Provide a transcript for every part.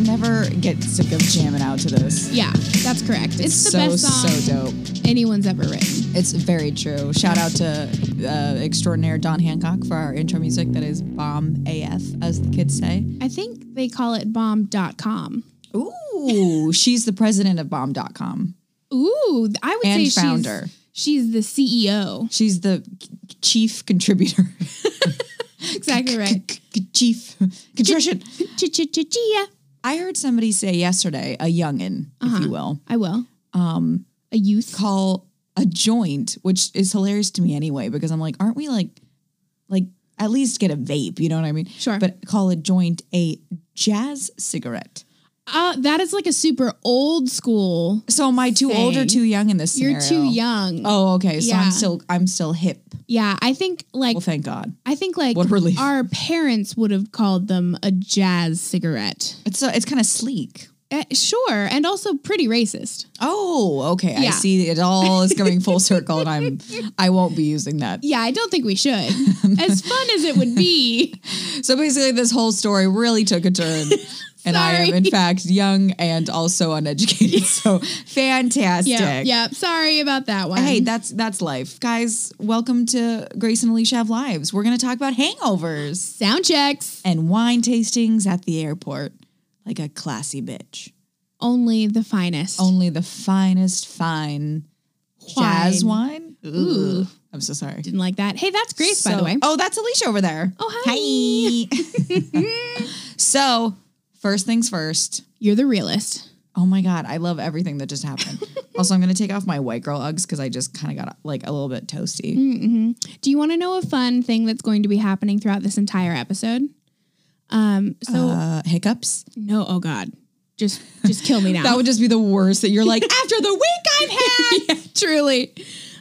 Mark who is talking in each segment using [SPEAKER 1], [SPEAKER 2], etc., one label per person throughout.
[SPEAKER 1] never get sick of jamming out to this.
[SPEAKER 2] Yeah, that's correct. It's, the
[SPEAKER 1] so,
[SPEAKER 2] best song
[SPEAKER 1] so dope.
[SPEAKER 2] anyone's ever written.
[SPEAKER 1] It's very true. Shout out to uh, extraordinaire Don Hancock for our intro music that is bomb AF, as the kids say.
[SPEAKER 2] I think they call it bomb.com.
[SPEAKER 1] Ooh, she's the president of bomb.com.
[SPEAKER 2] Ooh, th- I would
[SPEAKER 1] And
[SPEAKER 2] say
[SPEAKER 1] founder.
[SPEAKER 2] she's she's the E CEO.
[SPEAKER 1] She's the c- chief contributor.
[SPEAKER 2] Exactly right.
[SPEAKER 1] C- chief contrition.
[SPEAKER 2] Ch-ch-ch-chia.
[SPEAKER 1] I heard somebody say yesterday, a youngin, if you will,
[SPEAKER 2] I will. Um a youth
[SPEAKER 1] call a joint, which is hilarious to me anyway, because I'm like, aren't we like, like at least get a vape, you know what I mean?
[SPEAKER 2] Sure.
[SPEAKER 1] But call a joint a jazz cigarette.
[SPEAKER 2] Uh, that is like a super old school.
[SPEAKER 1] So am I too old or
[SPEAKER 2] Say.
[SPEAKER 1] too young in this scenario?
[SPEAKER 2] You're too young.
[SPEAKER 1] Oh, okay. So
[SPEAKER 2] Yeah.
[SPEAKER 1] I'm still I'm still hip.
[SPEAKER 2] Yeah, I think like
[SPEAKER 1] Well, thank God.
[SPEAKER 2] I think like
[SPEAKER 1] What a relief.
[SPEAKER 2] our parents would have called them a jazz cigarette.
[SPEAKER 1] It's uh, it's kind of sleek.
[SPEAKER 2] Uh, sure, and also pretty racist.
[SPEAKER 1] Oh, okay. I
[SPEAKER 2] Yeah.
[SPEAKER 1] see. It all is coming full circle, and I'm I won't be using that.
[SPEAKER 2] Yeah, I don't think we should. as fun as it would be,
[SPEAKER 1] So basically, this whole story really took a turn, and I am in
[SPEAKER 2] Sorry.
[SPEAKER 1] fact young and also uneducated. So fantastic.
[SPEAKER 2] yeah, yeah. Sorry about that one.
[SPEAKER 1] Hey, that's that's life, guys. Welcome to Grace and Alicia Have Lives. We're gonna talk about hangovers
[SPEAKER 2] sound checks.
[SPEAKER 1] and wine tastings at the airport, like a classy bitch.
[SPEAKER 2] Only the finest.
[SPEAKER 1] Only the finest fine jazz wine. Ooh. I'm so sorry.
[SPEAKER 2] Didn't like that. Hey, that's Grace, by
[SPEAKER 1] So-
[SPEAKER 2] the way.
[SPEAKER 1] Oh, that's Alicia over there.
[SPEAKER 2] Oh, hi.
[SPEAKER 1] Hi. so, first things first.
[SPEAKER 2] You're the realist.
[SPEAKER 1] Oh my God, I love everything that just happened. also, I'm going to take off my white girl Uggs because I just kind of got like a little bit toasty.
[SPEAKER 2] Mm, Do you want to know a fun thing that's going to be happening throughout this entire episode? Um. So
[SPEAKER 1] Uh, hiccups.
[SPEAKER 2] no. Oh God. Just just kill me now.
[SPEAKER 1] That would just be the worst that you're like, after the week I've had.
[SPEAKER 2] Yeah, truly.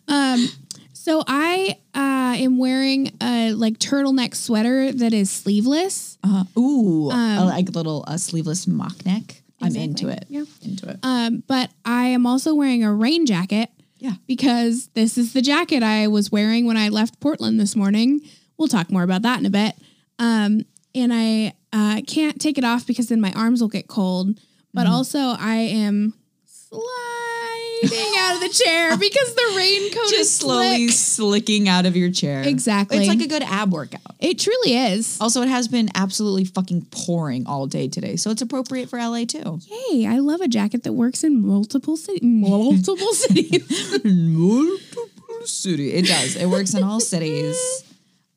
[SPEAKER 2] Um, so I uh, am wearing a like turtleneck sweater that is sleeveless.
[SPEAKER 1] Uh, ooh, I like little uh, sleeveless mock neck.
[SPEAKER 2] Um, Exactly.
[SPEAKER 1] I'm into it.
[SPEAKER 2] Yeah.
[SPEAKER 1] Into it.
[SPEAKER 2] Um, but I am also wearing a rain jacket
[SPEAKER 1] yeah.
[SPEAKER 2] because this is the jacket I was wearing when I left Portland this morning. We'll talk more about that in a bit. Um, and I uh, can't take it off because then my arms will get cold. But
[SPEAKER 1] Mm-hmm.
[SPEAKER 2] also, I am sliding out of the chair because the raincoat is
[SPEAKER 1] Just slowly
[SPEAKER 2] slick.
[SPEAKER 1] slicking out of your chair.
[SPEAKER 2] Exactly.
[SPEAKER 1] It's like a good ab workout.
[SPEAKER 2] It truly is.
[SPEAKER 1] Also, it has been absolutely fucking pouring all day today, so it's appropriate for LA too.
[SPEAKER 2] Hey, I love a jacket that works in multiple city, multiple cities.
[SPEAKER 1] Multiple city, it does. It works in all cities.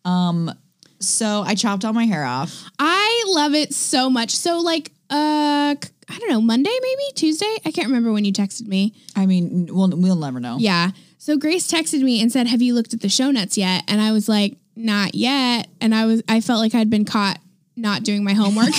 [SPEAKER 1] Um, so I chopped all my hair off.
[SPEAKER 2] I love it so much. So like, uh, c- I don't know, Monday maybe Tuesday. I can't remember when you texted me.
[SPEAKER 1] I mean, we'll we'll never know.
[SPEAKER 2] Yeah. So Grace texted me and said, "Have you looked at the show notes yet?" And I was like, "Not yet." And I was, I felt like I'd been caught not doing my homework.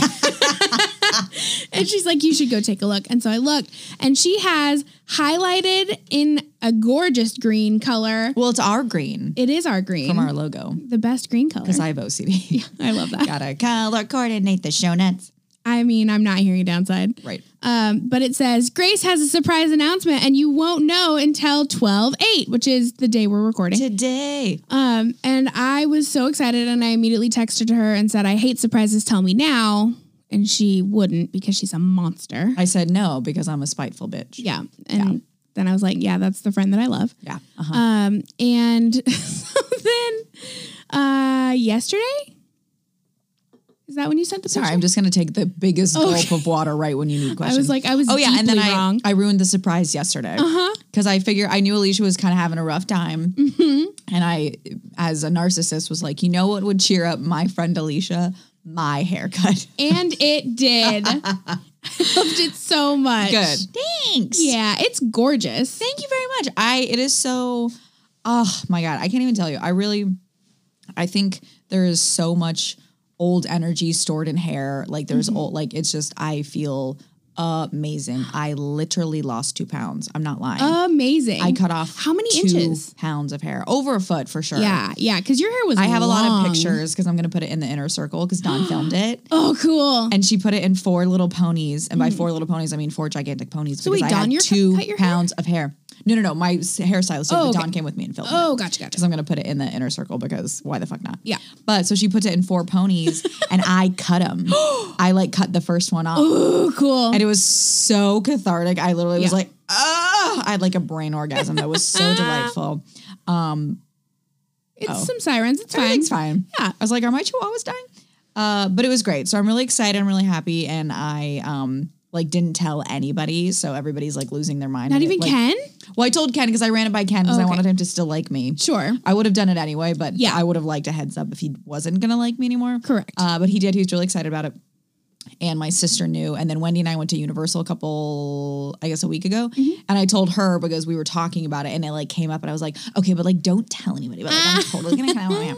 [SPEAKER 2] and she's like, "You should go take a look." And so I looked, and she has highlighted in a gorgeous green color.
[SPEAKER 1] Well, it's our green
[SPEAKER 2] It is our green.
[SPEAKER 1] from our logo
[SPEAKER 2] the best green color.
[SPEAKER 1] because I have OCD.
[SPEAKER 2] I love that.
[SPEAKER 1] Gotta color coordinate the show notes.
[SPEAKER 2] I mean, I'm not hearing a downside.
[SPEAKER 1] Right.
[SPEAKER 2] Um, but it says Grace has a surprise announcement, and you won't know until 12 8, which is the day we're recording.
[SPEAKER 1] Today,
[SPEAKER 2] Um, and I was so excited, and I immediately texted her and said, I hate surprises, tell me now. And she wouldn't because she's a monster.
[SPEAKER 1] I said no because I'm a spiteful bitch.
[SPEAKER 2] Yeah. And then I was like, Yeah, that's the friend that I love.
[SPEAKER 1] Yeah. Uh-huh.
[SPEAKER 2] Um, and so then uh, yesterday, is that when you sent the
[SPEAKER 1] Sorry,
[SPEAKER 2] picture?
[SPEAKER 1] I'm just gonna take the biggest
[SPEAKER 2] Okay.
[SPEAKER 1] gulp of water right when you need questions.
[SPEAKER 2] I was like, I was
[SPEAKER 1] oh yeah, and then I
[SPEAKER 2] wrong. Uh-huh.
[SPEAKER 1] I ruined the surprise yesterday because I figure I knew Alicia was kind of having a rough time,
[SPEAKER 2] Mm-hmm.
[SPEAKER 1] and I, as a narcissist, was like, you know what would cheer up my friend Alicia? My haircut.
[SPEAKER 2] And it did. I loved it so much.
[SPEAKER 1] Good. Thanks.
[SPEAKER 2] Yeah, it's gorgeous.
[SPEAKER 1] Thank you very much. I it is so oh my god, I can't even tell you. I really I think there is so much old energy stored in hair. Like there's
[SPEAKER 2] Mm-hmm.
[SPEAKER 1] old like it's just I feel amazing. I literally lost 2 pounds. I'm not lying.
[SPEAKER 2] Amazing.
[SPEAKER 1] I cut off
[SPEAKER 2] Oh, How many
[SPEAKER 1] two
[SPEAKER 2] inches?
[SPEAKER 1] pounds of hair. Over a foot for sure.
[SPEAKER 2] Yeah, yeah, because your hair was
[SPEAKER 1] I have a lot
[SPEAKER 2] long.
[SPEAKER 1] of pictures because I'm going to put it in the inner circle because Don filmed it.
[SPEAKER 2] Oh, cool.
[SPEAKER 1] and she put it in four little ponies, and by four little ponies, I mean four gigantic ponies. So
[SPEAKER 2] Mm. wait,
[SPEAKER 1] I
[SPEAKER 2] Don,
[SPEAKER 1] had
[SPEAKER 2] your cu-
[SPEAKER 1] two
[SPEAKER 2] cut your hair?
[SPEAKER 1] pounds of hair. No, no, no. My s- hairstylist did,
[SPEAKER 2] Oh,
[SPEAKER 1] but
[SPEAKER 2] okay.
[SPEAKER 1] Dawn came with me and filmed it.
[SPEAKER 2] Oh, gotcha, gotcha.
[SPEAKER 1] because I'm gonna put it in the inner circle because why the fuck not?
[SPEAKER 2] Yeah.
[SPEAKER 1] But so she puts it in four ponies, and I cut them. I like cut the first one off,
[SPEAKER 2] Ooh, cool.
[SPEAKER 1] and it was so cathartic. I literally was
[SPEAKER 2] Yeah.
[SPEAKER 1] like, ah! I had like a brain orgasm. That was so delightful.
[SPEAKER 2] it's some sirens. It's fine.
[SPEAKER 1] Everything's fine.
[SPEAKER 2] Yeah.
[SPEAKER 1] I was like, are my chihuahuas dying? Uh, but it was great. So I'm really excited. I'm really happy, and I um like didn't tell anybody. So everybody's like losing their mind.
[SPEAKER 2] Not
[SPEAKER 1] And it,
[SPEAKER 2] even
[SPEAKER 1] like-
[SPEAKER 2] Ken. Oh,
[SPEAKER 1] Well, I told Ken because I ran it by Ken because I
[SPEAKER 2] Okay.
[SPEAKER 1] wanted him to still like me.
[SPEAKER 2] Sure.
[SPEAKER 1] I would have done it anyway, but
[SPEAKER 2] Yeah.
[SPEAKER 1] yeah, I would have liked a heads up if he wasn't gonna like me anymore.
[SPEAKER 2] Correct.
[SPEAKER 1] Uh, but he did. He was really excited about it. And my sister knew. And then Wendy and I went to Universal a couple, I guess, a week ago.
[SPEAKER 2] Mm-hmm.
[SPEAKER 1] And I told her because we were talking about it, and it like came up, and I was like, okay, but like don't tell anybody. But like I'm totally gonna kind of.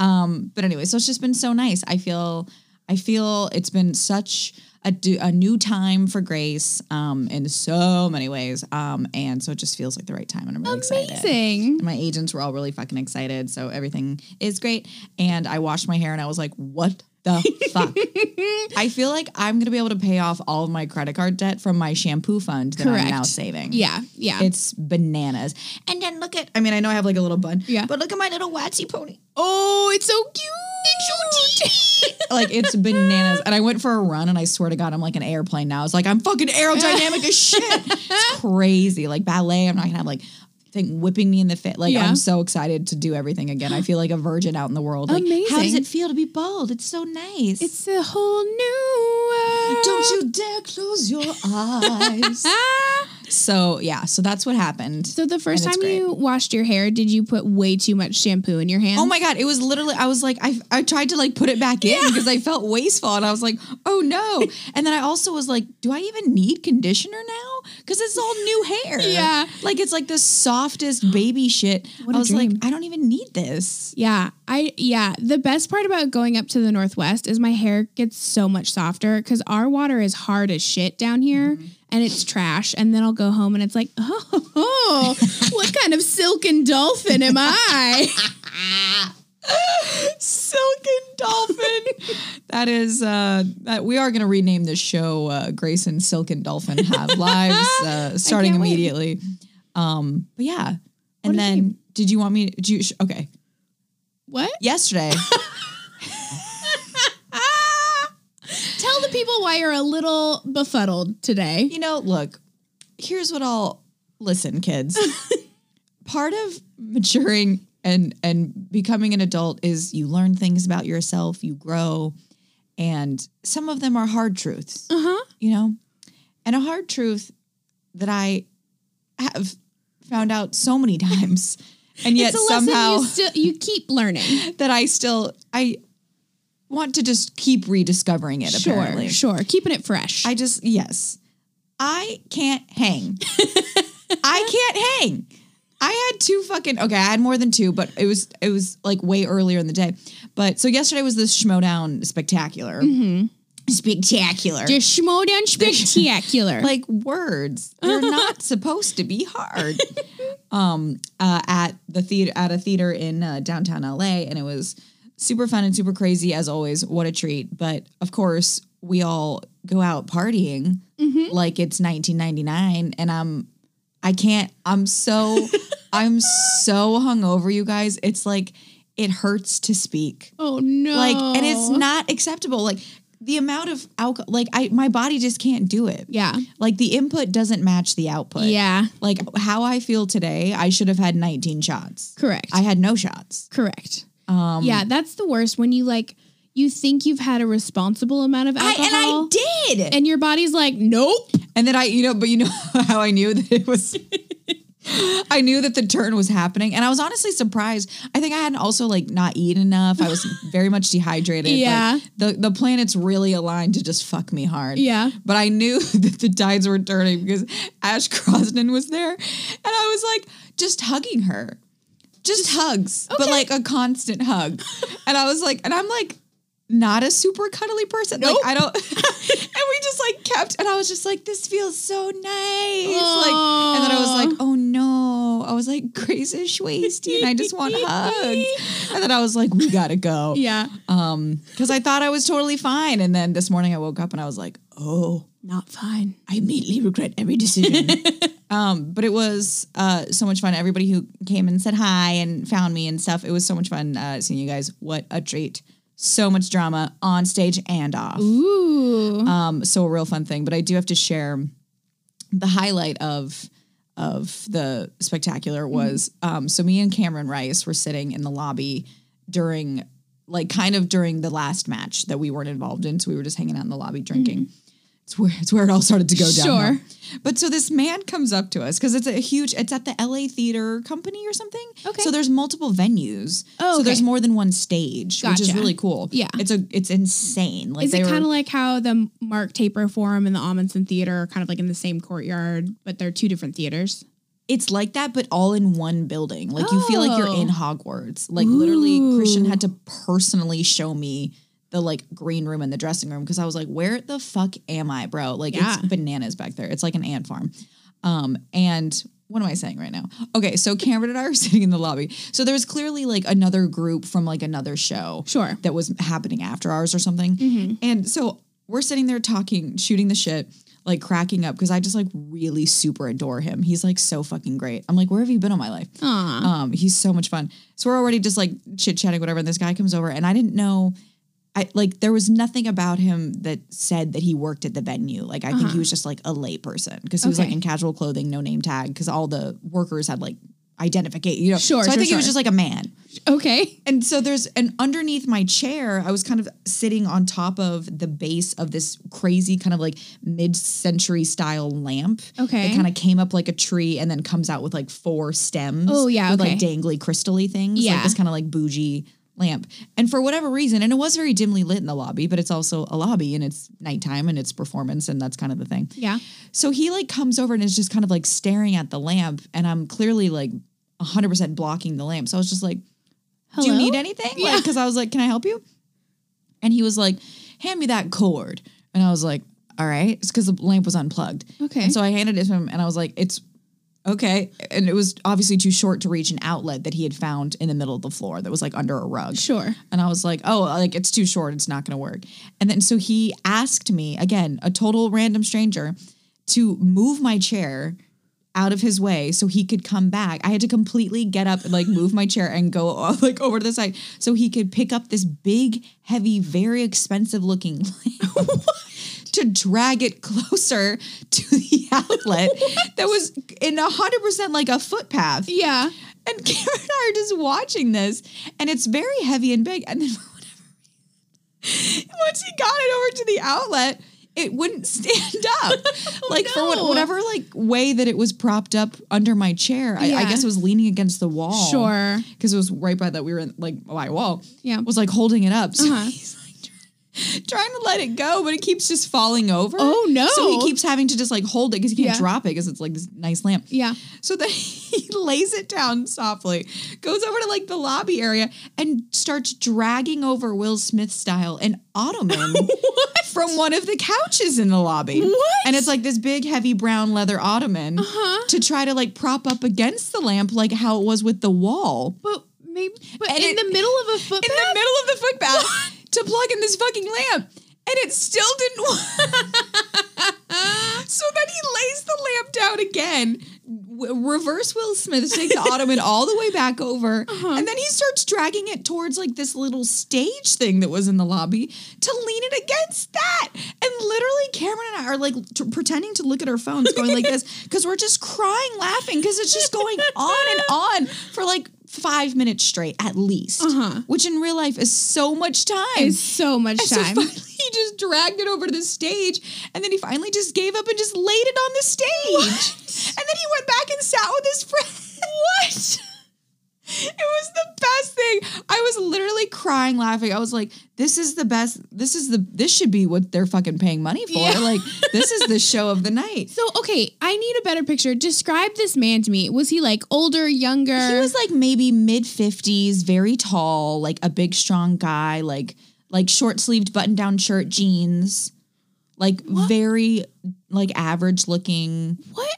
[SPEAKER 1] Um, but anyway, so it's just been so nice. I feel, I feel it's been such a, do, a new time for Grace, um, in so many ways. Um, and so it just feels like the right time, and I'm really excited.
[SPEAKER 2] Amazing.
[SPEAKER 1] And my agents were all really fucking excited. So everything is great. And I washed my hair and I was like, what the fuck? I feel like I'm going to be able to pay off all of my credit card debt from my shampoo fund that
[SPEAKER 2] Correct.
[SPEAKER 1] I'm now saving.
[SPEAKER 2] Yeah. Yeah.
[SPEAKER 1] It's bananas. And then look at, I mean, I know I have like a little bun,
[SPEAKER 2] Yeah.
[SPEAKER 1] but look at my little waxy pony.
[SPEAKER 2] oh, it's so cute. Oh, It's so
[SPEAKER 1] Like it's bananas. And I went for a run and I swear to God, I'm like an airplane now. It's like, I'm fucking aerodynamic as shit. It's crazy. Like ballet, I'm not going to have like, Thing whipping me in the fit. Like
[SPEAKER 2] Yeah.
[SPEAKER 1] I'm so excited to do everything again. I feel like a virgin out in the world. Like, How does
[SPEAKER 2] Amazing.
[SPEAKER 1] it feel to be bold? It's so nice.
[SPEAKER 2] it's a whole new world.
[SPEAKER 1] Don't you dare close your eyes.
[SPEAKER 2] Ah.
[SPEAKER 1] so yeah, so that's what happened.
[SPEAKER 2] So the first
[SPEAKER 1] And it's
[SPEAKER 2] time
[SPEAKER 1] great.
[SPEAKER 2] you washed your hair, did you put way too much shampoo in your hand?
[SPEAKER 1] Oh my god, it was literally I was like I I tried to like put it back in because I felt wasteful and I was like, "Oh no." and then I also was like, "Do I even need conditioner now?" Cuz it's all new hair.
[SPEAKER 2] Yeah.
[SPEAKER 1] Like it's like the softest baby shit.
[SPEAKER 2] What
[SPEAKER 1] I
[SPEAKER 2] a
[SPEAKER 1] was
[SPEAKER 2] dream.
[SPEAKER 1] like, "I don't even need this."
[SPEAKER 2] Yeah, I yeah. The best part about going up to the Northwest is my hair gets so much softer because our water is hard as shit down here,
[SPEAKER 1] Mm-hmm.
[SPEAKER 2] and it's trash. And then I'll go home and it's like, oh, what kind of silken dolphin am I?
[SPEAKER 1] Silken Dolphin. that is uh that we are going to rename this show uh, Grace and Silken Dolphin Have Lives uh, starting
[SPEAKER 2] can't wait.
[SPEAKER 1] immediately. Um but yeah.
[SPEAKER 2] a
[SPEAKER 1] and then did you want me to, do you, sh- okay.
[SPEAKER 2] what?
[SPEAKER 1] Yesterday
[SPEAKER 2] Tell the people why you're a little befuddled today.
[SPEAKER 1] you know, look, here's what I'll listen, kids. Part of maturing and and becoming an adult is you learn things about yourself, you grow, and some of them are hard truths,
[SPEAKER 2] Uh huh.
[SPEAKER 1] you know? And a hard truth that I have found out so many times and yet
[SPEAKER 2] It's a lesson
[SPEAKER 1] somehow
[SPEAKER 2] you, still, you keep learning.
[SPEAKER 1] that I still I want to just keep rediscovering it apparently.
[SPEAKER 2] Sure, sure. Keeping it fresh.
[SPEAKER 1] I just yes. I can't hang. I can't hang. I had two fucking okay, I had more than two, but it was it was like way earlier in the day. But so yesterday was this Schmodown spectacular. Spectacular.
[SPEAKER 2] Just schmo down spectacular.
[SPEAKER 1] like words. They're not supposed to be hard. Um uh at the theater at a theater in uh, downtown LA and it was super fun and super crazy as always. What a treat. But of course, we all go out partying like it's 1999 and I'm I can't I'm so I'm so hungover you guys. It's like it hurts to speak.
[SPEAKER 2] oh no.
[SPEAKER 1] Like and it's not acceptable. Like the amount of alcohol like I my body just can't do it.
[SPEAKER 2] Yeah.
[SPEAKER 1] Like the input doesn't match the output.
[SPEAKER 2] Yeah.
[SPEAKER 1] Like how I feel today, I should have had 19 shots.
[SPEAKER 2] Correct.
[SPEAKER 1] I had no shots.
[SPEAKER 2] Correct. yeah, that's the worst when you like you think you've had a responsible amount of alcohol
[SPEAKER 1] did. And,
[SPEAKER 2] and your body's like, "Nope."
[SPEAKER 1] then I, you know, but you know how I knew that it was I knew that the turn was happening. And I was honestly surprised. I think I hadn't also like not eaten enough. I was very much dehydrated. Like,
[SPEAKER 2] Yeah.
[SPEAKER 1] the the planets really aligned to just fuck me hard.
[SPEAKER 2] Yeah.
[SPEAKER 1] But I knew that the tides were turning because Ash Crosnan was there. And I was like, just hugging her. Just, hugs. But
[SPEAKER 2] okay.
[SPEAKER 1] like a constant hug. and I was like, and I'm like not a super cuddly person.
[SPEAKER 2] Nope.
[SPEAKER 1] Like I don't and we just like kept and I was just like, this feels so nice. Like and then I was like,
[SPEAKER 2] Aw.
[SPEAKER 1] oh no. I was like, Grace is wasty and I just want hugs. And then I was like, we gotta go.
[SPEAKER 2] Yeah.
[SPEAKER 1] Um, because I thought I was totally fine. And then this morning I woke up and I was like, oh,
[SPEAKER 2] Not fine.
[SPEAKER 1] I immediately regret every decision. and Um, but it was uh, so much fun. Everybody who came and said hi and found me and stuff. It was so much fun uh, seeing you guys. What a treat. So much drama on stage and off.
[SPEAKER 2] Ooh.
[SPEAKER 1] Um, so a real fun thing. But I do have to share the highlight of of the spectacular
[SPEAKER 2] Mm-hmm.
[SPEAKER 1] was um, so me and Cameron Rice were sitting in the lobby during like kind of during the last match that we weren't involved in. So we were just hanging out in the lobby drinking. It's where it's where it all started to go down.
[SPEAKER 2] Mm-hmm. Sure.
[SPEAKER 1] But so this man comes up to us because it's a huge it's at the LA Theater Company or something.
[SPEAKER 2] Okay.
[SPEAKER 1] So there's multiple venues.
[SPEAKER 2] Oh,
[SPEAKER 1] So there's
[SPEAKER 2] okay.
[SPEAKER 1] more than one stage, which is
[SPEAKER 2] Gotcha.
[SPEAKER 1] really cool.
[SPEAKER 2] Yeah.
[SPEAKER 1] It's a it's insane. Like
[SPEAKER 2] Is
[SPEAKER 1] they
[SPEAKER 2] it
[SPEAKER 1] were-
[SPEAKER 2] kind of like how the Mark Taper Forum and the Amundsen Theater are kind of like in the same courtyard, but they're two different theaters?
[SPEAKER 1] it's like that, but all in one building. Like you feel like you're
[SPEAKER 2] Oh.
[SPEAKER 1] in Hogwarts. Like literally, Christian
[SPEAKER 2] Ooh.
[SPEAKER 1] had to personally show me the like green room and the dressing room because I was like, "Where the fuck am I, bro?" Like
[SPEAKER 2] Yeah.
[SPEAKER 1] it's bananas back there. It's like an ant farm. Um, and what am I saying right now? Okay, so Cameron and I are sitting in the lobby. So there was clearly like another group from like another show
[SPEAKER 2] Sure. Mm-hmm.
[SPEAKER 1] that was happening after ours or something. And so we're sitting there talking, shooting the shit, like cracking up because I just like really super adore him. He's like so fucking great. I'm like, where have you been all my life?
[SPEAKER 2] Aw.
[SPEAKER 1] Um, he's so much fun. So we're already just like chit chatting, whatever. And this guy comes over, and I didn't know. I like there was nothing about him that said that he worked at the venue. Like I think he was just like a lay person because he was like
[SPEAKER 2] Uh-huh. Okay.
[SPEAKER 1] in casual clothing, no name tag, because all the workers had like identificate, you know.
[SPEAKER 2] Sure,
[SPEAKER 1] So I
[SPEAKER 2] sure,
[SPEAKER 1] think he was
[SPEAKER 2] sure.
[SPEAKER 1] just like a man.
[SPEAKER 2] Okay.
[SPEAKER 1] And so there's and underneath my chair, I was kind of sitting on top of the base of this crazy kind of like mid-century style lamp.
[SPEAKER 2] Okay.
[SPEAKER 1] It kind of came up like a tree and then comes out with like four stems.
[SPEAKER 2] Oh, yeah,
[SPEAKER 1] With like
[SPEAKER 2] okay.
[SPEAKER 1] dangly crystally things. Like
[SPEAKER 2] Yeah.
[SPEAKER 1] this kind of like bougie lamp. And for whatever reason, and it was very dimly lit in the lobby, but it's also a lobby and it's nighttime and it's performance and that's kind of the thing.
[SPEAKER 2] Yeah.
[SPEAKER 1] So he like comes over and is just kind of like staring at the lamp, and I'm clearly like 100% blocking the lamp. So I was just like, "Do you
[SPEAKER 2] Hello?
[SPEAKER 1] need anything?" Like,
[SPEAKER 2] Yeah.
[SPEAKER 1] because I was like, "Can I help you?" And he was like, "Hand me that cord," and I was like, "All right," it's because the lamp was unplugged.
[SPEAKER 2] Okay.
[SPEAKER 1] And so I handed it to him, and I was like, "It's okay," and it was obviously too short to reach an outlet that he had found in the middle of the floor that was like under a rug.
[SPEAKER 2] Sure.
[SPEAKER 1] And I was like, oh, like it's too short. It's not going to work. And then so he asked me, again, a total random stranger, to move my chair out of his way so he could come back. I had to completely get up and like move my chair and go like over to the side so he could pick up this big, heavy, very expensive looking lamp to drag it closer to the outlet that was in 100% like a footpath.
[SPEAKER 2] Yeah.
[SPEAKER 1] And Karen and I are just watching this, and it's very heavy and big. And then for whatever reason, once he got it over to the outlet, it wouldn't stand up. like for what,
[SPEAKER 2] Oh, no.
[SPEAKER 1] whatever like way that it was propped up under my chair, I, I
[SPEAKER 2] Yeah.
[SPEAKER 1] guess it was leaning against the wall.
[SPEAKER 2] Sure.
[SPEAKER 1] because it was right by that we were in like by a wall.
[SPEAKER 2] Yeah.
[SPEAKER 1] was like holding it up. So
[SPEAKER 2] Uh-huh.
[SPEAKER 1] he's like trying, trying to let it go, but it keeps just falling over.
[SPEAKER 2] Oh, no.
[SPEAKER 1] So he keeps having to just like hold it because he can't
[SPEAKER 2] Yeah.
[SPEAKER 1] drop it because it's like this nice lamp.
[SPEAKER 2] Yeah.
[SPEAKER 1] So then he lays it down softly, goes over to like the lobby area, and starts dragging over Will Smith style an ottoman from one of the couches in the lobby.
[SPEAKER 2] What?
[SPEAKER 1] And it's like this big, heavy brown leather ottoman
[SPEAKER 2] Uh-huh.
[SPEAKER 1] to try to like prop up against the lamp, like how it was with the wall.
[SPEAKER 2] But maybe but
[SPEAKER 1] And
[SPEAKER 2] in
[SPEAKER 1] it-
[SPEAKER 2] the middle of a
[SPEAKER 1] In
[SPEAKER 2] footpath.
[SPEAKER 1] the middle of the footpath to plug in this fucking lamp. And it still didn't work. so then he lays the lamp down again. W- reverse Will Smith takes the ottoman all the way back over,
[SPEAKER 2] Uh-huh.
[SPEAKER 1] and then he starts dragging it towards like this little stage thing that was in the lobby to lean it against that. And literally, Cameron and I are like t- pretending to look at our phones, going like this, because we're just crying, laughing, because it's just going on and on for like five minutes straight at least,
[SPEAKER 2] Uh-huh.
[SPEAKER 1] which in real life is so much time.
[SPEAKER 2] is so much
[SPEAKER 1] And
[SPEAKER 2] time.
[SPEAKER 1] So finally, he just dragged it over to the stage, and then he finally just gave up and just laid it on the stage. And then he went back and sat with his friend. What? It was the best thing. I was literally crying laughing. I was like, this is the best. This is the this should be what they're fucking paying money for.
[SPEAKER 2] Yeah.
[SPEAKER 1] Like, this is the show of the night.
[SPEAKER 2] so okay, I need a better picture. Describe this man to me. Was he like older, younger?
[SPEAKER 1] He was like maybe mid fifties, very tall, like a big strong guy, like like short sleeved button down shirt, jeans, like very like average looking.
[SPEAKER 2] what?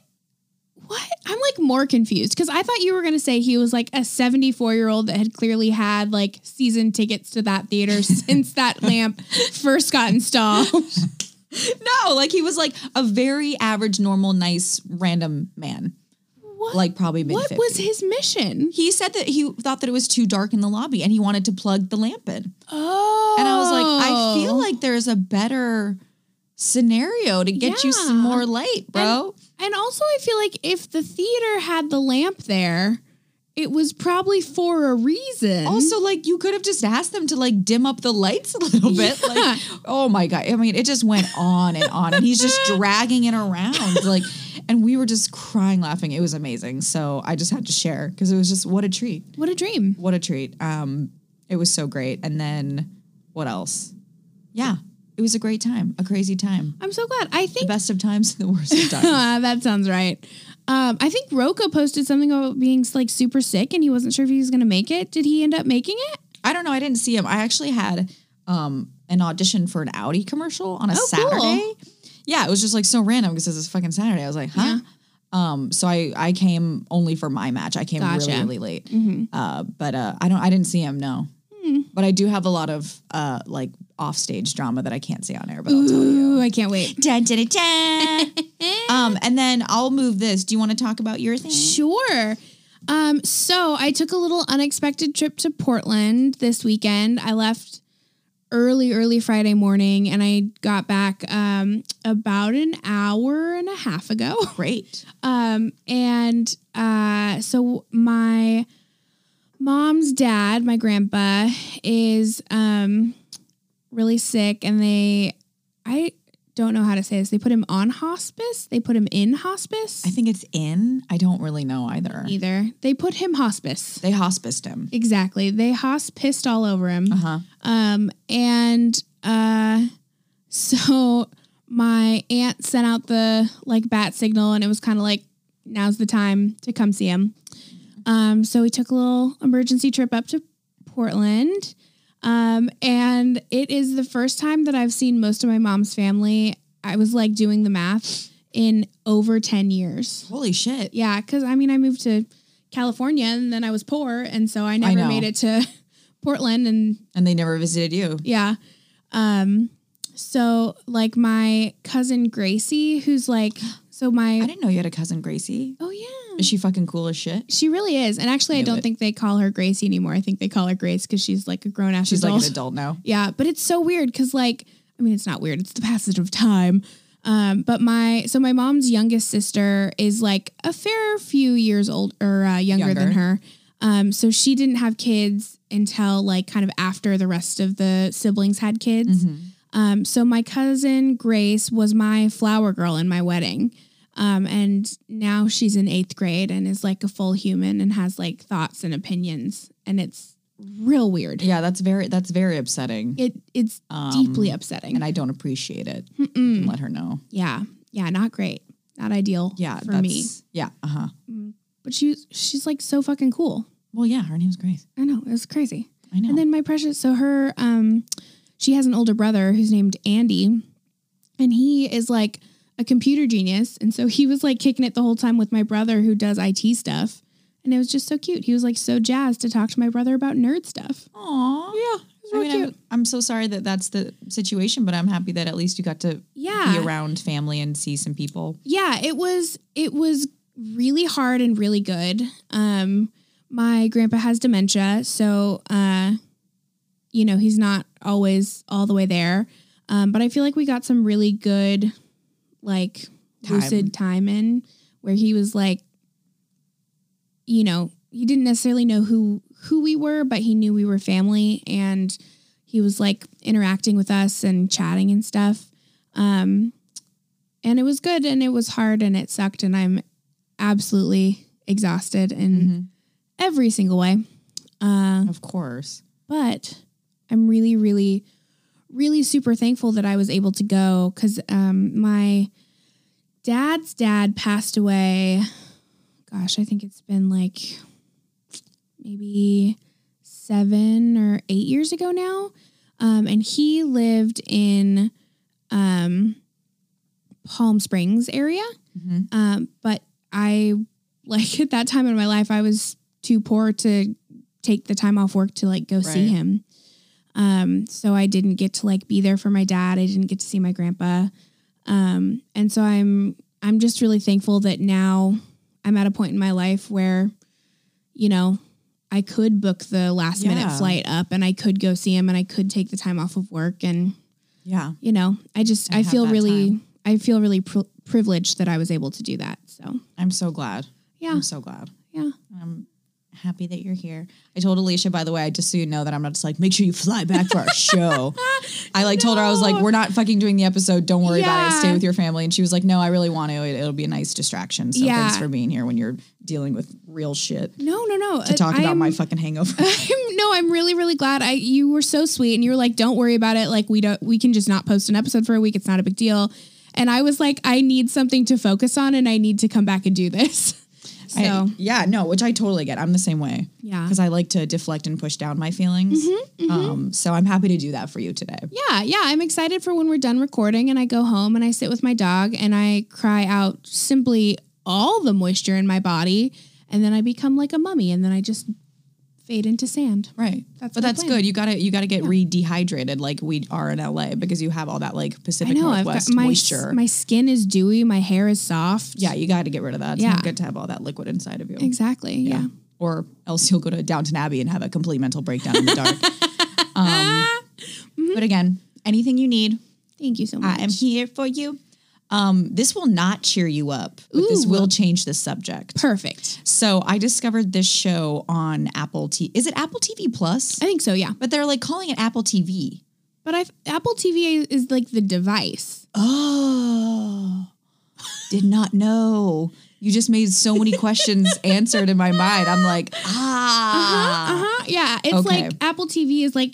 [SPEAKER 2] What? I'm like more confused because I thought you were gonna say he was like a 74 year old that had clearly had like season tickets to that theater since that lamp first got installed.
[SPEAKER 1] No, like he was like a very average, normal, nice, random man.
[SPEAKER 2] What?
[SPEAKER 1] Like probably mid
[SPEAKER 2] what was his mission?
[SPEAKER 1] He said that he thought that it was too dark in the lobby and he wanted to plug the lamp in.
[SPEAKER 2] Oh,
[SPEAKER 1] And I was like, I feel like there's a better scenario to get you some
[SPEAKER 2] Yeah.
[SPEAKER 1] more light, bro.
[SPEAKER 2] And also, I feel like if the theater had the lamp there, it was probably for a reason.
[SPEAKER 1] also, like you could have just asked them to like dim up the lights a little bit. Like, oh my god! I mean, it just went on and on, and he's just dragging it around. Like, and we were just crying, laughing. It was amazing. So I just had to share because it was just what a treat.
[SPEAKER 2] what a dream.
[SPEAKER 1] what a treat. Um, it was so great. And then what else? Yeah, it was a great time, a crazy time.
[SPEAKER 2] I'm so glad. I think
[SPEAKER 1] Best of times, the worst of times.
[SPEAKER 2] Ah, that sounds right. Um, I think Roka posted something about being like super sick and he wasn't sure if he was going to make it. Did he end up making it?
[SPEAKER 1] I don't know. I didn't see him. I actually had um, an audition for an Audi commercial on a
[SPEAKER 2] cool.
[SPEAKER 1] Saturday. Yeah, it was just like so random because it's fucking Saturday. I was like, huh? Um, so I I came only for my match. I came
[SPEAKER 2] Gotcha.
[SPEAKER 1] really really late. Uh, but uh, I don't. I didn't see him. No. But I do have a lot of uh, like offstage drama that I can't see on air. But I'll tell you.
[SPEAKER 2] Ooh, I can't wait. Eh,
[SPEAKER 1] Dun, dun, dun, dun. um, and then I'll move this. Do you want to talk about your thing?
[SPEAKER 2] Sure. Um, so I took a little unexpected trip to Portland this weekend. I left early, early Friday morning and I got back um, about an hour and a half ago.
[SPEAKER 1] Great.
[SPEAKER 2] Um, and uh, so my mom's dad, my grandpa, is um really sick, and they, I don't know how to say this. They put him on hospice. They put him in hospice.
[SPEAKER 1] I think it's in. I don't really know either.
[SPEAKER 2] either they put him hospice.
[SPEAKER 1] They hospiced him.
[SPEAKER 2] Exactly. They hospiced all over him.
[SPEAKER 1] Uh huh.
[SPEAKER 2] Um, and uh, so my aunt sent out the like bat signal, and it was kind of like now's the time to come see him. Um, so we took a little emergency trip up to Portland. Um, and it is the first time that I've seen most of my mom's family. I was like doing the math in over 10 years.
[SPEAKER 1] Holy shit.
[SPEAKER 2] Yeah, because I mean, I moved to California and then I was poor, and so I never
[SPEAKER 1] know.
[SPEAKER 2] made it to Portland. And
[SPEAKER 1] And they never visited you.
[SPEAKER 2] yeah, um, so like my cousin Gracie, who's like, so
[SPEAKER 1] I
[SPEAKER 2] my
[SPEAKER 1] didn't know you had a cousin, Gracie.
[SPEAKER 2] oh yeah,
[SPEAKER 1] Is she fucking cool as shit?
[SPEAKER 2] she really is. And actually, I
[SPEAKER 1] Knew
[SPEAKER 2] don't
[SPEAKER 1] it.
[SPEAKER 2] think they call her Gracie anymore. I think they call her Grace because she's like a grown ass.
[SPEAKER 1] She's
[SPEAKER 2] adult.
[SPEAKER 1] like an adult now.
[SPEAKER 2] Yeah, but it's so weird because like I mean it's not weird, it's the passage of time. Um, but my so my mom's youngest sister is like a fair few years old or uh, younger,
[SPEAKER 1] Younger.
[SPEAKER 2] than her. Um, so she didn't have kids until like kind of after the rest of the siblings had kids.
[SPEAKER 1] Mm-hmm.
[SPEAKER 2] Um, so my cousin Grace was my flower girl in my wedding. Um, and now she's in eighth grade and is like a full human and has like thoughts and opinions. And it's real weird.
[SPEAKER 1] Yeah, that's very that's very upsetting.
[SPEAKER 2] It it's
[SPEAKER 1] Um,
[SPEAKER 2] deeply upsetting. Hmm.
[SPEAKER 1] And I don't appreciate it.
[SPEAKER 2] Mm-mm.
[SPEAKER 1] Let her know.
[SPEAKER 2] yeah, yeah, not great, not ideal.
[SPEAKER 1] Yeah,
[SPEAKER 2] for me.
[SPEAKER 1] Yeah. Uh huh.
[SPEAKER 2] But she's she's like so fucking cool.
[SPEAKER 1] Well, yeah. Her name's Grace.
[SPEAKER 2] I know it was crazy.
[SPEAKER 1] I know.
[SPEAKER 2] And then my precious, so her, um, she has an older brother who's named Andy, and he is like a computer genius, and so he was like kicking it the whole time with my brother who does IT stuff, and it was just so cute. He was like so jazzed to talk to my brother about nerd stuff.
[SPEAKER 1] Aw.
[SPEAKER 2] Yeah,
[SPEAKER 1] I mean, I'm, I'm so sorry that that's the situation, but I'm happy that at least you got to
[SPEAKER 2] yeah,
[SPEAKER 1] be around family and see some people.
[SPEAKER 2] yeah it was it was really hard and really good um my grandpa has dementia so uh you know he's not always all the way there um but i feel like we got some really good like
[SPEAKER 1] Time.
[SPEAKER 2] lucid time in where he was like you know he didn't necessarily know who who we were but he knew we were family and he was like interacting with us and chatting and stuff um and it was good and it was hard and it sucked and i'm absolutely exhausted in every single way uh
[SPEAKER 1] Mm-hmm. Of course.
[SPEAKER 2] but I'm really, really, really super thankful that I was able to go because um, my dad's dad passed away. Gosh, I think it's been like maybe seven or eight years ago now. Um, and he lived in um, Palm Springs area.
[SPEAKER 1] Mhm.
[SPEAKER 2] Um, but I like at that time in my life, I was too poor to take the time off work to like go see
[SPEAKER 1] Right.
[SPEAKER 2] him. Um, so I didn't get to like be there for my dad. I didn't get to see my grandpa. Um, and so I'm I'm just really thankful that now I'm at a point in my life where, you know, I could book the last minute
[SPEAKER 1] Yeah.
[SPEAKER 2] flight up and I could go see him and I could take the time off of work and
[SPEAKER 1] Yeah.
[SPEAKER 2] you know, I just
[SPEAKER 1] And
[SPEAKER 2] I
[SPEAKER 1] have
[SPEAKER 2] feel
[SPEAKER 1] that
[SPEAKER 2] really I feel really pri privileged that I was able to do that. So
[SPEAKER 1] I'm so glad.
[SPEAKER 2] yeah,
[SPEAKER 1] I'm so glad.
[SPEAKER 2] yeah.
[SPEAKER 1] I'm happy that you're here. I told Alicia, by the way, I just so you know that I'm not just like, make sure you fly back for our show. I like told her, I was like,
[SPEAKER 2] No.
[SPEAKER 1] we're not fucking doing the episode. Don't worry about it. Stay
[SPEAKER 2] Yeah.
[SPEAKER 1] with your family. And she was like, no, I really want to. It, will be a nice distraction. So
[SPEAKER 2] Yeah.
[SPEAKER 1] thanks for being here when you're dealing with real shit
[SPEAKER 2] No, no, no.
[SPEAKER 1] to talk about
[SPEAKER 2] I'm,
[SPEAKER 1] my fucking hangover.
[SPEAKER 2] I'm, no, I'm really, really glad. I you were so sweet, and you were like, "Don't worry about it. Like we don't, we can just not post an episode for a week. It's not a big deal." And I was like, "I need something to focus on, and I need to come back and do this." So
[SPEAKER 1] I- yeah, no, which I totally get. I'm the same way.
[SPEAKER 2] Yeah. Mm-hmm,
[SPEAKER 1] Because I like to deflect and push down my feelings. Um, so I'm happy to do that for you today.
[SPEAKER 2] yeah, yeah, I'm excited for when we're done recording, and I go home and I sit with my dog and I cry out simply all the moisture in my body, and then I become like a mummy, and then I just fade into sand.
[SPEAKER 1] Right.
[SPEAKER 2] That's
[SPEAKER 1] but
[SPEAKER 2] my
[SPEAKER 1] that's
[SPEAKER 2] plan.
[SPEAKER 1] good. You gotta you gotta get re-dehydrated like we are in LA because you have all that like
[SPEAKER 2] I
[SPEAKER 1] Pacific
[SPEAKER 2] know I've got
[SPEAKER 1] Northwest
[SPEAKER 2] my
[SPEAKER 1] moisture.
[SPEAKER 2] my skin is dewy, my hair is soft.
[SPEAKER 1] yeah, you gotta get rid of that. It's
[SPEAKER 2] Yeah.
[SPEAKER 1] not good to have all that liquid inside of you.
[SPEAKER 2] exactly. yeah.
[SPEAKER 1] Or else you'll go to Downton Abbey and have a complete mental breakdown in the dark. um,
[SPEAKER 2] Mm-hmm.
[SPEAKER 1] But again, anything you need,
[SPEAKER 2] Thank you so much.
[SPEAKER 1] I am here for you. Um, this will not cheer you up, but this
[SPEAKER 2] Ooh.
[SPEAKER 1] will change the subject.
[SPEAKER 2] Perfect.
[SPEAKER 1] So I discovered this show on Apple T. Is it Apple TV Plus?
[SPEAKER 2] I think so, yeah.
[SPEAKER 1] But they're like calling it Apple TV.
[SPEAKER 2] But I've, Apple TV is like the device.
[SPEAKER 1] Oh, did not know. You just made so many questions answered in my mind. I'm like, ah,
[SPEAKER 2] Uh huh. Yeah. It's
[SPEAKER 1] Okay.
[SPEAKER 2] like Apple TV is like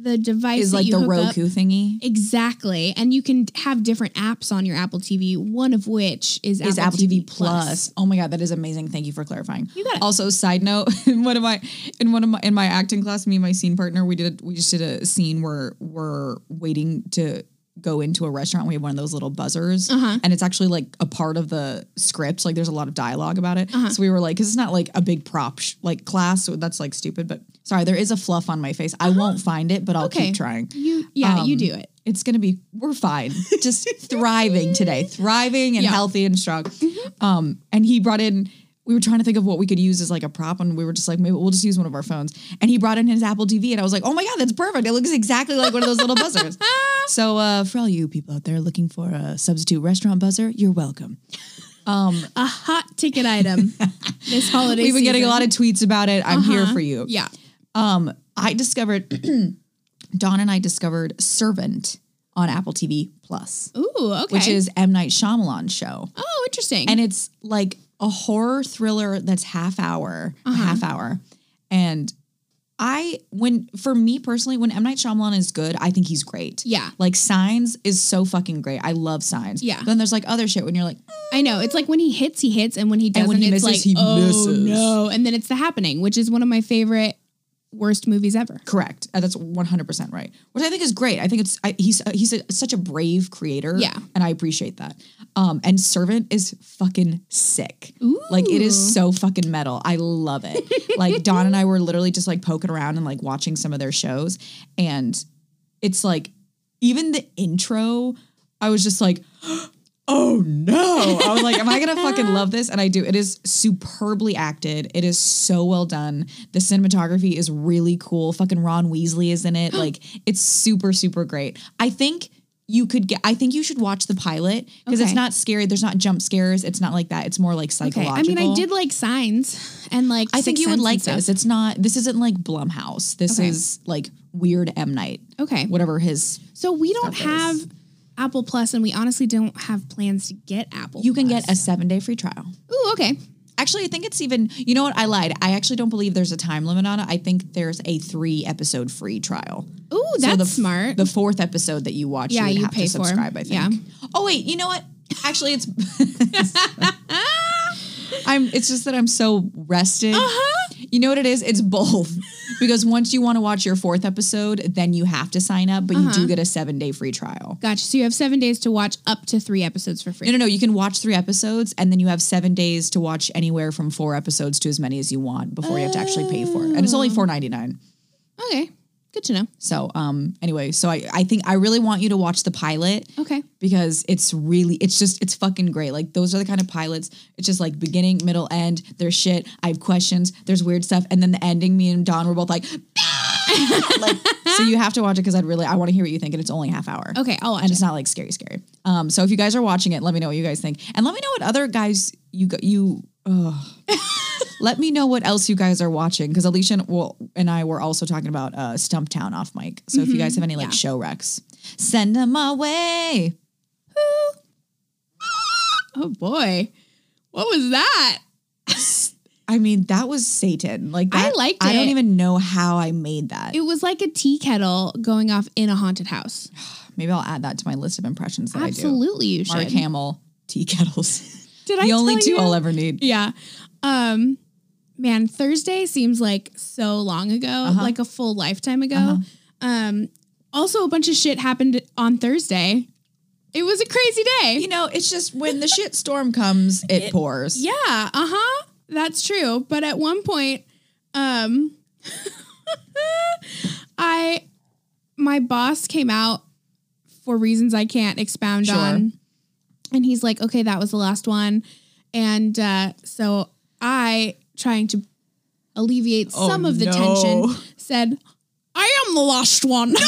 [SPEAKER 2] the device
[SPEAKER 1] is
[SPEAKER 2] that
[SPEAKER 1] like
[SPEAKER 2] you
[SPEAKER 1] the
[SPEAKER 2] hook up-
[SPEAKER 1] Roku thingy.
[SPEAKER 2] Exactly. And you can have different apps on your Apple TV, one of which is,
[SPEAKER 1] Is Apple TV Plus. Oh my god, that is amazing! Thank you for clarifying.
[SPEAKER 2] You got it.
[SPEAKER 1] Also, side note: in one of my in one of my in my acting class, me and my scene partner, we did we just did a scene where we're waiting to go into a restaurant. We have one of those little buzzers,
[SPEAKER 2] Uh-huh.
[SPEAKER 1] and it's actually like a part of the script. Like there's a lot of dialogue about it.
[SPEAKER 2] Uh-huh.
[SPEAKER 1] So we were like, because it's not like a big prop sh- like class, so that's like stupid. But sorry, there is a fluff on my face. I won't find it, but
[SPEAKER 2] Uh-huh.
[SPEAKER 1] I'll
[SPEAKER 2] Okay.
[SPEAKER 1] keep trying.
[SPEAKER 2] You yeah,
[SPEAKER 1] Um,
[SPEAKER 2] you do it.
[SPEAKER 1] It's gonna be we're fine. Just thriving today, thriving and
[SPEAKER 2] Yeah. Mm-hmm.
[SPEAKER 1] healthy and strong. Um, and he brought in. We were trying to think of what we could use as like a prop, and we were just like, maybe we'll just use one of our phones. And he brought in his Apple TV, and I was like, oh my god, that's perfect! It looks exactly like one of those little buzzers. So uh, for all you people out there looking for a substitute restaurant buzzer, you're welcome.
[SPEAKER 2] A hot ticket item this holiday Uh-huh.
[SPEAKER 1] We've been getting a lot of tweets about it. I'm here for you.
[SPEAKER 2] Yeah.
[SPEAKER 1] Um, I discovered Dawn and I discovered Servant on Apple TV Plus,
[SPEAKER 2] Ooh, okay.
[SPEAKER 1] which is M Night Shyamalan's show.
[SPEAKER 2] Oh, interesting.
[SPEAKER 1] and it's like a horror thriller that's half hour, a
[SPEAKER 2] Uh-huh.
[SPEAKER 1] half hour. And I, when for me personally, when M Night Shyamalan is good, I think he's great.
[SPEAKER 2] Yeah.
[SPEAKER 1] like Signs is so fucking great. I love Signs.
[SPEAKER 2] Yeah.
[SPEAKER 1] But then there's like other shit when you're like,
[SPEAKER 2] I know. It's like when he hits, he hits, and when he doesn't,
[SPEAKER 1] when he
[SPEAKER 2] it's
[SPEAKER 1] misses,
[SPEAKER 2] like
[SPEAKER 1] he
[SPEAKER 2] oh
[SPEAKER 1] misses."
[SPEAKER 2] no. And then it's the happening, which is one of my favorite worst movies ever.
[SPEAKER 1] correct. Uh, That's 100 percent right, which I think is great. I think it's I, he's uh, he's a, such a brave creator.
[SPEAKER 2] Yeah.
[SPEAKER 1] and I appreciate that. Um, and Servant is fucking sick.
[SPEAKER 2] Ooh.
[SPEAKER 1] Like it is so fucking metal. I love it. like Don and I were literally just like poking around and like watching some of their shows and it's like even the intro I was just like oh no. I was like am I going to fucking love this and I do. It is superbly acted. It is so well done. The cinematography is really cool. Fucking Ron Weasley is in it. Like it's super super great. I think you could get I think you should watch the pilot because
[SPEAKER 2] Okay.
[SPEAKER 1] it's not scary. There's not jump scares. It's not like that. It's more like
[SPEAKER 2] Okay.
[SPEAKER 1] psychological.
[SPEAKER 2] I mean, I did like Signs and like
[SPEAKER 1] I think
[SPEAKER 2] Sixth
[SPEAKER 1] you would
[SPEAKER 2] Sense
[SPEAKER 1] like
[SPEAKER 2] and stuff.
[SPEAKER 1] this. It's not. This isn't like Blumhouse. This
[SPEAKER 2] Okay.
[SPEAKER 1] is like weird M Night.
[SPEAKER 2] Okay.
[SPEAKER 1] Whatever his.
[SPEAKER 2] So we don't
[SPEAKER 1] Stuff
[SPEAKER 2] have
[SPEAKER 1] is-
[SPEAKER 2] Apple Plus, and we honestly don't have plans to get Apple.
[SPEAKER 1] You can
[SPEAKER 2] Plus.
[SPEAKER 1] get a seven day free trial.
[SPEAKER 2] Ooh, okay.
[SPEAKER 1] Actually, I think it's even. You know what? I lied. I actually don't believe there's a time limit on it. I think there's a three episode free trial.
[SPEAKER 2] Ooh,
[SPEAKER 1] So
[SPEAKER 2] that's
[SPEAKER 1] the f-
[SPEAKER 2] smart.
[SPEAKER 1] The fourth episode that you watch,
[SPEAKER 2] Yeah,
[SPEAKER 1] you, would
[SPEAKER 2] you
[SPEAKER 1] have
[SPEAKER 2] pay
[SPEAKER 1] to
[SPEAKER 2] for.
[SPEAKER 1] subscribe. I think.
[SPEAKER 2] Yeah.
[SPEAKER 1] Oh wait, you know what? Actually, it's. I'm. It's just that I'm so rested.
[SPEAKER 2] Uh-huh.
[SPEAKER 1] You know what it is? It's both. because once you want to watch your fourth episode, then you have to sign up, but you do get a seven day free trial.
[SPEAKER 2] Gotcha. So you have seven days to watch up to three episodes for free.
[SPEAKER 1] No, no, no. You can watch three episodes and then you have seven days to watch anywhere from
[SPEAKER 2] Oh.
[SPEAKER 1] four episodes to as many as you want before you have to actually pay for it. And it's only $4.99.
[SPEAKER 2] Okay. Good to know.
[SPEAKER 1] So um anyway, so I I think I really want you to watch the pilot
[SPEAKER 2] Okay.
[SPEAKER 1] because it's really it's just it's fucking great. Like those are the kind of pilots. It's just like beginning, middle, end. There's shit. I have questions. There's weird stuff, and then the ending. Me and Don were both like, like so you have to watch it because I'd really I want to hear what you think, and it's only a half hour.
[SPEAKER 2] Okay, I'll watch
[SPEAKER 1] and it's not like scary, scary. Um, so if you guys are watching it, let me know what you guys think, and let me know what other guys you go- you. ugh. let me know what else you guys are watching because Alicia and, well, and I were also talking about uh, Stumptown off mic. So if you guys have any like show wrecks, send them away.
[SPEAKER 2] Oh boy. What was that?
[SPEAKER 1] I mean, that was Satan. Like
[SPEAKER 2] I
[SPEAKER 1] that,
[SPEAKER 2] liked
[SPEAKER 1] I don't
[SPEAKER 2] it.
[SPEAKER 1] even know how I made that.
[SPEAKER 2] It was like a tea kettle going off in a haunted house.
[SPEAKER 1] Maybe I'll add that to my list of impressions that
[SPEAKER 2] Absolutely, you
[SPEAKER 1] I do. Mark
[SPEAKER 2] should.
[SPEAKER 1] Hamill, tea kettles.
[SPEAKER 2] Did
[SPEAKER 1] the only
[SPEAKER 2] tell
[SPEAKER 1] two
[SPEAKER 2] you?
[SPEAKER 1] I'll ever need.
[SPEAKER 2] Yeah. Um man, Thursday seems like so long ago,
[SPEAKER 1] Uh-huh.
[SPEAKER 2] like a full lifetime ago. Um also a bunch of shit happened on Thursday. It was a crazy day.
[SPEAKER 1] You know, it's just when the shit storm comes, it, pours.
[SPEAKER 2] Yeah, uh-huh. That's true. But at one point, um I my boss came out for reasons I can't expound
[SPEAKER 1] Sure.
[SPEAKER 2] on. And he's like, "Okay, that was the last one." And uh so I trying to alleviate
[SPEAKER 1] Oh,
[SPEAKER 2] some of the
[SPEAKER 1] no.
[SPEAKER 2] tension said, "I am the last one."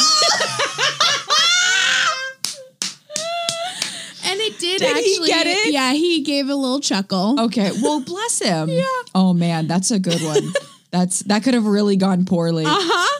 [SPEAKER 2] And it did,
[SPEAKER 1] Did
[SPEAKER 2] actually.
[SPEAKER 1] he get it?
[SPEAKER 2] Yeah, he gave a little chuckle.
[SPEAKER 1] Okay. Well, bless him. yeah. Oh man, that's a good one. That's that could have really gone poorly.
[SPEAKER 2] Uh-huh.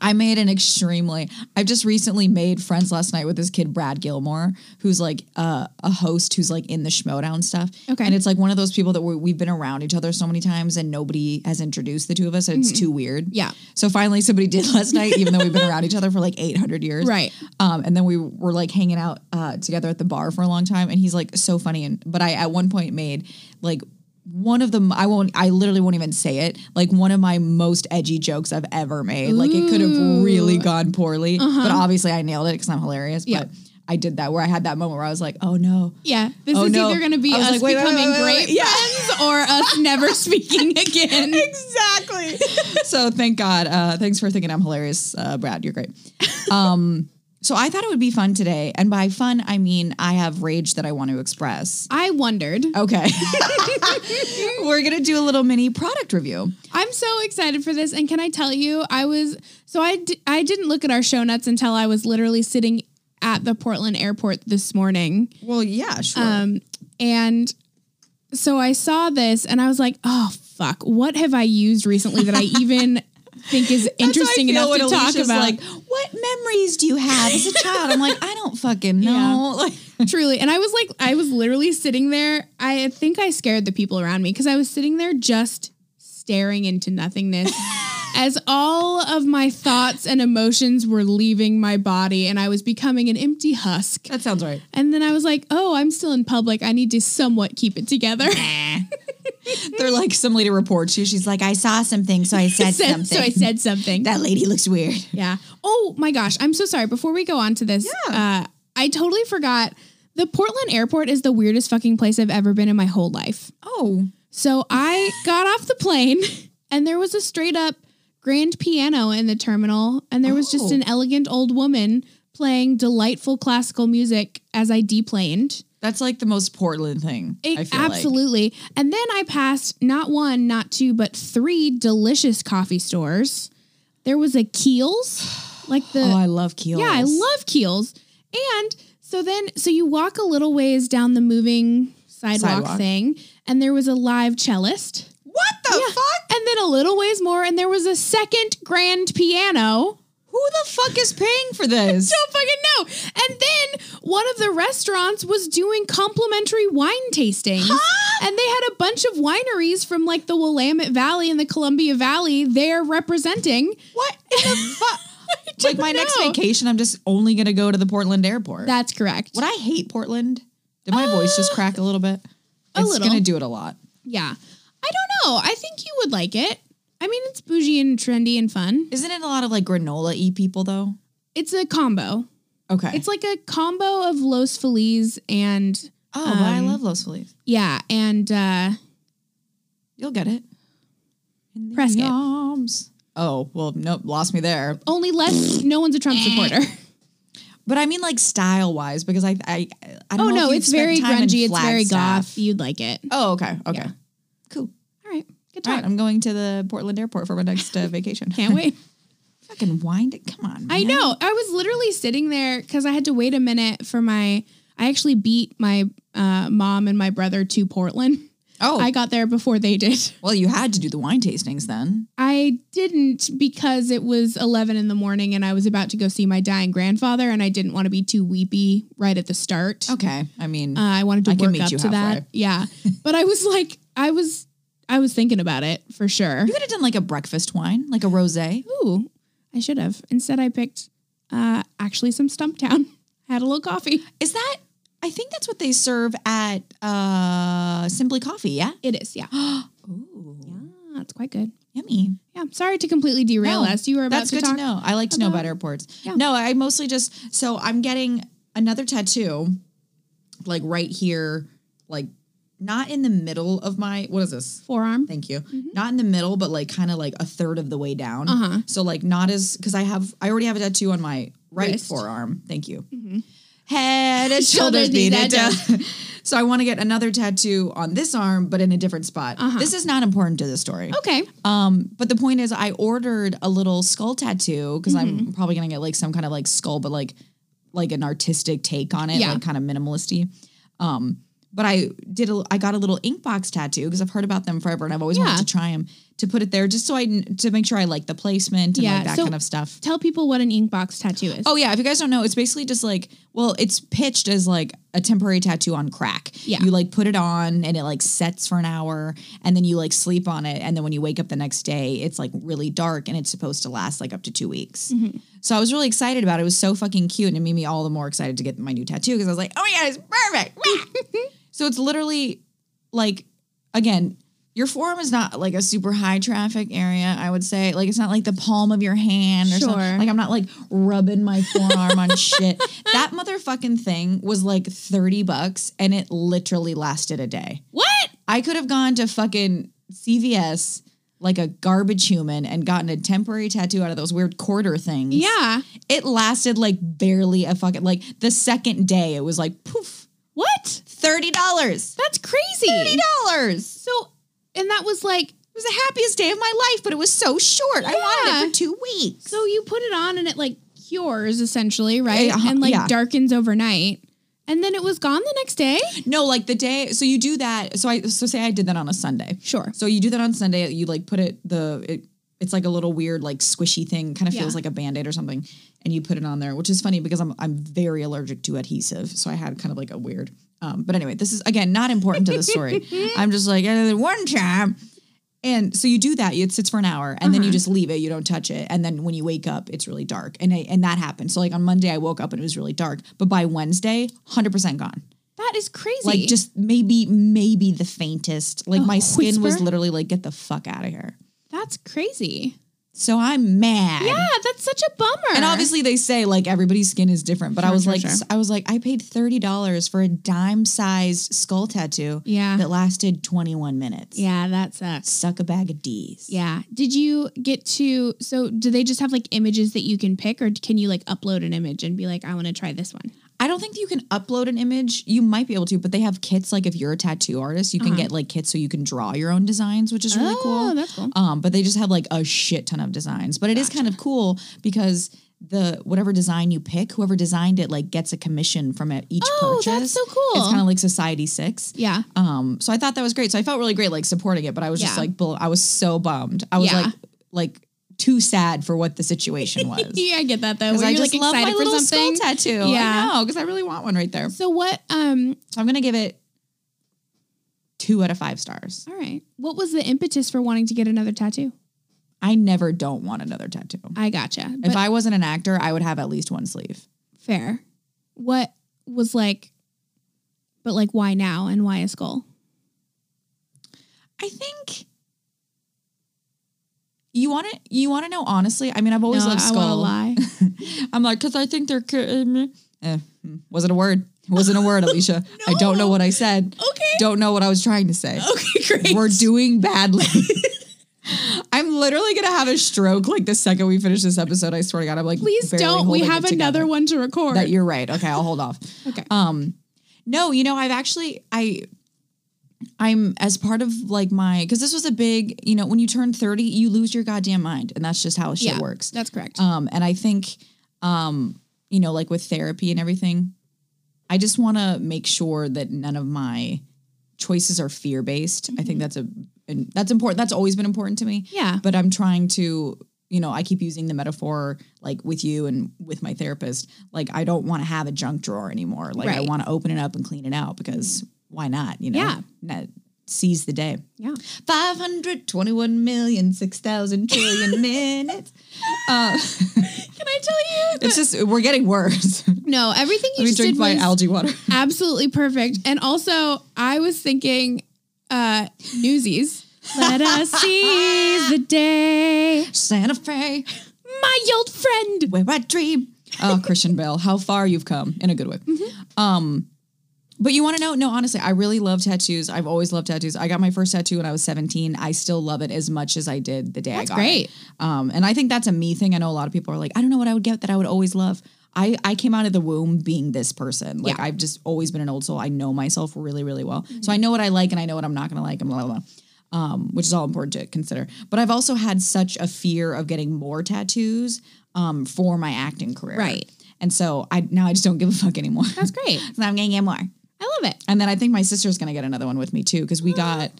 [SPEAKER 1] I made an extremely. I've just recently made friends last night with this kid Brad Gilmore, who's like uh, a host who's like in the Schmodown stuff.
[SPEAKER 2] Okay.
[SPEAKER 1] and it's like one of those people that we're, we've been around each other so many times, and nobody has introduced the two of us. And It's too weird.
[SPEAKER 2] Mm-hmm. Yeah.
[SPEAKER 1] So finally, somebody did last night, even though we've been around each other for like eight hundred years.
[SPEAKER 2] Right.
[SPEAKER 1] Um, and then we were like hanging out uh, together at the bar for a long time, and he's like so funny. And but I at one point made like one of the I won't I literally won't even say it like one of my most edgy jokes I've ever made. Like it could have really gone poorly, but obviously I nailed it because I'm hilarious.
[SPEAKER 2] Uh-huh. Yeah.
[SPEAKER 1] But I did that where I had that moment where I was like, oh no,
[SPEAKER 2] Yeah, this
[SPEAKER 1] Oh,
[SPEAKER 2] is
[SPEAKER 1] no.
[SPEAKER 2] either going to be
[SPEAKER 1] I was
[SPEAKER 2] us
[SPEAKER 1] like, wait, wait, wait,
[SPEAKER 2] becoming
[SPEAKER 1] wait, wait,
[SPEAKER 2] great
[SPEAKER 1] yeah.
[SPEAKER 2] friends or us never speaking again.
[SPEAKER 1] exactly. so thank God. Uh, thanks for thinking I'm hilarious, uh, Brad. You're great. Um, so I thought it would be fun today, and by fun I mean I have rage that I want to express.
[SPEAKER 2] I wondered.
[SPEAKER 1] Okay, we're gonna do a little mini product review.
[SPEAKER 2] I'm so excited for this. And can I tell you, I was so I d- I didn't look at our show notes until I was literally sitting at the Portland airport this morning.
[SPEAKER 1] Well, yeah, sure.
[SPEAKER 2] Um, and so I saw this and I was like, oh, fuck, what have I used recently that I even think is interesting enough to talk about?
[SPEAKER 1] Like, what memories do you have as a child? I'm like, I don't fucking know. Like,
[SPEAKER 2] Truly. And I was like, I was literally sitting there. I think I scared the people around me because I was sitting there just staring into nothingness as all of my thoughts and emotions were leaving my body and I was becoming an empty husk.
[SPEAKER 1] that sounds right.
[SPEAKER 2] And then I was like, oh, I'm still in public. I need to somewhat keep it together.
[SPEAKER 1] eh. They're like, some lady reports you. She's like, I saw something, so I said,
[SPEAKER 2] so,
[SPEAKER 1] something.
[SPEAKER 2] so I said something.
[SPEAKER 1] that lady looks weird.
[SPEAKER 2] Yeah. Oh my gosh. I'm so sorry. Before we go on to this,
[SPEAKER 1] Yeah.
[SPEAKER 2] uh, I totally forgot. The Portland airport is the weirdest fucking place I've ever been in my whole life.
[SPEAKER 1] Oh,
[SPEAKER 2] So I got off the plane and there was a straight up grand piano in the terminal. And there was just
[SPEAKER 1] Oh.
[SPEAKER 2] an elegant old woman playing delightful classical music as I deplaned.
[SPEAKER 1] that's like the most Portland thing.
[SPEAKER 2] It-
[SPEAKER 1] I feel like.
[SPEAKER 2] absolutely. And then I passed not one, not two, but three delicious coffee stores. There was a Keels, like the
[SPEAKER 1] Oh, I love Kiehl's.
[SPEAKER 2] yeah, I love Keels. And so then, so you walk a little ways down the moving sidewalk,
[SPEAKER 1] Sidewalk.
[SPEAKER 2] thing, and there was a live cellist.
[SPEAKER 1] What the fuck?
[SPEAKER 2] And then a little ways more, and there was a second grand piano.
[SPEAKER 1] Who the fuck is paying for this?
[SPEAKER 2] Don't fucking know. And then one of the restaurants was doing complimentary wine tastings. And they had a bunch of wineries from like the Willamette Valley and the Columbia Valley they're representing.
[SPEAKER 1] what in the fuck? like my next
[SPEAKER 2] know.
[SPEAKER 1] vacation, I'm just only gonna go to the Portland airport.
[SPEAKER 2] That's correct.
[SPEAKER 1] Would I hate Portland? Did my voice just crack a little bit?
[SPEAKER 2] Uh, a
[SPEAKER 1] it's
[SPEAKER 2] little.
[SPEAKER 1] gonna do it a lot.
[SPEAKER 2] Yeah. I don't know. I think you would like it. I mean, it's bougie and trendy and fun.
[SPEAKER 1] Isn't it a lot of like granola y people though?
[SPEAKER 2] It's a combo.
[SPEAKER 1] Okay.
[SPEAKER 2] It's like a combo of Los Feliz and
[SPEAKER 1] oh, but I love Los Feliz.
[SPEAKER 2] yeah, and uh
[SPEAKER 1] You'll get it. In the
[SPEAKER 2] Prescott.
[SPEAKER 1] arms oh, well, nope, lost me there.
[SPEAKER 2] Only less. No one's a Trump supporter.
[SPEAKER 1] But I mean, like style wise, because I, I, I
[SPEAKER 2] Oh
[SPEAKER 1] don't know if
[SPEAKER 2] no,
[SPEAKER 1] you've
[SPEAKER 2] it's
[SPEAKER 1] spent
[SPEAKER 2] very
[SPEAKER 1] time in
[SPEAKER 2] grungy. It's very
[SPEAKER 1] Flagstaff.
[SPEAKER 2] goth. You'd like it.
[SPEAKER 1] Oh, okay, okay,
[SPEAKER 2] Yeah.
[SPEAKER 1] cool.
[SPEAKER 2] All right, good
[SPEAKER 1] All
[SPEAKER 2] talk.
[SPEAKER 1] right, I'm going to the Portland airport for my next uh, vacation.
[SPEAKER 2] Can't wait.
[SPEAKER 1] Fucking wind it. Come on.
[SPEAKER 2] I
[SPEAKER 1] man.
[SPEAKER 2] know. I was literally sitting there because I had to wait a minute for my. I actually beat my uh, mom and my brother to Portland.
[SPEAKER 1] Oh,
[SPEAKER 2] I got there before they did.
[SPEAKER 1] well, you had to do the wine tastings then.
[SPEAKER 2] I didn't because it was 11 in the morning and I was about to go see my dying grandfather and I didn't want to be too weepy right at the start.
[SPEAKER 1] Okay. I mean,
[SPEAKER 2] Uh, I wanted to
[SPEAKER 1] I can
[SPEAKER 2] work
[SPEAKER 1] meet
[SPEAKER 2] up
[SPEAKER 1] you
[SPEAKER 2] to that.
[SPEAKER 1] halfway.
[SPEAKER 2] Yeah. but I was like, I was, I was thinking about it for sure.
[SPEAKER 1] you could have done like a breakfast wine, like a rosé.
[SPEAKER 2] Ooh, I should have. Instead, I picked uh, actually some Stumptown. Had a little coffee.
[SPEAKER 1] Is that? I think that's what they serve at uh Simply Coffee. Yeah.
[SPEAKER 2] It is, yeah.
[SPEAKER 1] Ooh,
[SPEAKER 2] Ah, it's Ah, quite good.
[SPEAKER 1] yummy.
[SPEAKER 2] Yeah. Sorry to completely derail
[SPEAKER 1] No,
[SPEAKER 2] us. You were about
[SPEAKER 1] That's
[SPEAKER 2] to
[SPEAKER 1] good
[SPEAKER 2] talk.
[SPEAKER 1] to know. I like to know
[SPEAKER 2] about-
[SPEAKER 1] about airports.
[SPEAKER 2] Yeah.
[SPEAKER 1] No, I mostly just so I'm getting another tattoo, like right here, like not in the middle of my what is this?
[SPEAKER 2] Forearm.
[SPEAKER 1] Thank you. Not in the middle, but like kind of like a third of the way down.
[SPEAKER 2] Mm-hmm. Uh-huh.
[SPEAKER 1] So like not as because I have I already have a tattoo on my right
[SPEAKER 2] Wrist. Mm-hmm.
[SPEAKER 1] forearm. Thank you. Head and shoulders
[SPEAKER 2] Shoulders,
[SPEAKER 1] be
[SPEAKER 2] knees,
[SPEAKER 1] that So I want to get another tattoo on this arm, but in a different spot.
[SPEAKER 2] Uh-huh.
[SPEAKER 1] This is not important to the story.
[SPEAKER 2] Okay.
[SPEAKER 1] Um, but the point is, I ordered a little skull tattoo because
[SPEAKER 2] Mm-hmm.
[SPEAKER 1] I'm probably gonna get like some kind of like skull, but like like an artistic take on it,
[SPEAKER 2] Yeah.
[SPEAKER 1] like kind of minimalisty. Um, but I did a, I got a little ink box tattoo because I've heard about them forever and I've always
[SPEAKER 2] Yeah.
[SPEAKER 1] wanted to try them to put it there just so I kn- to make sure I like the placement and
[SPEAKER 2] Yeah,
[SPEAKER 1] like that
[SPEAKER 2] so-
[SPEAKER 1] kind of stuff.
[SPEAKER 2] Tell people what an ink box tattoo is.
[SPEAKER 1] Oh yeah, if you guys don't know, it's basically just like well, it's pitched as like a temporary tattoo on crack.
[SPEAKER 2] Yeah.
[SPEAKER 1] You like put it on and it like sets for an hour and then you like sleep on it and then when you wake up the next day, it's like really dark and it's supposed to last like up to 2 weeks. So I was really excited about it. It was so fucking cute and it made me all the more excited to get my new tattoo because I was like, "Oh my god, it's perfect." so it's literally like again, your forearm is not like a super high traffic area, I would say. Like it's not like the palm of your hand or
[SPEAKER 2] Sure.
[SPEAKER 1] something. Like I'm not like rubbing my forearm on shit. That motherfucking thing was like 30 bucks and it literally lasted a day.
[SPEAKER 2] What?
[SPEAKER 1] I could have gone to fucking CVS like a garbage human and gotten a temporary tattoo out of those weird quarter things.
[SPEAKER 2] Yeah.
[SPEAKER 1] It lasted like barely a fucking like the second day it was like poof,
[SPEAKER 2] What?
[SPEAKER 1] $30. $30.
[SPEAKER 2] That's crazy.
[SPEAKER 1] It
[SPEAKER 2] So, and that was like,
[SPEAKER 1] was the happiest day of my life, but it was so short. I wanted
[SPEAKER 2] Yeah.
[SPEAKER 1] it for 2 weeks.
[SPEAKER 2] so you put it on and it like cures essentially, right?
[SPEAKER 1] Yeah, uh-huh,
[SPEAKER 2] and like
[SPEAKER 1] yeah.
[SPEAKER 2] darkens overnight. And then it was gone the next day?
[SPEAKER 1] No, like the day. So you do that. So I so say I did that on a Sunday.
[SPEAKER 2] Sure.
[SPEAKER 1] So you do that on Sunday. You like put it the it, it's like a little weird like squishy thing. Kind of
[SPEAKER 2] Yeah.
[SPEAKER 1] feels like a band aid or something. And you put it on there, which is funny because I'm I'm very allergic to adhesive. So I had kind of like a weird. Um, but anyway, this is again not important to the story. I'm just like "Eh, one time. And so you do that. It sits for an hour, and
[SPEAKER 2] Uh-huh.
[SPEAKER 1] then you just leave it. You don't touch it, and then when you wake up, it's really dark. And I, and that happened. So like on Monday, I woke up and it was really dark. But by Wednesday, hundred percent gone
[SPEAKER 2] That is crazy.
[SPEAKER 1] like just maybe maybe the faintest like my skin was
[SPEAKER 2] Oh, whisper?
[SPEAKER 1] literally like get the fuck out of here
[SPEAKER 2] that's crazy.
[SPEAKER 1] so i'm mad
[SPEAKER 2] Yeah, that's such a bummer.
[SPEAKER 1] and obviously they say like everybody's skin is different but i
[SPEAKER 2] Sure,
[SPEAKER 1] was
[SPEAKER 2] sure,
[SPEAKER 1] like
[SPEAKER 2] sure.
[SPEAKER 1] i was like i paid $30 for a dime sized skull tattoo
[SPEAKER 2] Yeah.
[SPEAKER 1] that lasted 21 minutes
[SPEAKER 2] yeah, that sucks.
[SPEAKER 1] suck a bag of d's
[SPEAKER 2] Yeah. Did you get to so do they just have like images that you can pick or can you like upload an image and be like I want to try this one?
[SPEAKER 1] I don't think you can upload an image. You might be able to, but they have kits. Like if you're a tattoo artist, you can get like kits so you can draw your own designs, which is really
[SPEAKER 2] Uh-huh. Oh,
[SPEAKER 1] cool.
[SPEAKER 2] that's cool.
[SPEAKER 1] Um, but they just have like a shit ton of designs. But it is kind of cool because the whatever design you pick, whoever designed it, like gets a commission from it each
[SPEAKER 2] Oh,
[SPEAKER 1] purchase.
[SPEAKER 2] that's so cool.
[SPEAKER 1] It's kind of like Society Six.
[SPEAKER 2] Yeah.
[SPEAKER 1] Um, so I thought that was great. So I felt really great like supporting it, but I was just
[SPEAKER 2] Yeah.
[SPEAKER 1] like, bl- I was so bummed. I was
[SPEAKER 2] Yeah.
[SPEAKER 1] like, like too sad for what the situation was.
[SPEAKER 2] Yeah, I get that though.
[SPEAKER 1] Because
[SPEAKER 2] Where
[SPEAKER 1] I
[SPEAKER 2] you're,
[SPEAKER 1] just
[SPEAKER 2] like,
[SPEAKER 1] love my
[SPEAKER 2] excited for
[SPEAKER 1] little
[SPEAKER 2] something.
[SPEAKER 1] skull tattoo.
[SPEAKER 2] Yeah.
[SPEAKER 1] I know, because I really want one right there.
[SPEAKER 2] So what um
[SPEAKER 1] So I'm gonna give it two out of five stars.
[SPEAKER 2] all right. What was the impetus for wanting to get another tattoo?
[SPEAKER 1] I never don't want another tattoo.
[SPEAKER 2] I gotcha. But
[SPEAKER 1] if I wasn't an actor, I would have at least one sleeve.
[SPEAKER 2] fair. What was like but like why now and why a skull?
[SPEAKER 1] I think you want to you want to know honestly. I mean, I've always
[SPEAKER 2] no,
[SPEAKER 1] loved
[SPEAKER 2] I wanna
[SPEAKER 1] skull.
[SPEAKER 2] lie.
[SPEAKER 1] I'm like because I think they're. cu- Eh, hmm. wasn't a word. Wasn't a word, Alicia. I don't know what I said.
[SPEAKER 2] okay. Oh
[SPEAKER 1] Don't know what I was trying to say.
[SPEAKER 2] Okay, great.
[SPEAKER 1] We're doing badly. I'm literally gonna have a stroke like the second we finish this episode. I swear to God, I'm like,
[SPEAKER 2] Please
[SPEAKER 1] barely
[SPEAKER 2] don't. We
[SPEAKER 1] holding
[SPEAKER 2] have
[SPEAKER 1] it together.
[SPEAKER 2] another one to record.
[SPEAKER 1] That you're right. Okay, I'll hold off.
[SPEAKER 2] okay.
[SPEAKER 1] Um, no, you know, I've actually I I'm as part of like my because this was a big, you know, when you turn 30, you lose your goddamn mind, and that's just how shit
[SPEAKER 2] yeah,
[SPEAKER 1] works.
[SPEAKER 2] That's correct.
[SPEAKER 1] Um, and I think, um, you know, like with therapy and everything, I just want to make sure that none of my choices are fear based. I think that's a and that's important. That's always been important to me.
[SPEAKER 2] Mm-hmm. Yeah.
[SPEAKER 1] But I'm trying to, you know, I keep using the metaphor like with you and with my therapist. Like I don't want to have a junk drawer anymore. Like I
[SPEAKER 2] Right. Mm-hmm.
[SPEAKER 1] want to open it up and clean it out because why not? You know.
[SPEAKER 2] Yeah.
[SPEAKER 1] Not- seize the day.
[SPEAKER 2] yeah.
[SPEAKER 1] 521 million, 6,000 trillion minutes.
[SPEAKER 2] Can I tell you?
[SPEAKER 1] It's just we're getting worse.
[SPEAKER 2] No, everything you
[SPEAKER 1] Let me
[SPEAKER 2] just
[SPEAKER 1] drink
[SPEAKER 2] did
[SPEAKER 1] my
[SPEAKER 2] was
[SPEAKER 1] algae water.
[SPEAKER 2] absolutely perfect. And also, I was thinking uh Newsies. Let us seize the day.
[SPEAKER 1] Santa Fe,
[SPEAKER 2] My old friend.
[SPEAKER 1] where I dream. Oh, Christian Bale, how far you've come in a good way. Um, but you want to know? No, honestly, I really love tattoos. I've always loved tattoos. I got my first tattoo when I was 17. I still love it as much as I did the day I got
[SPEAKER 2] great.
[SPEAKER 1] it. Um, and I think that's a me thing. I know a lot of people are like, I don't know what I would get that I would always love. I, I came out of the womb being this person. Like
[SPEAKER 2] Yeah. Mm-hmm.
[SPEAKER 1] I've just always been an old soul. I know myself really, really well. So I know what I like and I know what I'm not gonna like and blah blah blah. Um, which is all important to consider. But I've also had such a fear of getting more tattoos um for my acting career.
[SPEAKER 2] Right.
[SPEAKER 1] And so I now I just don't give a fuck anymore.
[SPEAKER 2] That's great.
[SPEAKER 1] so I'm gonna get more.
[SPEAKER 2] I love it.
[SPEAKER 1] And then I think my sister's gonna get another one with me too,
[SPEAKER 2] Mm.
[SPEAKER 1] because we got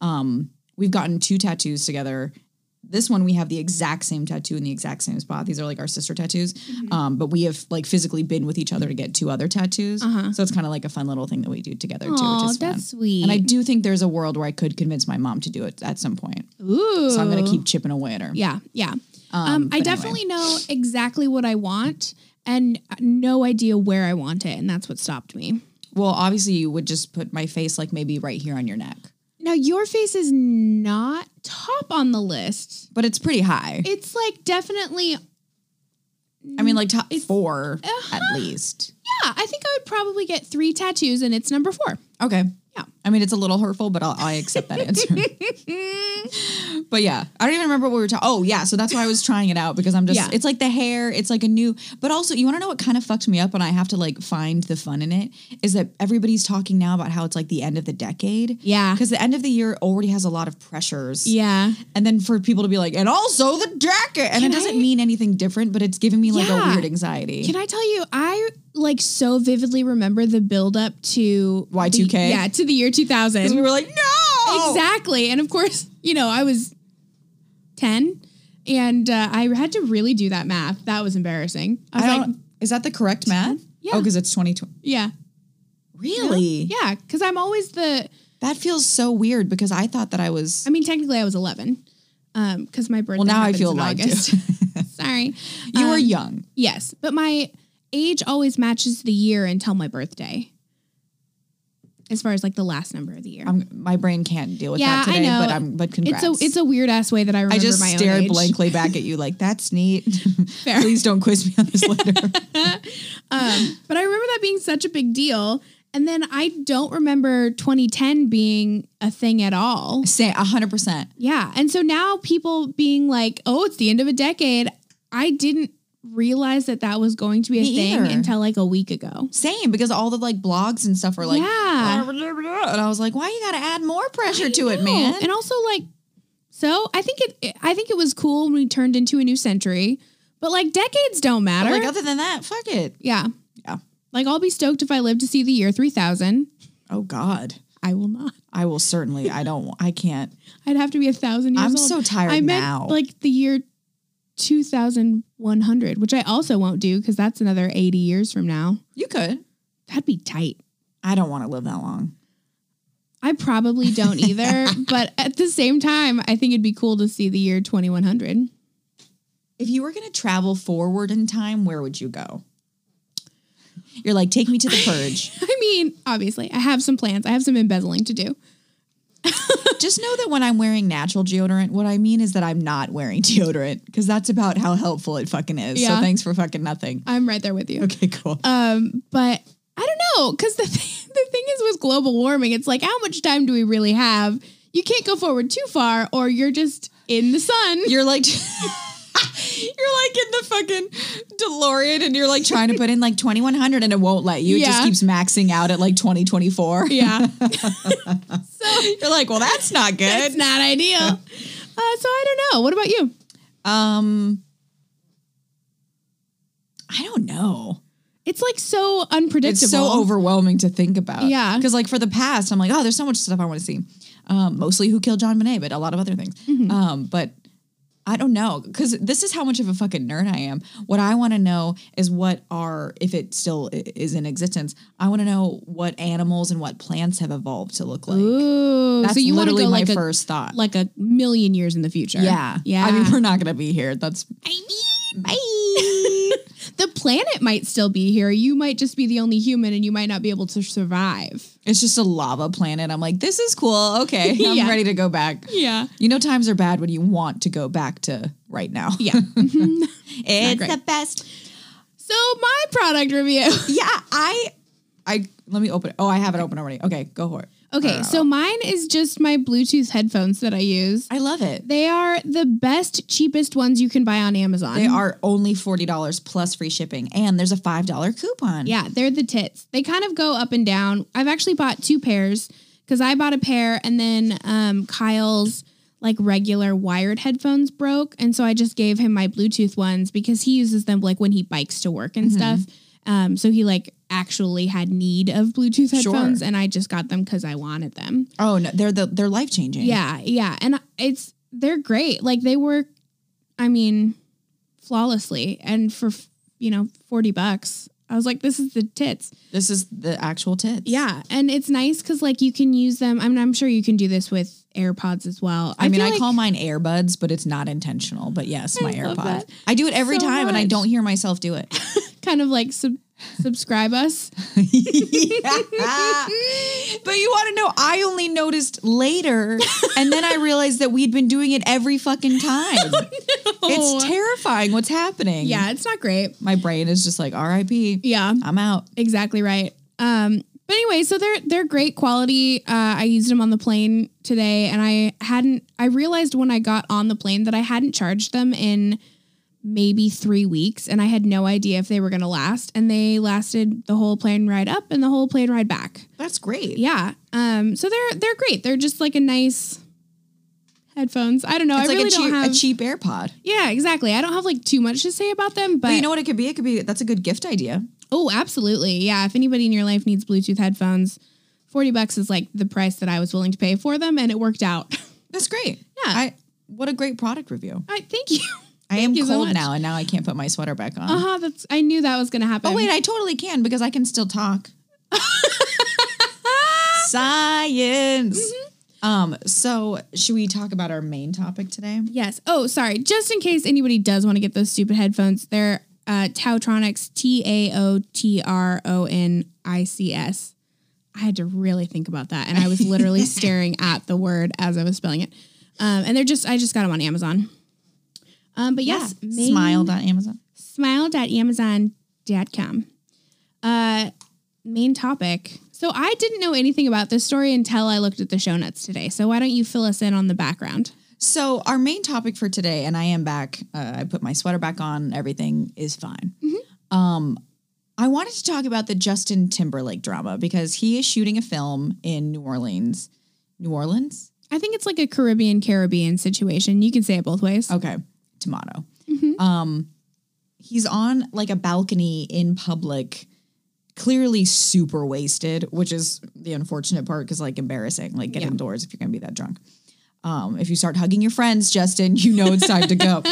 [SPEAKER 1] um we've gotten two tattoos together. This one we have the exact same tattoo in the exact same spot. These are like our sister tattoos.
[SPEAKER 2] Mm-hmm.
[SPEAKER 1] Um, but we have like physically been with each other to get two other tattoos. So it's kind of like a fun little thing that we do together too,
[SPEAKER 2] Uh-huh. Aw,
[SPEAKER 1] which is fun.
[SPEAKER 2] that's sweet.
[SPEAKER 1] And I do think there's a world where I could convince my mom to do it at some point.
[SPEAKER 2] Ooh.
[SPEAKER 1] So I'm gonna keep chipping away at her.
[SPEAKER 2] Yeah, yeah. Um,
[SPEAKER 1] Um,
[SPEAKER 2] I
[SPEAKER 1] but anyway.
[SPEAKER 2] definitely know exactly what I want and no idea where I want it, and that's what stopped me.
[SPEAKER 1] Well, obviously you would just put my face like maybe right here on your neck.
[SPEAKER 2] Now your face is not top on the list.
[SPEAKER 1] But it's pretty high.
[SPEAKER 2] It's like definitely yeah,
[SPEAKER 1] I
[SPEAKER 2] Mm,
[SPEAKER 1] mean like top four
[SPEAKER 2] Uh-huh.
[SPEAKER 1] at least.
[SPEAKER 2] I think I would probably get 3 tattoos and it's number 4.
[SPEAKER 1] Okay.
[SPEAKER 2] Yeah.
[SPEAKER 1] I mean, it's a little hurtful, but I'll, I accept that answer. but yeah, I don't even remember what we were talking. Oh yeah, so that's why I was trying it out because I'm just.
[SPEAKER 2] Yeah.
[SPEAKER 1] It's like the hair. It's like a new. But also, you want to know what kind of fucked me up, and I have to like find the fun in it. Is that everybody's talking now about how it's like the end of the decade?
[SPEAKER 2] Yeah.
[SPEAKER 1] Because the end of the year already has a lot of pressures.
[SPEAKER 2] Yeah.
[SPEAKER 1] And then for people to be like, and also the jacket, and
[SPEAKER 2] Can
[SPEAKER 1] it doesn't
[SPEAKER 2] I-
[SPEAKER 1] mean anything different, but it's giving me like
[SPEAKER 2] Yeah.
[SPEAKER 1] a weird anxiety.
[SPEAKER 2] Can I tell you I like so vividly remember the build up to the-
[SPEAKER 1] Y2K?
[SPEAKER 2] yeah, to the year 2000.
[SPEAKER 1] 'Cause we were like, oh. no,
[SPEAKER 2] Exactly. And of course, you know, I was 10 and uh, I had to really do that math. That was embarrassing. I was
[SPEAKER 1] I
[SPEAKER 2] like,
[SPEAKER 1] don't, is that the correct math?
[SPEAKER 2] Yeah.
[SPEAKER 1] Oh, because it's 2020.
[SPEAKER 2] yeah.
[SPEAKER 1] Really?
[SPEAKER 2] Yeah. Cause I'm always the,
[SPEAKER 1] That feels so weird because I thought that I was.
[SPEAKER 2] I mean, technically I was 11. Um, cause my birthday
[SPEAKER 1] Well, now I
[SPEAKER 2] happens
[SPEAKER 1] feel
[SPEAKER 2] in
[SPEAKER 1] lied
[SPEAKER 2] August.
[SPEAKER 1] to.
[SPEAKER 2] Sorry.
[SPEAKER 1] you were
[SPEAKER 2] Um,
[SPEAKER 1] young.
[SPEAKER 2] Yes. But my age always matches the year until my birthday. As far as like the last number of the year.
[SPEAKER 1] I'm, my brain can't deal with
[SPEAKER 2] Yeah,
[SPEAKER 1] that
[SPEAKER 2] I
[SPEAKER 1] today.
[SPEAKER 2] know.
[SPEAKER 1] But I'm. But
[SPEAKER 2] it's
[SPEAKER 1] congrats.
[SPEAKER 2] a, it's a weird ass way that I remember
[SPEAKER 1] I just
[SPEAKER 2] my own
[SPEAKER 1] stared
[SPEAKER 2] age.
[SPEAKER 1] blankly back at you, like that's neat. Please don't quiz me on this later.
[SPEAKER 2] Um, but I remember that being such a big deal. And then I don't remember 2010 being a thing at all.
[SPEAKER 1] Say hundred percent.
[SPEAKER 2] Yeah. And so now people being like, oh, it's the end of a decade. I didn't realize that that was going to be a
[SPEAKER 1] Me
[SPEAKER 2] thing
[SPEAKER 1] either.
[SPEAKER 2] until like a week ago.
[SPEAKER 1] Same because all the like blogs and stuff were like,
[SPEAKER 2] Yeah.
[SPEAKER 1] and I was like, why you got to add more pressure to it,
[SPEAKER 2] No.
[SPEAKER 1] man?
[SPEAKER 2] And also like, so I think it, I think it was cool when we turned into a new century, but like decades don't
[SPEAKER 1] But,
[SPEAKER 2] matter.
[SPEAKER 1] like other than that, fuck it.
[SPEAKER 2] yeah.
[SPEAKER 1] Oh Yeah.
[SPEAKER 2] Like I'll be stoked if I live to see the year 3000.
[SPEAKER 1] Oh God,
[SPEAKER 2] I will not.
[SPEAKER 1] I will certainly. I don't. I can't.
[SPEAKER 2] I'd have to be a thousand years
[SPEAKER 1] I'm
[SPEAKER 2] old.
[SPEAKER 1] so tired
[SPEAKER 2] I meant
[SPEAKER 1] now.
[SPEAKER 2] like the year 2100, which I also won't do because that's another 80 years from now.
[SPEAKER 1] you could.
[SPEAKER 2] That'd be tight.
[SPEAKER 1] I don't want to live that long.
[SPEAKER 2] I probably don't either, but at the same time, I think it'd be cool to see the year 2100.
[SPEAKER 1] If you were going to travel forward in time, where would you go? You're like, take me to the purge.
[SPEAKER 2] I mean, obviously, I have some plans. I have some embezzling to do.
[SPEAKER 1] Just know that when I'm wearing natural deodorant, what I mean is that I'm not wearing deodorant because that's about how helpful it fucking is.
[SPEAKER 2] Yeah.
[SPEAKER 1] So thanks for fucking nothing. Uh,
[SPEAKER 2] I'm right there with you.
[SPEAKER 1] Okay, cool.
[SPEAKER 2] Um, but I don't know because the thing, the thing is with global warming, it's like how much time do we really have? You can't go forward too far, or you're just in the sun.
[SPEAKER 1] You're like You're like in the fucking DeLorean and you're like trying to put in like 2100 and it won't let you. It just
[SPEAKER 2] Yeah.
[SPEAKER 1] keeps maxing out at like 2024.
[SPEAKER 2] yeah.
[SPEAKER 1] You're like, well, that's not good.
[SPEAKER 2] It's not ideal. Uh, so I don't know. What about you?
[SPEAKER 1] Um, I don't know.
[SPEAKER 2] It's like so unpredictable.
[SPEAKER 1] It's so overwhelming to think about.
[SPEAKER 2] Yeah.
[SPEAKER 1] Because like for the past, I'm like, oh, there's so much stuff I want to see. Um, mostly who killed John Bonet, but a lot of other things.
[SPEAKER 2] Mm-hmm.
[SPEAKER 1] Um, but I don't know because this is how much of a fucking nerd I am. What I want to know is what are if it still i- is in existence. I want to know what animals and what plants have evolved to look like.
[SPEAKER 2] Ooh,
[SPEAKER 1] That's
[SPEAKER 2] so you want to
[SPEAKER 1] literally
[SPEAKER 2] go
[SPEAKER 1] my
[SPEAKER 2] like a
[SPEAKER 1] first thought.
[SPEAKER 2] like a million years in the future.
[SPEAKER 1] yeah,
[SPEAKER 2] yeah.
[SPEAKER 1] I mean, we're not gonna be here. That's bye.
[SPEAKER 2] the planet might still be here. You might just be the only human, and you might not be able to survive.
[SPEAKER 1] It's just a lava planet. I'm like, this is cool. Okay, I'm
[SPEAKER 2] Yeah.
[SPEAKER 1] ready to go back.
[SPEAKER 2] Yeah.
[SPEAKER 1] You know, times are bad when you want to go back to right now.
[SPEAKER 2] Yeah.
[SPEAKER 1] it's
[SPEAKER 2] great.
[SPEAKER 1] the best.
[SPEAKER 2] so my product review.
[SPEAKER 1] Yeah, I, I let me open. It. Oh, I have it open already. Okay, go for it.
[SPEAKER 2] Okay, so mine is just my Bluetooth headphones that I use.
[SPEAKER 1] I love it.
[SPEAKER 2] They are the best, cheapest ones you can buy on Amazon.
[SPEAKER 1] They are only forty dollars plus free shipping, and there's a five dollar coupon.
[SPEAKER 2] Yeah, they're the tits. They kind of go up and down. I've actually bought two pairs because I bought a pair and then um, Kyle's like regular wired headphones broke. And so I just gave him my Bluetooth ones because he uses them like when he bikes to work and stuff. Um, so he like actually had need of Bluetooth
[SPEAKER 1] Sure.
[SPEAKER 2] headphones and I just got them because I wanted them.
[SPEAKER 1] Oh no, they're the they're life changing.
[SPEAKER 2] Yeah, yeah. And it's, they're great. Like they work, I mean, flawlessly. And for, you know, 40 bucks, I was like, this is the tits.
[SPEAKER 1] this is the actual tits.
[SPEAKER 2] Yeah, and it's nice because like you can use them. I mean, I'm sure you can do this with AirPods as well.
[SPEAKER 1] I, mean,
[SPEAKER 2] feel
[SPEAKER 1] I
[SPEAKER 2] like-
[SPEAKER 1] call mine AirBuds, but it's not intentional. But yes, my
[SPEAKER 2] love
[SPEAKER 1] AirPods.
[SPEAKER 2] that
[SPEAKER 1] I do it every
[SPEAKER 2] so
[SPEAKER 1] time, and I
[SPEAKER 2] much.
[SPEAKER 1] don't hear myself do it.
[SPEAKER 2] kind of like sub- subscribe us.
[SPEAKER 1] Ah. but you want to know, I only noticed later, and then I realized that we'd been doing it every fucking time. It's terrifying what's happening.
[SPEAKER 2] yeah, it's not great.
[SPEAKER 1] My brain is just like, RIP,
[SPEAKER 2] Yeah,
[SPEAKER 1] I'm out.
[SPEAKER 2] exactly right. Um, but anyway, so they're they're great quality. Uh, I used them on the plane today, and I hadn't. I realized when I got on the plane that I hadn't charged them in maybe three weeks, and I had no idea if they were going to last. And they lasted the whole plane ride up and the whole plane ride back.
[SPEAKER 1] That's great.
[SPEAKER 2] Yeah. Um. So they're they're great. They're just like a nice headphones. I don't know.
[SPEAKER 1] It's
[SPEAKER 2] I
[SPEAKER 1] like
[SPEAKER 2] really
[SPEAKER 1] a, cheap,
[SPEAKER 2] don't have.
[SPEAKER 1] a cheap AirPod.
[SPEAKER 2] yeah, exactly. I don't have like too much to say about them, but,
[SPEAKER 1] But you know what it could be? It could be that's a good gift idea.
[SPEAKER 2] oh, absolutely. Yeah. If anybody in your life needs Bluetooth headphones, forty bucks is like the price that I was willing to pay for them, and it worked out.
[SPEAKER 1] That's great.
[SPEAKER 2] Yeah.
[SPEAKER 1] I what a great product review.
[SPEAKER 2] I thank you.
[SPEAKER 1] I am
[SPEAKER 2] you so
[SPEAKER 1] cold
[SPEAKER 2] much.
[SPEAKER 1] now, and now I can't put my sweater back on.
[SPEAKER 2] Uh huh. That's. I knew that was gonna happen.
[SPEAKER 1] Oh wait, I totally can because I can still talk. Science. Um, so should we talk about our main topic today?
[SPEAKER 2] Yes. Oh, sorry. Just in case anybody does want to get those stupid headphones, they're uh, Tautronics. T A O T R O N I C S. I had to really think about that, and I was literally staring at the word as I was spelling it. Um, and they're just, I just got them on Amazon. Um, but yes, main-
[SPEAKER 1] Smiled on Amazon.
[SPEAKER 2] smile.amazon.com. Uh, main topic. So I didn't know anything about this story until I looked at the show notes today. So why don't you fill us in on the background?
[SPEAKER 1] So our main topic for today, and I am back. Uh, I put my sweater back on. Everything is fine. Um, I wanted to talk about the Justin Timberlake drama because he is shooting a film in New Orleans. New Orleans.
[SPEAKER 2] I think it's like a Caribbean Caribbean situation. You can say it both ways.
[SPEAKER 1] Okay. Tomato. Um, he's on like a balcony in public, clearly super wasted, which is the unfortunate part because like embarrassing. Like get
[SPEAKER 2] Yeah.
[SPEAKER 1] indoors if you're gonna be that drunk. Um, if you start hugging your friends, Justin, you know it's time to go.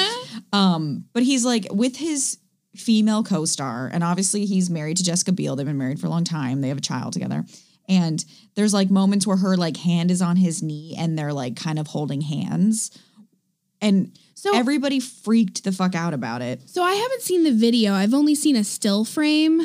[SPEAKER 1] Um, but he's like with his female co-star, and obviously he's married to Jessica Biel. They've been married for a long time. They have a child together. And there's like moments where her like hand is on his knee and they're like kind of holding hands. And
[SPEAKER 2] So-
[SPEAKER 1] so everybody freaked the fuck out about it.
[SPEAKER 2] So I haven't seen the video. I've only seen a still frame,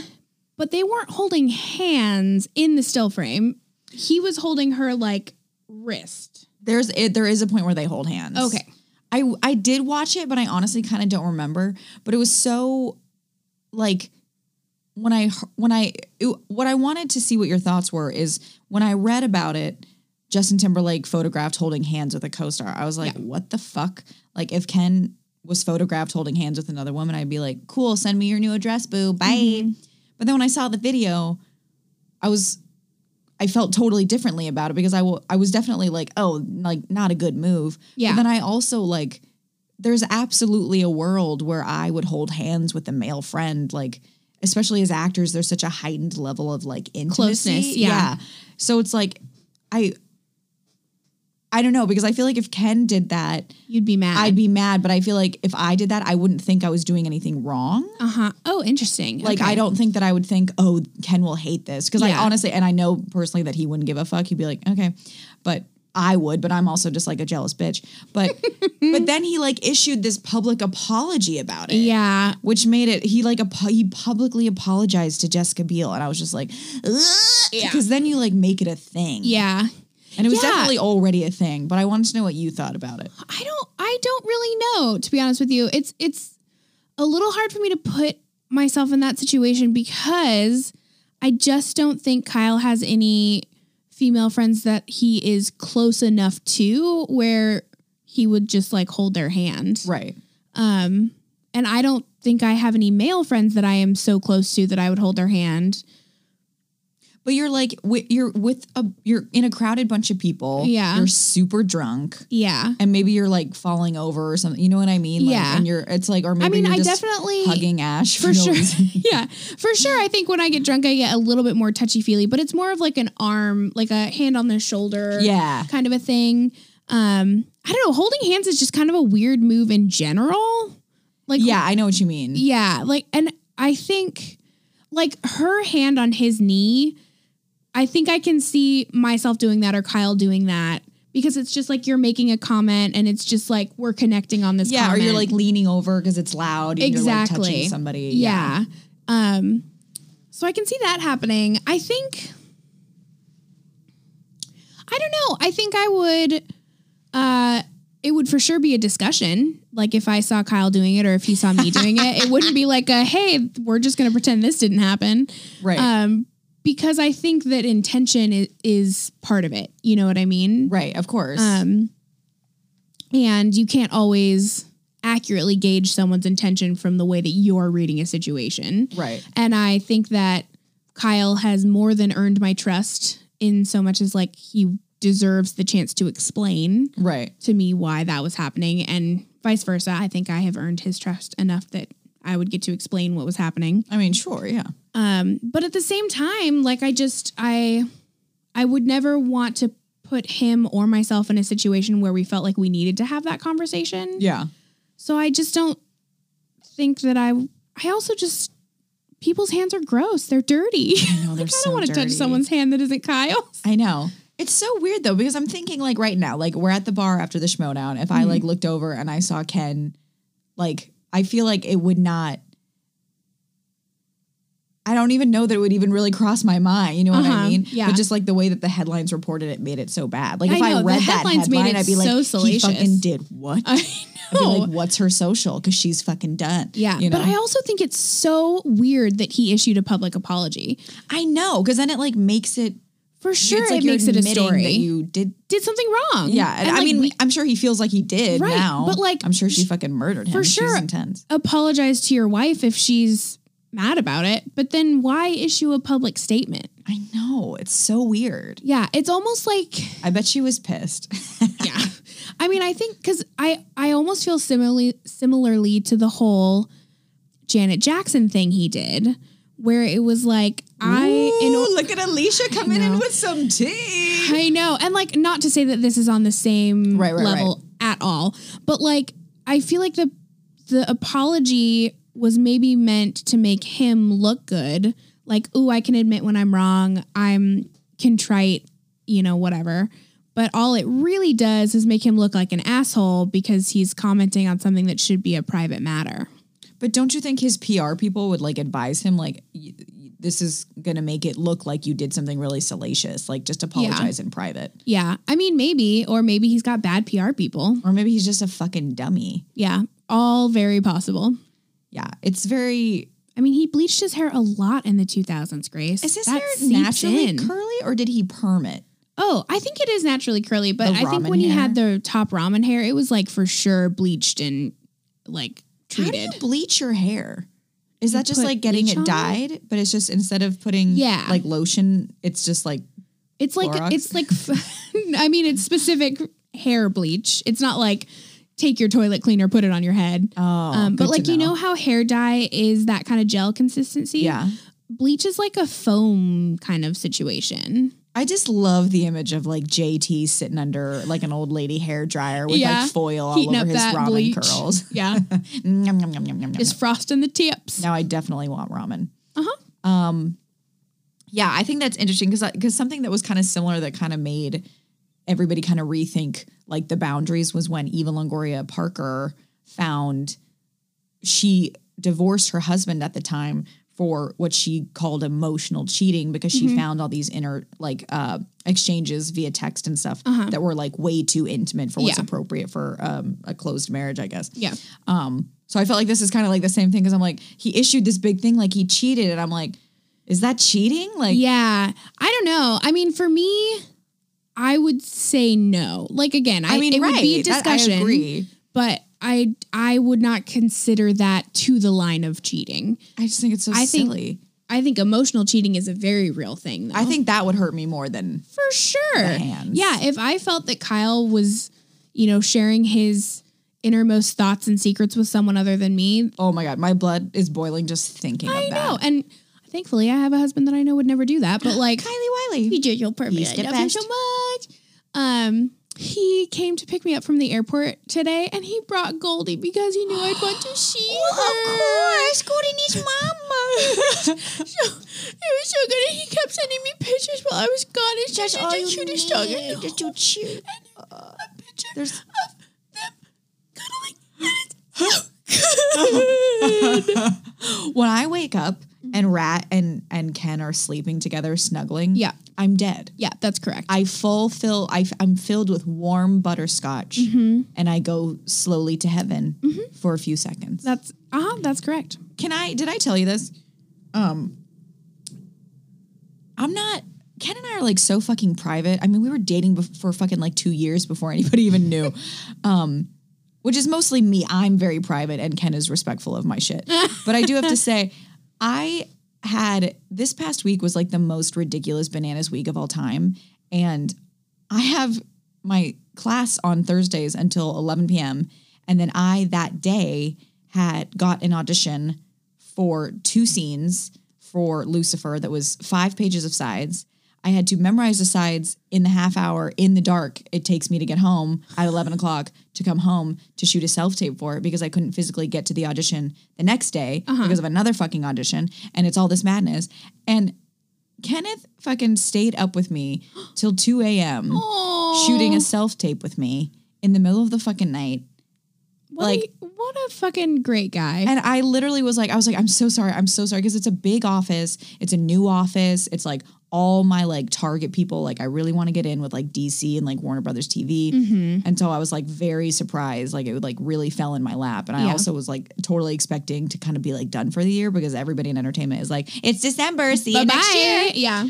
[SPEAKER 2] but they weren't holding hands in the still frame. He was holding her like wrist.
[SPEAKER 1] There's it, there is a point where they hold hands.
[SPEAKER 2] Okay.
[SPEAKER 1] I I did watch it, but I honestly kind of don't remember. But it was so like when I when I it- what I wanted to see what your thoughts were is when I read about it Justin Timberlake photographed holding hands with a co-star. I was like, what the fuck? Like if Ken was photographed holding hands with another woman, I'd be like, cool, send me your new address, boo. Bye.
[SPEAKER 2] Mm-hmm.
[SPEAKER 1] But then when I saw the video, I was I felt totally differently about it because I wa- I was definitely like, oh, like not a good move.
[SPEAKER 2] Yeah.
[SPEAKER 1] But then I also like there's absolutely a world where I would hold hands with a male friend, like especially as actors, there's such a heightened level of like intimacy.
[SPEAKER 2] Closeness, yeah.
[SPEAKER 1] So it's like I I don't know because I feel like if Ken did that,
[SPEAKER 2] You'd be mad.
[SPEAKER 1] I'd be mad, but I feel like if I did that, I wouldn't think I was doing anything wrong.
[SPEAKER 2] uh huh. Oh, interesting.
[SPEAKER 1] Like I
[SPEAKER 2] Okay.
[SPEAKER 1] don't think that I would think, oh, Ken will hate this because I
[SPEAKER 2] Yeah.
[SPEAKER 1] honestly, and I know personally that he wouldn't give a fuck. He'd be like, okay, but I would, but I'm also just like a jealous bitch. But but then he like issued this public apology about it.
[SPEAKER 2] Yeah.
[SPEAKER 1] Which made it he like apo- he publicly apologized to Jessica Biel, and I was just like,
[SPEAKER 2] Yeah.
[SPEAKER 1] because then you like make it a thing,
[SPEAKER 2] Yeah.
[SPEAKER 1] and it was
[SPEAKER 2] Yeah.
[SPEAKER 1] definitely already a thing. But I wanted to know what you thought about it.
[SPEAKER 2] I don't I don't really know to be honest with you. It's it's a little hard for me to put myself in that situation because I just don't think Kyle has any female friends that he is close enough to where he would just like hold their hand.
[SPEAKER 1] Right.
[SPEAKER 2] Um and I don't think I have any male friends that I am so close to that I would hold their hand.
[SPEAKER 1] But you're like wi- you're with a you're in a crowded bunch of people.
[SPEAKER 2] Yeah.
[SPEAKER 1] You're super drunk.
[SPEAKER 2] Yeah.
[SPEAKER 1] And maybe you're like falling over or something. You know what I mean? Like,
[SPEAKER 2] Yeah.
[SPEAKER 1] And you're it's like or maybe
[SPEAKER 2] I mean,
[SPEAKER 1] you're
[SPEAKER 2] I
[SPEAKER 1] just
[SPEAKER 2] definitely
[SPEAKER 1] hugging Ash for,
[SPEAKER 2] for
[SPEAKER 1] no
[SPEAKER 2] sure.
[SPEAKER 1] reason.
[SPEAKER 2] yeah, for sure. I think when I get drunk, I get a little bit more touchy feely, but it's more of like an arm, like a hand on the shoulder,
[SPEAKER 1] Yeah.
[SPEAKER 2] kind of a thing. Um, I don't know. Holding hands is just kind of a weird move in general. Like,
[SPEAKER 1] Yeah, I know what you mean.
[SPEAKER 2] yeah, like, and I think like her hand on his knee. I think I can see myself doing that or Kyle doing that because it's just like you're making a comment and it's just like we're connecting on this.
[SPEAKER 1] Yeah, or you're
[SPEAKER 2] comment.
[SPEAKER 1] like leaning over because it's loud and you're like
[SPEAKER 2] Exactly.
[SPEAKER 1] touching somebody.
[SPEAKER 2] Yeah. Um so I can see that happening. I think I don't know. I think I would uh it would for sure be a discussion. Like if I saw Kyle doing it or if he saw me doing it, it wouldn't be like a hey, we're just going to pretend this didn't happen.
[SPEAKER 1] Right.
[SPEAKER 2] Um because I think that intention is, is part of it. You know what I mean?
[SPEAKER 1] right, of course.
[SPEAKER 2] Um, and you can't always accurately gauge someone's intention from the way that you're reading a situation.
[SPEAKER 1] right.
[SPEAKER 2] And I think that Kyle has more than earned my trust in so much as like he deserves the chance to explain
[SPEAKER 1] Right.
[SPEAKER 2] to me why that was happening and vice versa. I think I have earned his trust enough that I would get to explain what was happening.
[SPEAKER 1] I mean, sure, yeah.
[SPEAKER 2] Um, but at the same time, like I just I I would never want to put him or myself in a situation where we felt like we needed to have that conversation.
[SPEAKER 1] Yeah.
[SPEAKER 2] So I just don't think that I I also just people's hands are gross. They're dirty.
[SPEAKER 1] I know they're
[SPEAKER 2] I
[SPEAKER 1] so
[SPEAKER 2] don't want to touch
[SPEAKER 1] dirty.
[SPEAKER 2] someone's hand that isn't Kyle's.
[SPEAKER 1] I know. It's so weird though, because I'm thinking like right now, like we're at the bar after the schmodown. If I
[SPEAKER 2] Mm-hmm.
[SPEAKER 1] like looked over and I saw Ken, like I feel like it would not I don't even know that it would even really cross my mind. You know what I
[SPEAKER 2] Uh-huh.
[SPEAKER 1] mean?
[SPEAKER 2] Yeah.
[SPEAKER 1] But just like the way that the headlines reported it made it so bad. Like
[SPEAKER 2] I
[SPEAKER 1] if I,
[SPEAKER 2] know, the
[SPEAKER 1] read that
[SPEAKER 2] headlines made
[SPEAKER 1] headline,
[SPEAKER 2] it
[SPEAKER 1] I'd be like,
[SPEAKER 2] so
[SPEAKER 1] he
[SPEAKER 2] salacious."
[SPEAKER 1] fucking did what?
[SPEAKER 2] I
[SPEAKER 1] I'd be
[SPEAKER 2] know.
[SPEAKER 1] like, what's her social? Because she's fucking done.
[SPEAKER 2] yeah,
[SPEAKER 1] You know?
[SPEAKER 2] but I also think it's so weird that he issued a public apology.
[SPEAKER 1] I know, because then it like makes it.
[SPEAKER 2] For sure,
[SPEAKER 1] it's like
[SPEAKER 2] it
[SPEAKER 1] you're
[SPEAKER 2] makes it a
[SPEAKER 1] admitting
[SPEAKER 2] story.
[SPEAKER 1] that you did
[SPEAKER 2] did something wrong.
[SPEAKER 1] Yeah, and,
[SPEAKER 2] And,
[SPEAKER 1] I
[SPEAKER 2] like,
[SPEAKER 1] mean,
[SPEAKER 2] we-
[SPEAKER 1] I'm sure he feels like he did
[SPEAKER 2] Right,
[SPEAKER 1] now.
[SPEAKER 2] but, like,
[SPEAKER 1] I'm sure she fucking murdered him.
[SPEAKER 2] for
[SPEAKER 1] She's
[SPEAKER 2] sure.
[SPEAKER 1] intense.
[SPEAKER 2] apologize to your wife if she's mad about it, but then why issue a public statement?
[SPEAKER 1] I know it's so weird.
[SPEAKER 2] Yeah, it's almost like
[SPEAKER 1] I bet she was pissed.
[SPEAKER 2] yeah. I mean, I think cuz I I almost feel similarly similarly to the whole Janet Jackson thing he did where it was like I in
[SPEAKER 1] Ooh,
[SPEAKER 2] or-
[SPEAKER 1] look at Alicia coming in
[SPEAKER 2] know.
[SPEAKER 1] with some tea.
[SPEAKER 2] I know. And like not to say that this is on the same
[SPEAKER 1] Right, right,
[SPEAKER 2] level at all, but like I feel like the the apology was maybe meant to make him look good. Like, ooh, I can admit when I'm wrong. I'm contrite, you know, whatever. But all it really does is make him look like an asshole because he's commenting on something that should be a private matter.
[SPEAKER 1] But don't you think his PR people would like advise him like y- y- this is gonna make it look like you did something really salacious? Like just apologize in private,
[SPEAKER 2] Yeah. I mean, maybe, or maybe he's got bad PR people.
[SPEAKER 1] or maybe he's just a fucking dummy.
[SPEAKER 2] Yeah. All very possible.
[SPEAKER 1] Yeah, it's very.
[SPEAKER 2] I mean, he bleached his hair a lot in the 2000s, Grace.
[SPEAKER 1] Is his
[SPEAKER 2] That
[SPEAKER 1] hair
[SPEAKER 2] seeps
[SPEAKER 1] naturally
[SPEAKER 2] in.
[SPEAKER 1] curly or did he perm it?
[SPEAKER 2] Oh, I think it is naturally curly, but
[SPEAKER 1] The
[SPEAKER 2] I think
[SPEAKER 1] ramen
[SPEAKER 2] when he
[SPEAKER 1] hair?
[SPEAKER 2] had the top ramen hair, it was like for sure bleached and like
[SPEAKER 1] How do you
[SPEAKER 2] treated.
[SPEAKER 1] bleach your hair? Is that just
[SPEAKER 2] put
[SPEAKER 1] like getting
[SPEAKER 2] bleach on
[SPEAKER 1] it
[SPEAKER 2] it?
[SPEAKER 1] dyed? But it's just instead of putting
[SPEAKER 2] Yeah.
[SPEAKER 1] like lotion, it's just like
[SPEAKER 2] It's like
[SPEAKER 1] Clorox?
[SPEAKER 2] it's like I mean it's specific hair bleach. It's not like take your toilet cleaner, put it on your head.
[SPEAKER 1] oh,
[SPEAKER 2] um,
[SPEAKER 1] good
[SPEAKER 2] but
[SPEAKER 1] to
[SPEAKER 2] like you know how hair dye is that kind of gel consistency.
[SPEAKER 1] yeah.
[SPEAKER 2] bleach is like a foam kind of situation.
[SPEAKER 1] I just love the image of like JT sitting under like an old lady hair dryer with
[SPEAKER 2] Yeah.
[SPEAKER 1] like foil all
[SPEAKER 2] Heating
[SPEAKER 1] over
[SPEAKER 2] up
[SPEAKER 1] his
[SPEAKER 2] that
[SPEAKER 1] ramen
[SPEAKER 2] bleach.
[SPEAKER 1] curls.
[SPEAKER 2] Yeah,
[SPEAKER 1] Nom, nom, nom, nom, nom, nom.
[SPEAKER 2] just frosting the tips.
[SPEAKER 1] Now I definitely want ramen.
[SPEAKER 2] Uh huh.
[SPEAKER 1] Um, yeah, I think that's interesting because because something that was kind of similar that kind of made everybody kind of rethink like the boundaries was when Eva Longoria Parker found she divorced her husband at the time for what she called emotional cheating because
[SPEAKER 2] Mm-hmm.
[SPEAKER 1] she found all these inner like uh exchanges via text and stuff that were like way too intimate for what's
[SPEAKER 2] Uh-huh. Yeah.
[SPEAKER 1] appropriate for um a closed marriage I guess.
[SPEAKER 2] Yeah.
[SPEAKER 1] Um, so I felt like this is kind of like the same thing because I'm like, he issued this big thing, like he cheated, and I'm like, is that cheating? Like,
[SPEAKER 2] Yeah. I don't know. I mean, for me, I would say no. Like again, I,
[SPEAKER 1] I mean,
[SPEAKER 2] it
[SPEAKER 1] right?
[SPEAKER 2] would be a
[SPEAKER 1] that-
[SPEAKER 2] discussion.
[SPEAKER 1] I agree.
[SPEAKER 2] But I I would not consider that to the line of cheating.
[SPEAKER 1] I just think it's so
[SPEAKER 2] I think-
[SPEAKER 1] silly.
[SPEAKER 2] I think emotional cheating is a very real thing. Though.
[SPEAKER 1] I think that would hurt me more than
[SPEAKER 2] for sure.
[SPEAKER 1] hands.
[SPEAKER 2] Yeah, if I felt that Kyle was, you know, sharing his innermost thoughts and secrets with someone other than me,
[SPEAKER 1] oh my god, my blood is boiling just thinking
[SPEAKER 2] I
[SPEAKER 1] of that.
[SPEAKER 2] know. And thankfully, I have a husband that I know would never do that. But like,
[SPEAKER 1] Kylie Wiley.
[SPEAKER 2] He did your perfect.
[SPEAKER 1] He's
[SPEAKER 2] I
[SPEAKER 1] the
[SPEAKER 2] love him so much. Um, he came to pick me up from the airport today, and he brought Goldie because he knew I'd want to see her.
[SPEAKER 1] course, Gordon is mama.
[SPEAKER 2] So, it was so good, and he kept sending me pictures while I was gone. It's just the cutest dog I know.
[SPEAKER 1] Just cute.
[SPEAKER 2] And a picture
[SPEAKER 1] There's-
[SPEAKER 2] of them cuddling. And it's so good.
[SPEAKER 1] when I wake up
[SPEAKER 2] Mm-hmm.
[SPEAKER 1] and Rat and and Ken are sleeping together, snuggling,
[SPEAKER 2] Yeah.
[SPEAKER 1] I'm dead.
[SPEAKER 2] yeah, that's correct.
[SPEAKER 1] I fulfill. I, am filled with warm butterscotch, and I go slowly to heaven for a few seconds.
[SPEAKER 2] that's uh huh. That's correct.
[SPEAKER 1] Can I? Did I tell you this? Um, I'm not. Ken and I are like so fucking private. I mean, we were dating bef- for fucking like two years before anybody even knew. um, which is mostly me. I'm very private, and Ken is respectful of my shit. but I do have to say, I had this past week was like the most ridiculous bananas week of all time, and I have my class on Thursdays until 11 p.m. And then I that day had got an audition for two scenes for Lucifer that was five pages of sides. I had to memorize the sides in the half hour in the dark it takes me to get home at 11 o'clock to come home to shoot a self tape for it because I couldn't physically get to the audition the next day because of another fucking audition. And it's all this madness. And Kenneth fucking stayed up with me till 2 a.m. shooting a self tape with me in the middle of the fucking night.
[SPEAKER 2] What
[SPEAKER 1] like-
[SPEAKER 2] a, what a fucking great guy.
[SPEAKER 1] And I literally was like, I was like, I'm so sorry. I'm so sorry. Cause it's a big office. It's a new office. It's like all my like target people. Like I really want to get in with like DC and like Warner Brothers TV. And so I was like very surprised. Like it like really fell in my lap. And I
[SPEAKER 2] Yeah.
[SPEAKER 1] also was like totally expecting to kind of be like done for the year because everybody in entertainment is like, it's December. See you next year.
[SPEAKER 2] Bye-bye. Yeah.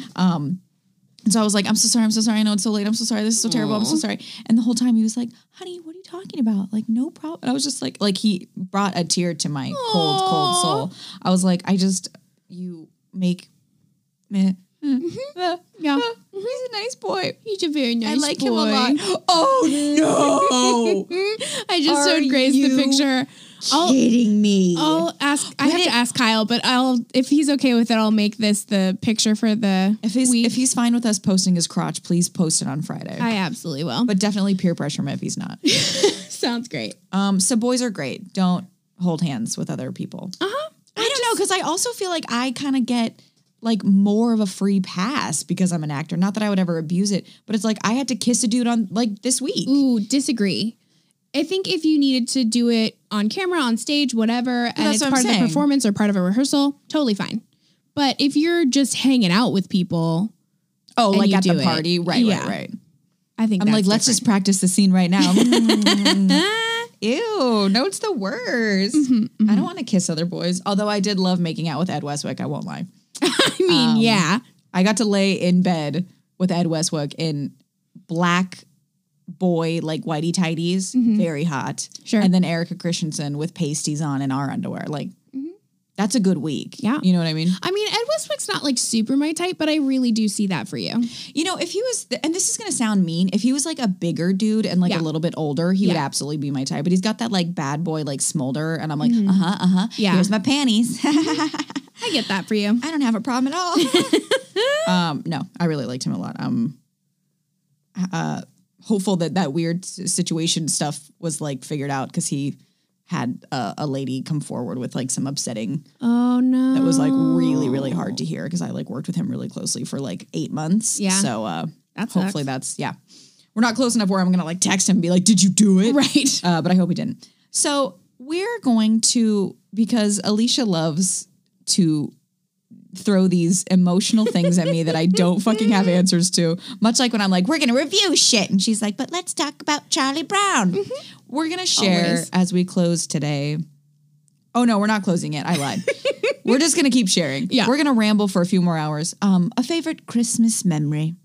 [SPEAKER 1] And so I was like, I'm so sorry. I'm so sorry. I know it's so late. I'm so sorry. This is so terrible. I'm so sorry. And the whole time he was like, honey, what are you talking about? Like, no problem. And I was just like, like he brought a tear to my cold, cold
[SPEAKER 2] Aw.
[SPEAKER 1] soul. I was like, I just, you make me. Uh,
[SPEAKER 2] Yeah.
[SPEAKER 1] He's a nice boy.
[SPEAKER 2] He's a very nice
[SPEAKER 1] Mm-hmm. I like
[SPEAKER 2] boy.
[SPEAKER 1] him a lot. Oh no!
[SPEAKER 2] I just
[SPEAKER 1] Are
[SPEAKER 2] showed Grace
[SPEAKER 1] you Oh.
[SPEAKER 2] the picture. I'll
[SPEAKER 1] Kidding me.
[SPEAKER 2] I'll ask. I have to ask Kyle, but I'll if he's okay with it, I'll make this the picture for the
[SPEAKER 1] if he's
[SPEAKER 2] week.
[SPEAKER 1] if he's fine with us posting his crotch, please post it on Friday.
[SPEAKER 2] I absolutely will. But
[SPEAKER 1] but definitely peer pressure him if he's not.
[SPEAKER 2] sounds great.
[SPEAKER 1] Um, so boys are great. Don't hold hands with other people. Uh huh. I, don't know because I also feel like I kind of get like more of a free pass because I'm an actor. Not that I would ever abuse it, but it's like I had to kiss a dude on like this week.
[SPEAKER 2] Ooh, disagree. I think if you needed to do it on camera, on stage, whatever, and
[SPEAKER 1] that's
[SPEAKER 2] it's
[SPEAKER 1] what I'm
[SPEAKER 2] part of the
[SPEAKER 1] saying.
[SPEAKER 2] performance or part of a rehearsal, totally fine. But if you're just hanging out with people,
[SPEAKER 1] Oh, like
[SPEAKER 2] you
[SPEAKER 1] at
[SPEAKER 2] do
[SPEAKER 1] the
[SPEAKER 2] it.
[SPEAKER 1] party, right?
[SPEAKER 2] Yeah.
[SPEAKER 1] Right? Right?
[SPEAKER 2] I think
[SPEAKER 1] I'm
[SPEAKER 2] that's
[SPEAKER 1] like, let's
[SPEAKER 2] different.
[SPEAKER 1] just practice the scene right now.
[SPEAKER 2] Ah.
[SPEAKER 1] Ew, no, it's the worst. I don't want to kiss other boys. Although I did love making out with Ed Westwick. I won't lie.
[SPEAKER 2] I mean, Um, yeah.
[SPEAKER 1] I got to lay in bed with Ed Westbrook in black boy like whitey tighties, very hot.
[SPEAKER 2] Mm-hmm. Sure.
[SPEAKER 1] And then Erica Christensen with pasties on in our underwear. Like that's a good week.
[SPEAKER 2] Mm-hmm. Yeah.
[SPEAKER 1] You know what I mean?
[SPEAKER 2] I mean, Ed Westwick's not like super my type, but I really do see that for you.
[SPEAKER 1] You know, if he was, and this is going to sound mean, if he was like a bigger dude and like
[SPEAKER 2] Yeah.
[SPEAKER 1] a little bit older, he would
[SPEAKER 2] Yeah.
[SPEAKER 1] absolutely be my type. But he's got that like bad boy, like smolder. And I'm like, uh huh, uh huh.
[SPEAKER 2] Mm-hmm. Yeah.
[SPEAKER 1] Here's my panties.
[SPEAKER 2] I get that for you.
[SPEAKER 1] I don't have a problem at all. um, no, I really liked him a lot. Um, uh, hopeful that that weird s- situation stuff was like figured out because he had uh, a lady come forward with like some upsetting
[SPEAKER 2] Oh no.
[SPEAKER 1] that was like really really hard to hear because I like worked with him really closely for like eight months.
[SPEAKER 2] Oh. Yeah.
[SPEAKER 1] So uh,
[SPEAKER 2] That sucks.
[SPEAKER 1] hopefully that's yeah. We're not close enough where I'm gonna like text him and be like, "Did you do it?"
[SPEAKER 2] Right.
[SPEAKER 1] Uh, but I hope he didn't. So we're going to because Alicia loves to throw these emotional things at me that I don't fucking have answers to. Much like when I'm like, we're gonna review shit, and she's like, but let's talk about Charlie Brown. We're gonna share
[SPEAKER 2] Mm-hmm. Always.
[SPEAKER 1] as we close today. Oh no, we're not closing it. I lied. we're just gonna keep sharing.
[SPEAKER 2] Yeah.
[SPEAKER 1] we're gonna ramble for a few more hours. Um, a favorite Christmas memory.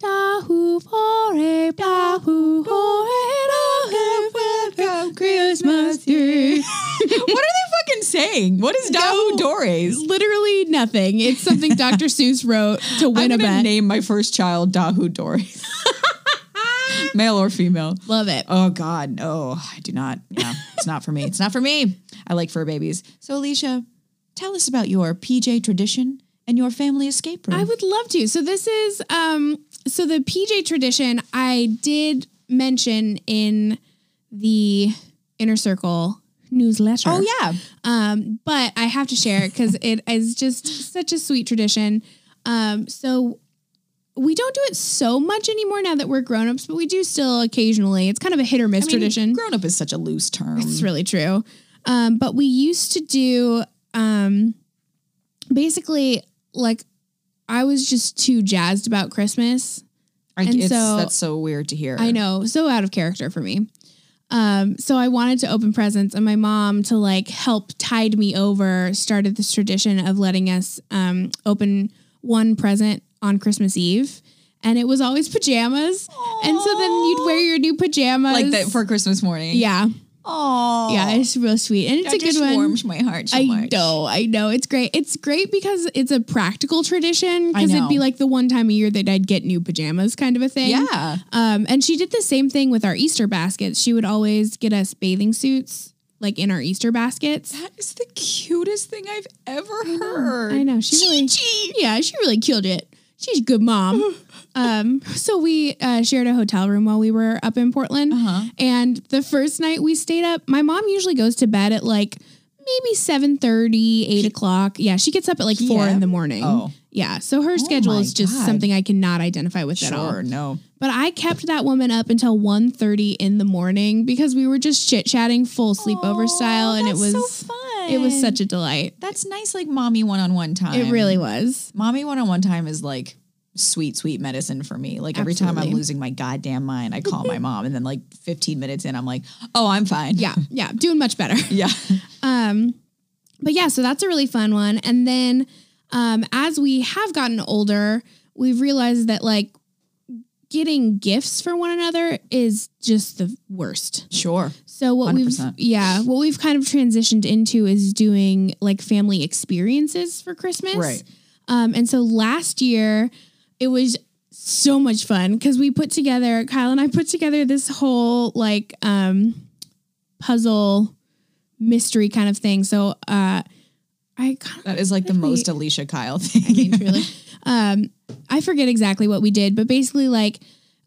[SPEAKER 2] Dahoo for a dahoo for a dahoo welcome Christmas Day.
[SPEAKER 1] what are they fucking saying? What is Dahu Dores?
[SPEAKER 2] Literally nothing. It's something Dr. Seuss wrote to
[SPEAKER 1] I'm
[SPEAKER 2] win a
[SPEAKER 1] gonna
[SPEAKER 2] bet.
[SPEAKER 1] name my first child Dahu Doris. Male or female.
[SPEAKER 2] Love it.
[SPEAKER 1] Oh God, no, I do not. Yeah, it's not for me. It's not for me. I like fur babies. So Alicia, tell us about your PJ tradition and your family escape room.
[SPEAKER 2] I would love to. So this is um so the PJ tradition I did mention in the inner circle newsletter.
[SPEAKER 1] oh yeah.
[SPEAKER 2] Um, but I have to share it because it is just such a sweet tradition. Um, so we don't do it so much anymore now that we're grown-ups, but we do still occasionally. It's kind of a hit or miss tradition.
[SPEAKER 1] Grown up is such a loose term.
[SPEAKER 2] It's really true. Um, but we used to do um, basically like I was just too jazzed about Christmas.
[SPEAKER 1] I,
[SPEAKER 2] and
[SPEAKER 1] it's,
[SPEAKER 2] so-
[SPEAKER 1] that's so weird to hear.
[SPEAKER 2] I know, so out of character for me. Um, so I wanted to open presents, and my mom to like help tide me over started this tradition of letting us um, open one present on Christmas Eve, and it was always pajamas. And so then you'd wear your new pajamas,
[SPEAKER 1] like that for Christmas morning.
[SPEAKER 2] yeah,
[SPEAKER 1] Oh
[SPEAKER 2] yeah, it's real sweet, and it's
[SPEAKER 1] that
[SPEAKER 2] a good
[SPEAKER 1] just
[SPEAKER 2] one.
[SPEAKER 1] warms my heart so
[SPEAKER 2] I
[SPEAKER 1] much.
[SPEAKER 2] know, I know. It's great. It's great because it's a practical tradition.
[SPEAKER 1] I
[SPEAKER 2] Because it'd be
[SPEAKER 1] know.
[SPEAKER 2] like the one time a year that I'd get new pajamas, kind of a thing.
[SPEAKER 1] Yeah.
[SPEAKER 2] Um, and she did the same thing with our Easter baskets. She would always get us bathing suits, like in our Easter baskets.
[SPEAKER 1] That is the cutest thing I've ever heard.
[SPEAKER 2] I know she really, yeah, she really killed it. She's a good mom. um, so we uh, shared a hotel room while we were up in Portland,
[SPEAKER 1] Uh-huh.
[SPEAKER 2] and the first night we stayed up, my mom usually goes to bed at like maybe 7.30 8 o'clock yeah she gets up at like 4 in the
[SPEAKER 1] PM?
[SPEAKER 2] morning
[SPEAKER 1] Oh.
[SPEAKER 2] yeah so her schedule
[SPEAKER 1] my
[SPEAKER 2] is just
[SPEAKER 1] God.
[SPEAKER 2] something i cannot identify with at all
[SPEAKER 1] Sure, no.
[SPEAKER 2] But I kept that woman up until 1.30 in the morning because we were just chit chatting full sleepover style and it was
[SPEAKER 1] fun.
[SPEAKER 2] it was such a delight. Um,
[SPEAKER 1] that's nice, like mommy one on one time.
[SPEAKER 2] It really was.
[SPEAKER 1] mommy one on one time is like sweet, sweet medicine for me. Like every time I'm
[SPEAKER 2] Absolutely.
[SPEAKER 1] losing my goddamn mind, I call my mom, and then like 15 minutes in, I'm like, oh, I'm fine.
[SPEAKER 2] Yeah, yeah, doing much better.
[SPEAKER 1] yeah.
[SPEAKER 2] Um, but yeah, so that's a really fun one. And then um, as we have gotten older, we've realized that like getting gifts for one another is just the worst.
[SPEAKER 1] Sure.
[SPEAKER 2] So what we have
[SPEAKER 1] 100%.
[SPEAKER 2] yeah, what we've kind of transitioned into is doing like family experiences for Christmas.
[SPEAKER 1] Right.
[SPEAKER 2] Um, and so last year it was so much fun because we put together Kyle and I put together this whole like um puzzle mystery kind of thing. So uh I kind of
[SPEAKER 1] That is like the most Alicia Kyle thing.
[SPEAKER 2] I mean, truly. Um, I forget exactly what we did, but basically, like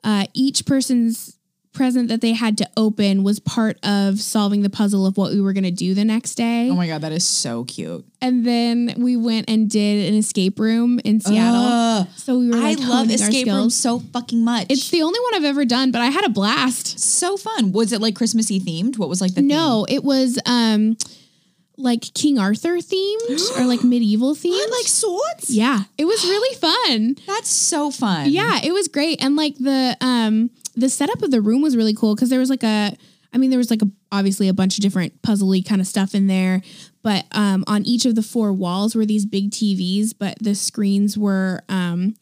[SPEAKER 2] uh, each person's present that they had to open was part of solving the puzzle of what we were going to do the next day.
[SPEAKER 1] oh my god, that is so cute.
[SPEAKER 2] and then we went and did an escape room in Seattle.
[SPEAKER 1] Ugh.
[SPEAKER 2] so we were.
[SPEAKER 1] I
[SPEAKER 2] Like,
[SPEAKER 1] love
[SPEAKER 2] honing our
[SPEAKER 1] escape
[SPEAKER 2] skills.
[SPEAKER 1] rooms so fucking much.
[SPEAKER 2] It's the only one I've ever done, but I had a blast.
[SPEAKER 1] so fun. Was it like Christmassy themed? What was like the theme?
[SPEAKER 2] No, it was um like King Arthur themed or like medieval themed.
[SPEAKER 1] like swords.
[SPEAKER 2] yeah, it was really fun.
[SPEAKER 1] That's so fun.
[SPEAKER 2] Yeah, it was great, and like the um the setup of the room was really cool because there was like a, I mean there was like a obviously a bunch of different puzzly kind of stuff in there, but um on each of the four walls were these big TVs, but the screens were um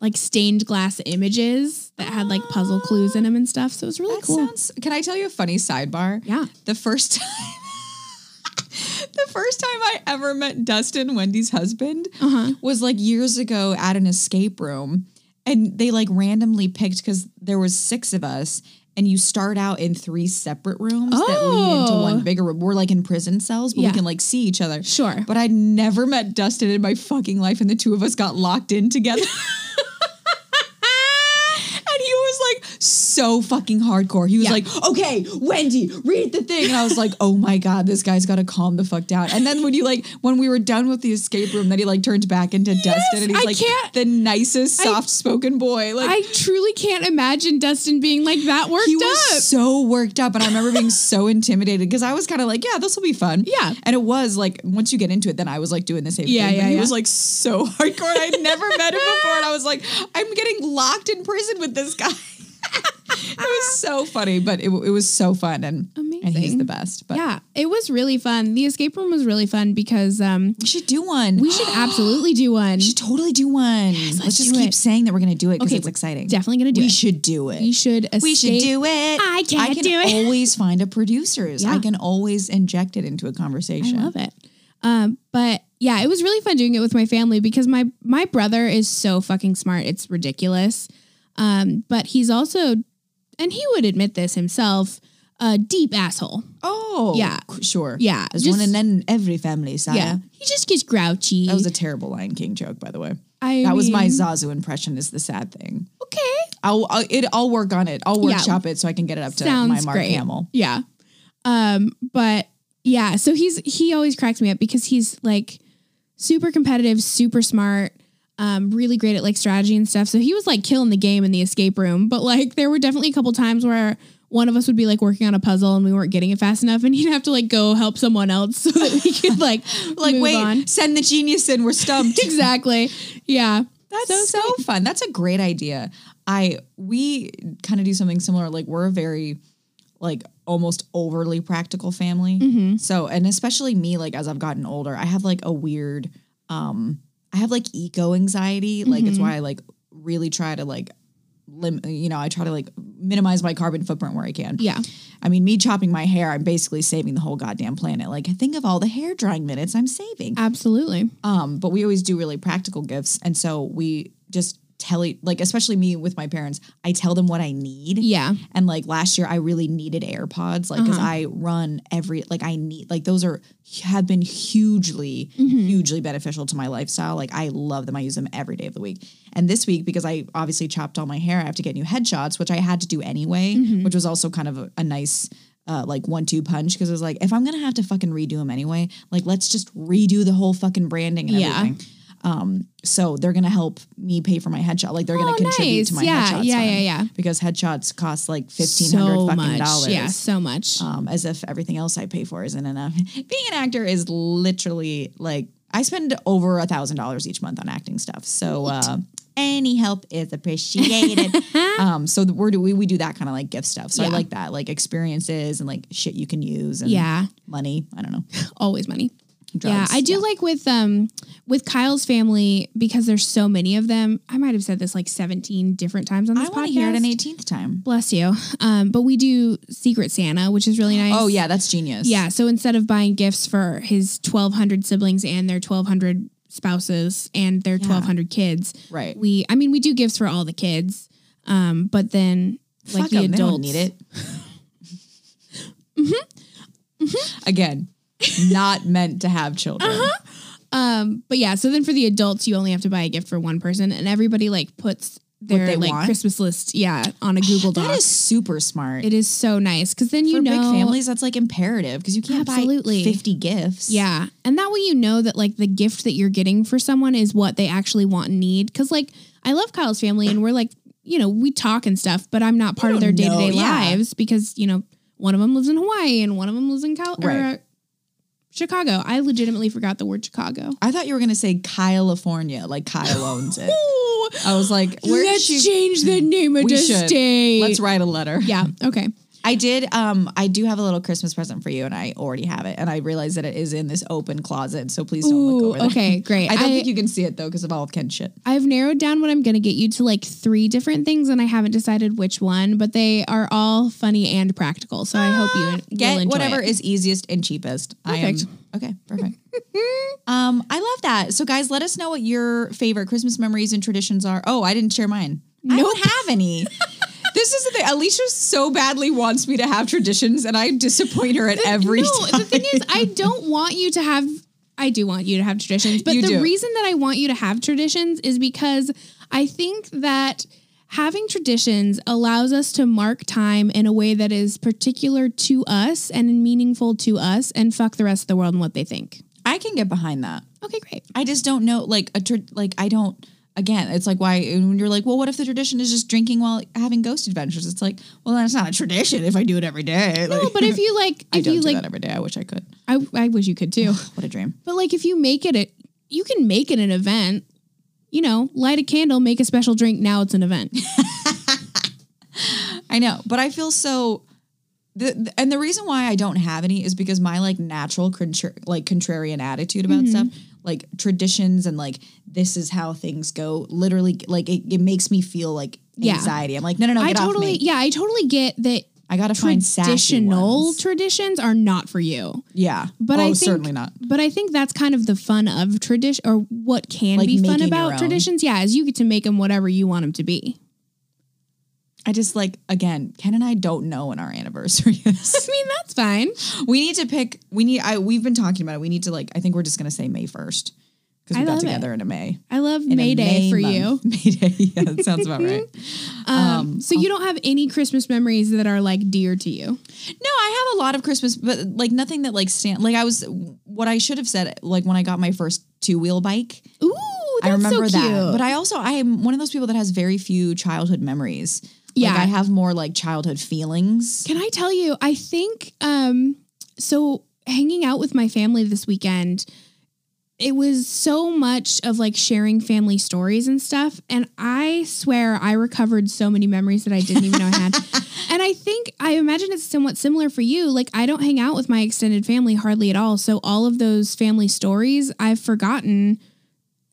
[SPEAKER 2] like stained glass images that had like puzzle clues in them and stuff. So it was really
[SPEAKER 1] That
[SPEAKER 2] cool.
[SPEAKER 1] sounds. Can I tell you a funny sidebar?
[SPEAKER 2] Yeah.
[SPEAKER 1] The first time, the first time I ever met Dustin, Wendy's husband,
[SPEAKER 2] Uh-huh.
[SPEAKER 1] was like years ago at an escape room, and they like randomly picked because there was six of us. And you start out in three separate rooms that lead into
[SPEAKER 2] Oh.
[SPEAKER 1] one bigger room. We're like in prison cells, but
[SPEAKER 2] Yeah.
[SPEAKER 1] we can like see each other.
[SPEAKER 2] Sure.
[SPEAKER 1] But I'd never met Dustin in my fucking life, and the two of us got locked in together. And he was like so fucking hardcore. He was
[SPEAKER 2] Yeah.
[SPEAKER 1] like, okay, Wendy, read the thing. And I was like, oh my God, this guy's got to calm the fuck down. And then when you like, when we were done with the escape room, then he like turned back into Dustin and he's
[SPEAKER 2] I
[SPEAKER 1] like
[SPEAKER 2] can't-
[SPEAKER 1] the nicest, soft spoken boy. Like,
[SPEAKER 2] I truly can't imagine Dustin being like that worked
[SPEAKER 1] he
[SPEAKER 2] up.
[SPEAKER 1] was so worked up. And I remember being so intimidated because I was kind of like, yeah, this will be fun.
[SPEAKER 2] Yeah.
[SPEAKER 1] And it was like, once you get into it, then I was like doing the same
[SPEAKER 2] Yeah,
[SPEAKER 1] thing. but
[SPEAKER 2] yeah,
[SPEAKER 1] he
[SPEAKER 2] yeah.
[SPEAKER 1] was like so hardcore. and I'd never met him before. And I was like, I'm getting locked in prison with this guy. it was so funny, but it, w- it was so fun. And, and he's
[SPEAKER 2] Amazing.
[SPEAKER 1] the best. But
[SPEAKER 2] yeah, it was really fun. The escape room was really fun because um,
[SPEAKER 1] we should do one.
[SPEAKER 2] we should absolutely do one.
[SPEAKER 1] We should totally do one. let's
[SPEAKER 2] let's
[SPEAKER 1] just
[SPEAKER 2] do
[SPEAKER 1] keep
[SPEAKER 2] it.
[SPEAKER 1] saying that we're going to do it because
[SPEAKER 2] Okay,
[SPEAKER 1] it's exciting.
[SPEAKER 2] Definitely gonna do
[SPEAKER 1] we
[SPEAKER 2] it.
[SPEAKER 1] should do it.
[SPEAKER 2] we should. Escape.
[SPEAKER 1] We should do it.
[SPEAKER 2] I can't
[SPEAKER 1] can
[SPEAKER 2] do it.
[SPEAKER 1] always find a producers. I
[SPEAKER 2] Yeah.
[SPEAKER 1] can always inject it into a conversation.
[SPEAKER 2] I love it. Um, but yeah, it was really fun doing it with my family because my my brother is so fucking smart. It's ridiculous. Um, but he's also, and he would admit this himself, a deep asshole.
[SPEAKER 1] Oh,
[SPEAKER 2] Yeah.
[SPEAKER 1] c- sure.
[SPEAKER 2] Yeah,
[SPEAKER 1] there's
[SPEAKER 2] just-
[SPEAKER 1] one in in every family. Sire.
[SPEAKER 2] Yeah, he just gets grouchy.
[SPEAKER 1] that was a terrible Lion King joke, by the way.
[SPEAKER 2] I
[SPEAKER 1] that was my
[SPEAKER 2] mean-
[SPEAKER 1] Zazu impression. Is the sad thing.
[SPEAKER 2] okay.
[SPEAKER 1] I'll, I'll it. I'll work on it. I'll
[SPEAKER 2] Yeah.
[SPEAKER 1] workshop it so I can get it up to my Mark Hamill.
[SPEAKER 2] Yeah. Um, but yeah, so he's he always cracks me up because he's like super competitive, super smart, um, really great at like strategy and stuff. So he was like killing the game in the escape room. But like there were definitely a couple times where one of us would be like working on a puzzle and we weren't getting it fast enough and he'd have to like go help someone else so that we could like
[SPEAKER 1] Like,
[SPEAKER 2] move
[SPEAKER 1] wait,
[SPEAKER 2] on.
[SPEAKER 1] send the genius in. We're stumped.
[SPEAKER 2] exactly. Yeah.
[SPEAKER 1] That's so, fun. That's a great idea. I we kind of do something similar. Like we're a very like almost overly practical family. So and especially me, like as I've gotten older, I have like a weird um I have like eco anxiety. Like it's why I like really try to like lim you know, I try to like minimize my carbon footprint where I can.
[SPEAKER 2] Yeah.
[SPEAKER 1] I mean, me chopping my hair, I'm basically saving the whole goddamn planet. Like think of all the hair drying minutes I'm saving.
[SPEAKER 2] Absolutely.
[SPEAKER 1] Um, but we always do really practical gifts, and so we just tell e- like especially me with my parents, I tell them what I need.
[SPEAKER 2] Yeah.
[SPEAKER 1] And like last year, I really needed AirPods, like
[SPEAKER 2] Uh-huh.
[SPEAKER 1] because I run every like I need like those are have been hugely
[SPEAKER 2] Mm-hmm.
[SPEAKER 1] hugely beneficial to my lifestyle. Like I love them. I use them every day of the week. And this week, because I obviously chopped all my hair, I have to get new headshots, which I had to do anyway,
[SPEAKER 2] Mm-hmm.
[SPEAKER 1] which was also kind of a, a nice. Uh, like one two punch because it was like if I'm gonna have to fucking redo them anyway, like let's just redo the whole fucking branding and
[SPEAKER 2] Yeah.
[SPEAKER 1] everything. Um, so they're gonna help me pay for my headshot. Like they're gonna
[SPEAKER 2] Oh,
[SPEAKER 1] contribute
[SPEAKER 2] nice.
[SPEAKER 1] to my
[SPEAKER 2] Yeah,
[SPEAKER 1] headshots.
[SPEAKER 2] yeah,
[SPEAKER 1] fund
[SPEAKER 2] yeah, yeah.
[SPEAKER 1] because headshots cost like fifteen hundred fucking
[SPEAKER 2] much.
[SPEAKER 1] dollars.
[SPEAKER 2] Yeah, so much.
[SPEAKER 1] Um, as if everything else I pay for isn't enough. Being an actor is literally like I spend over a thousand dollars each month on acting stuff. So uh, any help is appreciated. um, so the- we're do we we do that kind of like gift stuff. So I
[SPEAKER 2] Yeah.
[SPEAKER 1] like that, like experiences and like shit you can use and
[SPEAKER 2] Yeah.
[SPEAKER 1] money. I don't know.
[SPEAKER 2] Always money.
[SPEAKER 1] Drugs.
[SPEAKER 2] Yeah, I do like with um with Kyle's family because there's so many of them. I might have said this like 17 different times on
[SPEAKER 1] I
[SPEAKER 2] this podcast.
[SPEAKER 1] want to hear it an eighteenth time.
[SPEAKER 2] Bless you. Um, but we do Secret Santa, which is really nice.
[SPEAKER 1] Oh yeah, that's genius.
[SPEAKER 2] yeah. So instead of buying gifts for his 1,200 siblings and their 1,200 spouses and their 1,200 kids,
[SPEAKER 1] Right.
[SPEAKER 2] we I mean we do gifts for all the kids, um, but then like
[SPEAKER 1] Fuck
[SPEAKER 2] the
[SPEAKER 1] 'em, they don't
[SPEAKER 2] adults
[SPEAKER 1] need it. Mm-hmm. Again, not meant to have children.
[SPEAKER 2] Um, but yeah, so then for the adults, you only have to buy a gift for one person, and everybody like puts their
[SPEAKER 1] they
[SPEAKER 2] like
[SPEAKER 1] want?
[SPEAKER 2] Christmas list, yeah, on a Google Doc.
[SPEAKER 1] That is super smart.
[SPEAKER 2] it is so nice because then you
[SPEAKER 1] For
[SPEAKER 2] know
[SPEAKER 1] big families, that's like imperative because you can't
[SPEAKER 2] Absolutely.
[SPEAKER 1] buy 50 gifts.
[SPEAKER 2] Yeah, and that way you know that like the gift that you're getting for someone is what they actually want and need. Because like I love Kyle's family, and we're like you know we talk and stuff, but I'm not part of their
[SPEAKER 1] don't
[SPEAKER 2] day
[SPEAKER 1] know,
[SPEAKER 2] to day
[SPEAKER 1] yeah.
[SPEAKER 2] lives because you know one of them lives in Hawaii and one of them lives in Cal-
[SPEAKER 1] Right.
[SPEAKER 2] or Chicago. I legitimately forgot the word Chicago.
[SPEAKER 1] I thought you were going to say California, like Kyle owns it.
[SPEAKER 2] Ooh,
[SPEAKER 1] I was like, where did
[SPEAKER 2] Let's
[SPEAKER 1] she?
[SPEAKER 2] change the name of
[SPEAKER 1] We
[SPEAKER 2] the
[SPEAKER 1] should.
[SPEAKER 2] state.
[SPEAKER 1] Let's write a letter.
[SPEAKER 2] Yeah. Okay.
[SPEAKER 1] I I did. Um, I do have a little Christmas present for you, and I already have it. And I realize that it is in this open closet, so please don't look
[SPEAKER 2] Ooh,
[SPEAKER 1] over there.
[SPEAKER 2] okay, great.
[SPEAKER 1] I don't
[SPEAKER 2] I-
[SPEAKER 1] think you can see it though because of all of Ken's shit.
[SPEAKER 2] I've narrowed down what I'm going to get you to like three different things, and I haven't decided which one, but they are all funny and practical. So I hope you you'll
[SPEAKER 1] Ah, Get
[SPEAKER 2] enjoy
[SPEAKER 1] whatever
[SPEAKER 2] it.
[SPEAKER 1] is easiest and cheapest.
[SPEAKER 2] Perfect.
[SPEAKER 1] I am okay. Perfect. um, I love that. So guys, let us know what your favorite Christmas memories and traditions are. Oh, I didn't share mine. I don't have any. this is the thing. Alicia so badly wants me to have traditions, and I disappoint her at every
[SPEAKER 2] no,
[SPEAKER 1] time.
[SPEAKER 2] the thing is, I don't want you to have. I do want you to have traditions, but
[SPEAKER 1] You
[SPEAKER 2] the
[SPEAKER 1] do.
[SPEAKER 2] reason that I want you to have traditions is because I think that having traditions allows us to mark time in a way that is particular to us and meaningful to us, and fuck the rest of the world and what they think.
[SPEAKER 1] I can get behind that.
[SPEAKER 2] Okay, great.
[SPEAKER 1] I just don't know. Like a tr- like I don't. Again, it's like why when you're like, well, what if the tradition is just drinking while having ghost adventures? It's like, well, that's not a tradition if I do it every day.
[SPEAKER 2] No, but if you like,
[SPEAKER 1] I
[SPEAKER 2] if
[SPEAKER 1] don't
[SPEAKER 2] you
[SPEAKER 1] do
[SPEAKER 2] like,
[SPEAKER 1] that every day. I wish I could.
[SPEAKER 2] I, I wish you could too.
[SPEAKER 1] What a dream.
[SPEAKER 2] But like if you make it a you can make it an event. You know, light a candle, make a special drink, now it's an event.
[SPEAKER 1] I know, but I feel so. The, the- and the reason why I don't have any is because my like natural contra- like contrarian attitude about stuff, like traditions and like this is how things go. Literally, like it, it makes me feel like
[SPEAKER 2] Yeah.
[SPEAKER 1] anxiety. I'm like, no, no, no,
[SPEAKER 2] I
[SPEAKER 1] get off
[SPEAKER 2] totally
[SPEAKER 1] me.
[SPEAKER 2] yeah, I totally get that
[SPEAKER 1] I gotta find sassy
[SPEAKER 2] traditional
[SPEAKER 1] ones.
[SPEAKER 2] traditions are not for you.
[SPEAKER 1] Yeah,
[SPEAKER 2] But
[SPEAKER 1] oh,
[SPEAKER 2] I think,
[SPEAKER 1] certainly not.
[SPEAKER 2] But I think that's kind of the fun of tradition or what can
[SPEAKER 1] Like
[SPEAKER 2] be fun
[SPEAKER 1] making your
[SPEAKER 2] about
[SPEAKER 1] own.
[SPEAKER 2] traditions. Yeah, is you get to make them whatever you want them to be.
[SPEAKER 1] I just like again, Ken and I don't know when our anniversary is.
[SPEAKER 2] I mean, that's fine.
[SPEAKER 1] we need to pick. We need. I we've been talking about it. We need to like. I think we're just gonna say May first because we
[SPEAKER 2] I
[SPEAKER 1] got
[SPEAKER 2] love it.
[SPEAKER 1] together in a May.
[SPEAKER 2] I love
[SPEAKER 1] in a
[SPEAKER 2] May Day
[SPEAKER 1] May
[SPEAKER 2] for
[SPEAKER 1] month.
[SPEAKER 2] you.
[SPEAKER 1] May Day. Yeah, that sounds about right.
[SPEAKER 2] Um, so you don't have any Christmas memories that are like dear to you.
[SPEAKER 1] No, I have a lot of Christmas, but like nothing that like stand. Like I was, what I should have said, like when I got my first two wheel bike,
[SPEAKER 2] Ooh, that's
[SPEAKER 1] I remember
[SPEAKER 2] so cute.
[SPEAKER 1] that. But I also, I am one of those people that has very few childhood memories.
[SPEAKER 2] Yeah.
[SPEAKER 1] like I have more like childhood feelings.
[SPEAKER 2] Can I tell you? I think um so hanging out with my family this weekend it was so much of like sharing family stories and stuff and I swear I recovered so many memories that I didn't even know I had. And I think I imagine it's somewhat similar for you. Like I don't hang out with my extended family hardly at all, so all of those family stories I've forgotten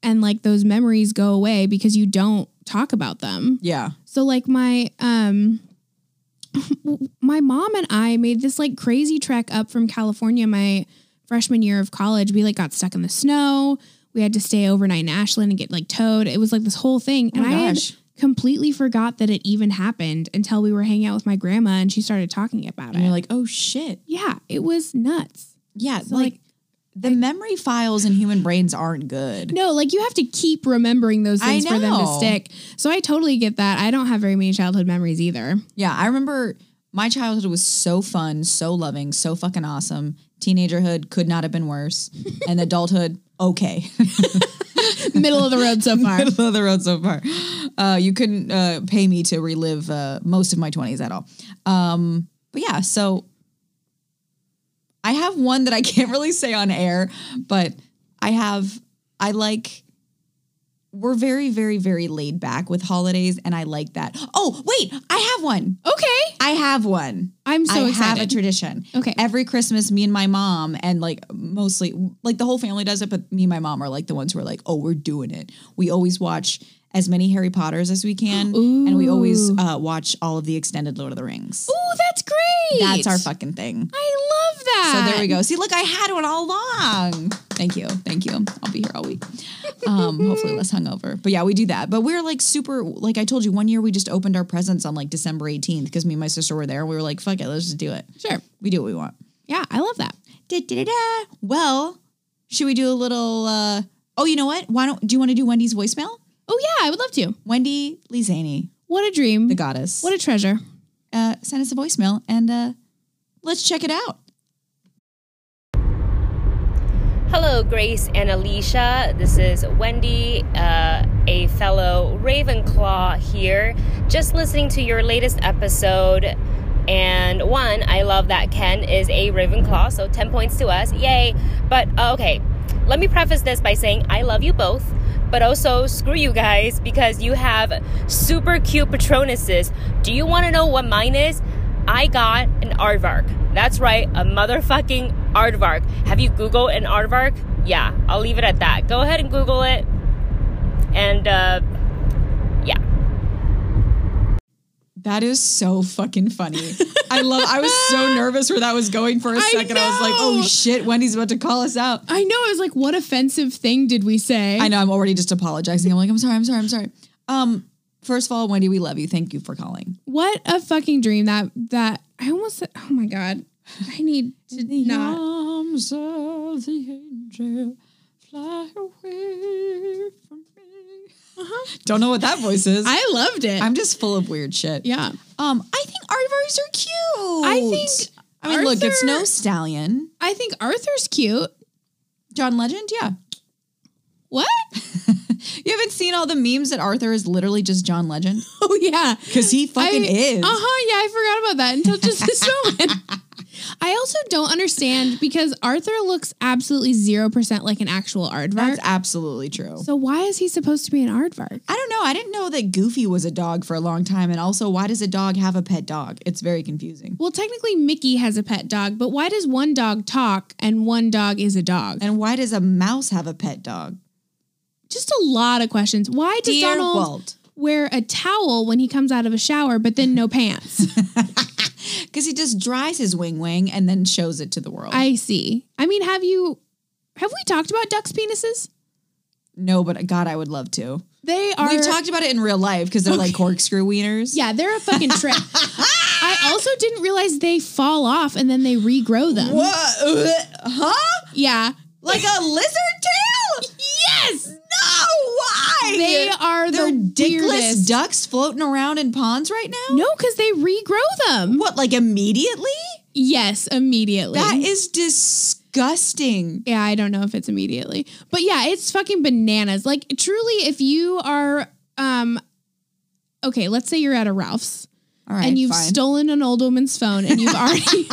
[SPEAKER 2] and like those memories go away because you don't talk about them.
[SPEAKER 1] Yeah,
[SPEAKER 2] So like my um my mom and I made this like crazy trek up from California my freshman year of college. We like got stuck in the snow. We had to stay overnight in Ashland and get like towed. It was like this whole thing.
[SPEAKER 1] Oh my
[SPEAKER 2] and I had
[SPEAKER 1] gosh.
[SPEAKER 2] completely forgot that it even happened until we were hanging out with my grandma and she started talking about
[SPEAKER 1] and you're
[SPEAKER 2] it.
[SPEAKER 1] like, oh shit,
[SPEAKER 2] Yeah, it was nuts.
[SPEAKER 1] yeah.
[SPEAKER 2] So,
[SPEAKER 1] like,
[SPEAKER 2] like,
[SPEAKER 1] the memory files in human brains aren't good.
[SPEAKER 2] No, like you have to keep remembering those
[SPEAKER 1] I
[SPEAKER 2] things for them to
[SPEAKER 1] know.
[SPEAKER 2] stick. So I totally get that. I don't have very many childhood memories either.
[SPEAKER 1] Yeah, I remember my childhood was so fun, so loving, so fucking awesome. Teenagerhood could not have been worse, and adulthood okay.
[SPEAKER 2] Middle of the road so far.
[SPEAKER 1] middle of the road so far. Uh, you couldn't uh, pay me to relive uh, most of my 20s at all. Um, but yeah, so I have one that I can't really say on air, but I have, I like, we're very, very, very laid back with holidays, and I like that. Oh, wait, I have one.
[SPEAKER 2] okay.
[SPEAKER 1] I have one.
[SPEAKER 2] I'm so
[SPEAKER 1] I
[SPEAKER 2] excited.
[SPEAKER 1] have a tradition.
[SPEAKER 2] Okay.
[SPEAKER 1] Every Christmas, me and my mom, and like mostly, like the whole family does it, but me and my mom are like the ones who are like, oh, we're doing it. We always watch as many Harry Potters as we can, and we always uh, watch all of the extended Lord of the Rings.
[SPEAKER 2] Oh, that's great.
[SPEAKER 1] That's our fucking thing.
[SPEAKER 2] I love
[SPEAKER 1] So
[SPEAKER 2] that.
[SPEAKER 1] there we go. See, look, I had one all along. Thank you. Thank you. I'll be here all week. Um, hopefully less hungover. But yeah, we do that. But we're like super like I told you, one year we just opened our presents on like December 18th because me and my sister were there. We were like, fuck it, let's just do it.
[SPEAKER 2] Sure.
[SPEAKER 1] We do what we want.
[SPEAKER 2] Yeah, I love that.
[SPEAKER 1] Da-da-da-da. Well, should we do a little uh oh you know what? Why don't do you want to do Wendy's voicemail?
[SPEAKER 2] Oh yeah, I would love to.
[SPEAKER 1] Wendy Lizani,
[SPEAKER 2] What a dream.
[SPEAKER 1] the goddess.
[SPEAKER 2] what a treasure.
[SPEAKER 1] uh send us a voicemail and uh let's check it out.
[SPEAKER 3] Hello, Grace and Alicia. This is Wendy, uh, a fellow Ravenclaw here. Just listening to your latest episode. And one, I love that Ken is a Ravenclaw, so 10 points to us. Yay. But uh, okay, let me preface this by saying I love you both, but also screw you guys because you have super cute Patronuses. Do you want to know what mine is? I got an aardvark. That's right, a motherfucking aardvark. Have you Googled an aardvark? Yeah, I'll leave it at that. Go ahead and Google it. And uh, yeah.
[SPEAKER 1] That is so fucking funny. I love. I was so nervous where that was going for a
[SPEAKER 2] I
[SPEAKER 1] second. I, was like,
[SPEAKER 2] know.
[SPEAKER 1] "Oh shit, Wendy's about to call us out."
[SPEAKER 2] I know. I was like, what offensive thing did we say?
[SPEAKER 1] I know. I'm already just apologizing. I'm like, "I'm sorry. I'm sorry. I'm sorry." Um, first of all, Wendy, we love you. Thank you for calling.
[SPEAKER 2] What a fucking dream that that I almost said, oh my god. I need to not
[SPEAKER 1] arms of the angel fly away from me. Don't know what that voice is. I,
[SPEAKER 2] Uh-huh. I loved it.
[SPEAKER 1] am just full of weird shit.
[SPEAKER 2] yeah.
[SPEAKER 1] Um, I think aardvarks are cute.
[SPEAKER 2] I think
[SPEAKER 1] I mean, look, it's
[SPEAKER 2] Arthur-
[SPEAKER 1] no stallion.
[SPEAKER 2] I think Arthur's cute.
[SPEAKER 1] John Legend, yeah.
[SPEAKER 2] What?
[SPEAKER 1] You haven't seen all the memes that Arthur is literally just John Legend
[SPEAKER 2] Oh yeah.
[SPEAKER 1] because he fucking
[SPEAKER 2] I,
[SPEAKER 1] is.
[SPEAKER 2] Uh huh. Yeah, I forgot about that until just this moment. I also don't understand because Arthur looks absolutely zero percent like an actual aardvark.
[SPEAKER 1] That's absolutely true.
[SPEAKER 2] so why is he supposed to be an aardvark?
[SPEAKER 1] I don't know. I didn't know that Goofy was a dog for a long time, and also, why does a dog have a pet dog? It's very confusing.
[SPEAKER 2] Well, technically, Mickey has a pet dog, but why does one dog talk and one dog is a dog?
[SPEAKER 1] And why does a mouse have a pet dog?
[SPEAKER 2] Just a lot of questions. Why does
[SPEAKER 1] Dear
[SPEAKER 2] Donald
[SPEAKER 1] Walt,
[SPEAKER 2] wear a towel when he comes out of a shower, but then no pants?
[SPEAKER 1] because he just dries his wing wing and then shows it to the world.
[SPEAKER 2] I see. I mean, have you have we talked about ducks' penises?
[SPEAKER 1] no, but God, I would love to.
[SPEAKER 2] They are.
[SPEAKER 1] We've talked about it in real life because they're like corkscrew wieners.
[SPEAKER 2] Yeah, they're a fucking trip. I also didn't realize they fall off and then they regrow them.
[SPEAKER 1] What? uh, Huh?
[SPEAKER 2] Yeah.
[SPEAKER 1] Like a lizard tail?
[SPEAKER 2] Yes.
[SPEAKER 1] No, why?
[SPEAKER 2] They are
[SPEAKER 1] They're
[SPEAKER 2] the
[SPEAKER 1] dickless
[SPEAKER 2] weirdest.
[SPEAKER 1] ducks floating around in ponds right now?
[SPEAKER 2] No, because they regrow them.
[SPEAKER 1] What, like immediately?
[SPEAKER 2] Yes, immediately.
[SPEAKER 1] That is disgusting.
[SPEAKER 2] Yeah, I don't know if it's immediately. But yeah, it's fucking bananas. Like truly if you are um okay, let's say you're at a Ralph's
[SPEAKER 1] All right.
[SPEAKER 2] and you've
[SPEAKER 1] fine.
[SPEAKER 2] stolen an old woman's phone and you've already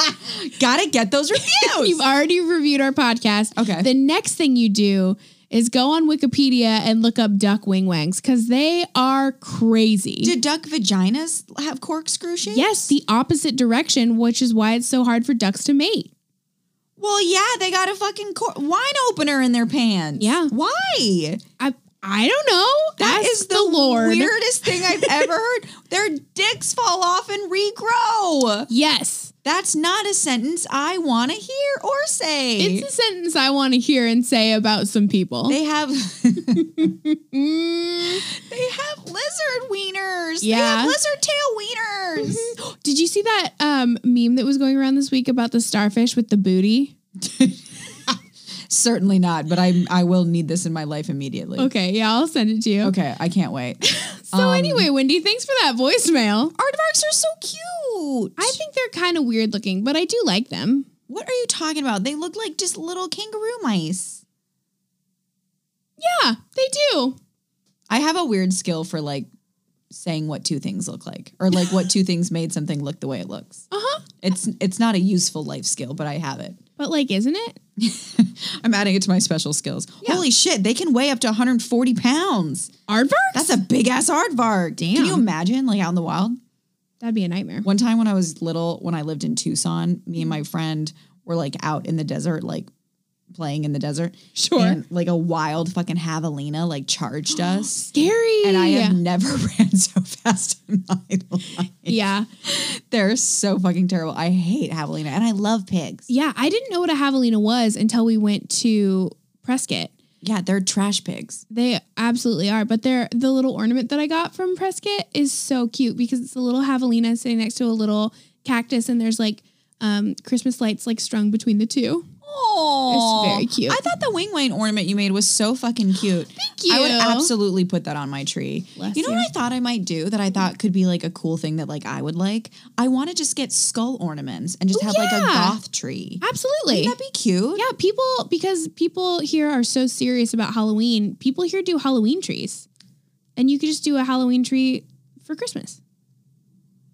[SPEAKER 1] Gotta get those
[SPEAKER 2] you've
[SPEAKER 1] reviews.
[SPEAKER 2] already reviewed our podcast.
[SPEAKER 1] Okay.
[SPEAKER 2] The next thing you do is go on Wikipedia and look up duck wing wangs cuz they are crazy.
[SPEAKER 1] Do duck vaginas have corkscrew shapes?
[SPEAKER 2] yes, the opposite direction, which is why it's so hard for ducks to mate.
[SPEAKER 1] Well, yeah, they got a fucking cor- wine opener in their pants.
[SPEAKER 2] Yeah.
[SPEAKER 1] Why?
[SPEAKER 2] I I don't know.
[SPEAKER 1] That
[SPEAKER 2] Ask
[SPEAKER 1] is the,
[SPEAKER 2] Lord.
[SPEAKER 1] weirdest thing I've ever heard. Their dicks fall off and regrow.
[SPEAKER 2] yes.
[SPEAKER 1] That's not a sentence I want to hear or say.
[SPEAKER 2] It's a sentence I want to hear and say about some people.
[SPEAKER 1] they have
[SPEAKER 2] Mm.
[SPEAKER 1] they have lizard wieners. They
[SPEAKER 2] Yeah. Mm-hmm.
[SPEAKER 1] have lizard tail wieners.
[SPEAKER 2] Did you see that um, meme that was going around this week about the starfish with the booty?
[SPEAKER 1] Certainly not, but I I will need this in my life immediately.
[SPEAKER 2] Okay, yeah, I'll send it to you.
[SPEAKER 1] Okay, I can't wait. Um,
[SPEAKER 2] So anyway, Wendy, thanks for that voicemail.
[SPEAKER 1] Aardvarks are so cute.
[SPEAKER 2] I think they're kind of weird looking, but I do like them.
[SPEAKER 1] what are you talking about? They look like just little kangaroo mice.
[SPEAKER 2] Yeah, they do.
[SPEAKER 1] I have a weird skill for like saying what two things look like or like what two things made something look the way it looks.
[SPEAKER 2] Uh huh.
[SPEAKER 1] It's it's not a useful life skill, but I have it.
[SPEAKER 2] But like, isn't it?
[SPEAKER 1] I'm adding it to my special skills. Holy shit, they can weigh up to 140 pounds.
[SPEAKER 2] Aardvarks?
[SPEAKER 1] That's a big ass aardvark. Damn. Can you imagine like out in the wild?
[SPEAKER 2] That'd be a nightmare.
[SPEAKER 1] One time when I was little, when I lived in Tucson, me and my friend were like out in the desert, like playing in the desert.
[SPEAKER 2] Sure.
[SPEAKER 1] And like a wild fucking javelina like charged us.
[SPEAKER 2] Scary.
[SPEAKER 1] And I have never ran so fast in my life.
[SPEAKER 2] yeah.
[SPEAKER 1] They're so fucking terrible. I hate javelina and I love pigs.
[SPEAKER 2] Yeah. I didn't know what a javelina was until we went to Prescott.
[SPEAKER 1] Yeah, they're trash pigs.
[SPEAKER 2] They absolutely are, but they're the little ornament that I got from Prescott is so cute because it's a little javelina sitting next to a little cactus, and there's like um, Christmas lights like strung between the two.
[SPEAKER 1] Oh,
[SPEAKER 2] very cute.
[SPEAKER 1] I thought the wing wing ornament you made was so fucking cute.
[SPEAKER 2] Thank
[SPEAKER 1] I would
[SPEAKER 2] you.
[SPEAKER 1] absolutely put that on my tree.
[SPEAKER 2] Bless
[SPEAKER 1] you know
[SPEAKER 2] you.
[SPEAKER 1] what I thought I might do that I thought could be like a cool thing that like I would like? I want to just get skull ornaments and just have like a
[SPEAKER 2] yeah.
[SPEAKER 1] goth tree.
[SPEAKER 2] Absolutely,
[SPEAKER 1] That'd be cute.
[SPEAKER 2] yeah. People because people here are so serious about Halloween. People here do Halloween trees, and you could just do a Halloween tree for Christmas.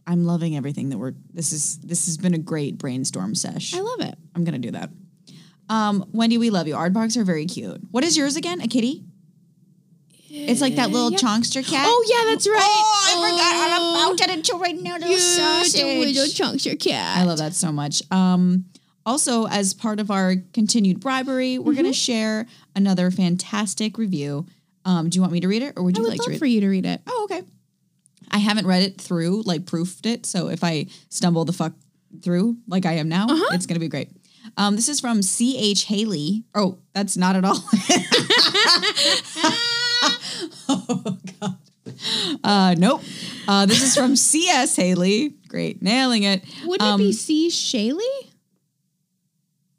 [SPEAKER 1] I'm loving everything that we're this is this has been a great brainstorm sesh.
[SPEAKER 2] I love it.
[SPEAKER 1] I'm gonna do that. Um, Wendy, we love you. Aardvarks are very cute. What is yours again? A kitty? It's like that little
[SPEAKER 2] yeah.
[SPEAKER 1] chonkster cat.
[SPEAKER 2] Oh Uh, yeah, that's right.
[SPEAKER 1] Oh, I forgot all out at a children noodle sausage.
[SPEAKER 2] your cat.
[SPEAKER 1] I love that so much. Um, also, as part of our continued bribery, we're going to
[SPEAKER 2] Mm-hmm.
[SPEAKER 1] share another fantastic review. Um, do you want me to read it, or
[SPEAKER 2] I
[SPEAKER 1] would you
[SPEAKER 2] would
[SPEAKER 1] like to
[SPEAKER 2] love
[SPEAKER 1] read?
[SPEAKER 2] for you to read it.
[SPEAKER 1] Oh, okay. I haven't read it through, like proofed it. So if I stumble the fuck through like I am now,
[SPEAKER 2] Uh-huh.
[SPEAKER 1] it's going to be great. Um, this is from C.H. Haley. Oh, that's not at all. oh, God. Uh, nope. Uh, this is from C.S. Haley. Great. Nailing it.
[SPEAKER 2] Wouldn't
[SPEAKER 1] Um,
[SPEAKER 2] it be C. Shaley?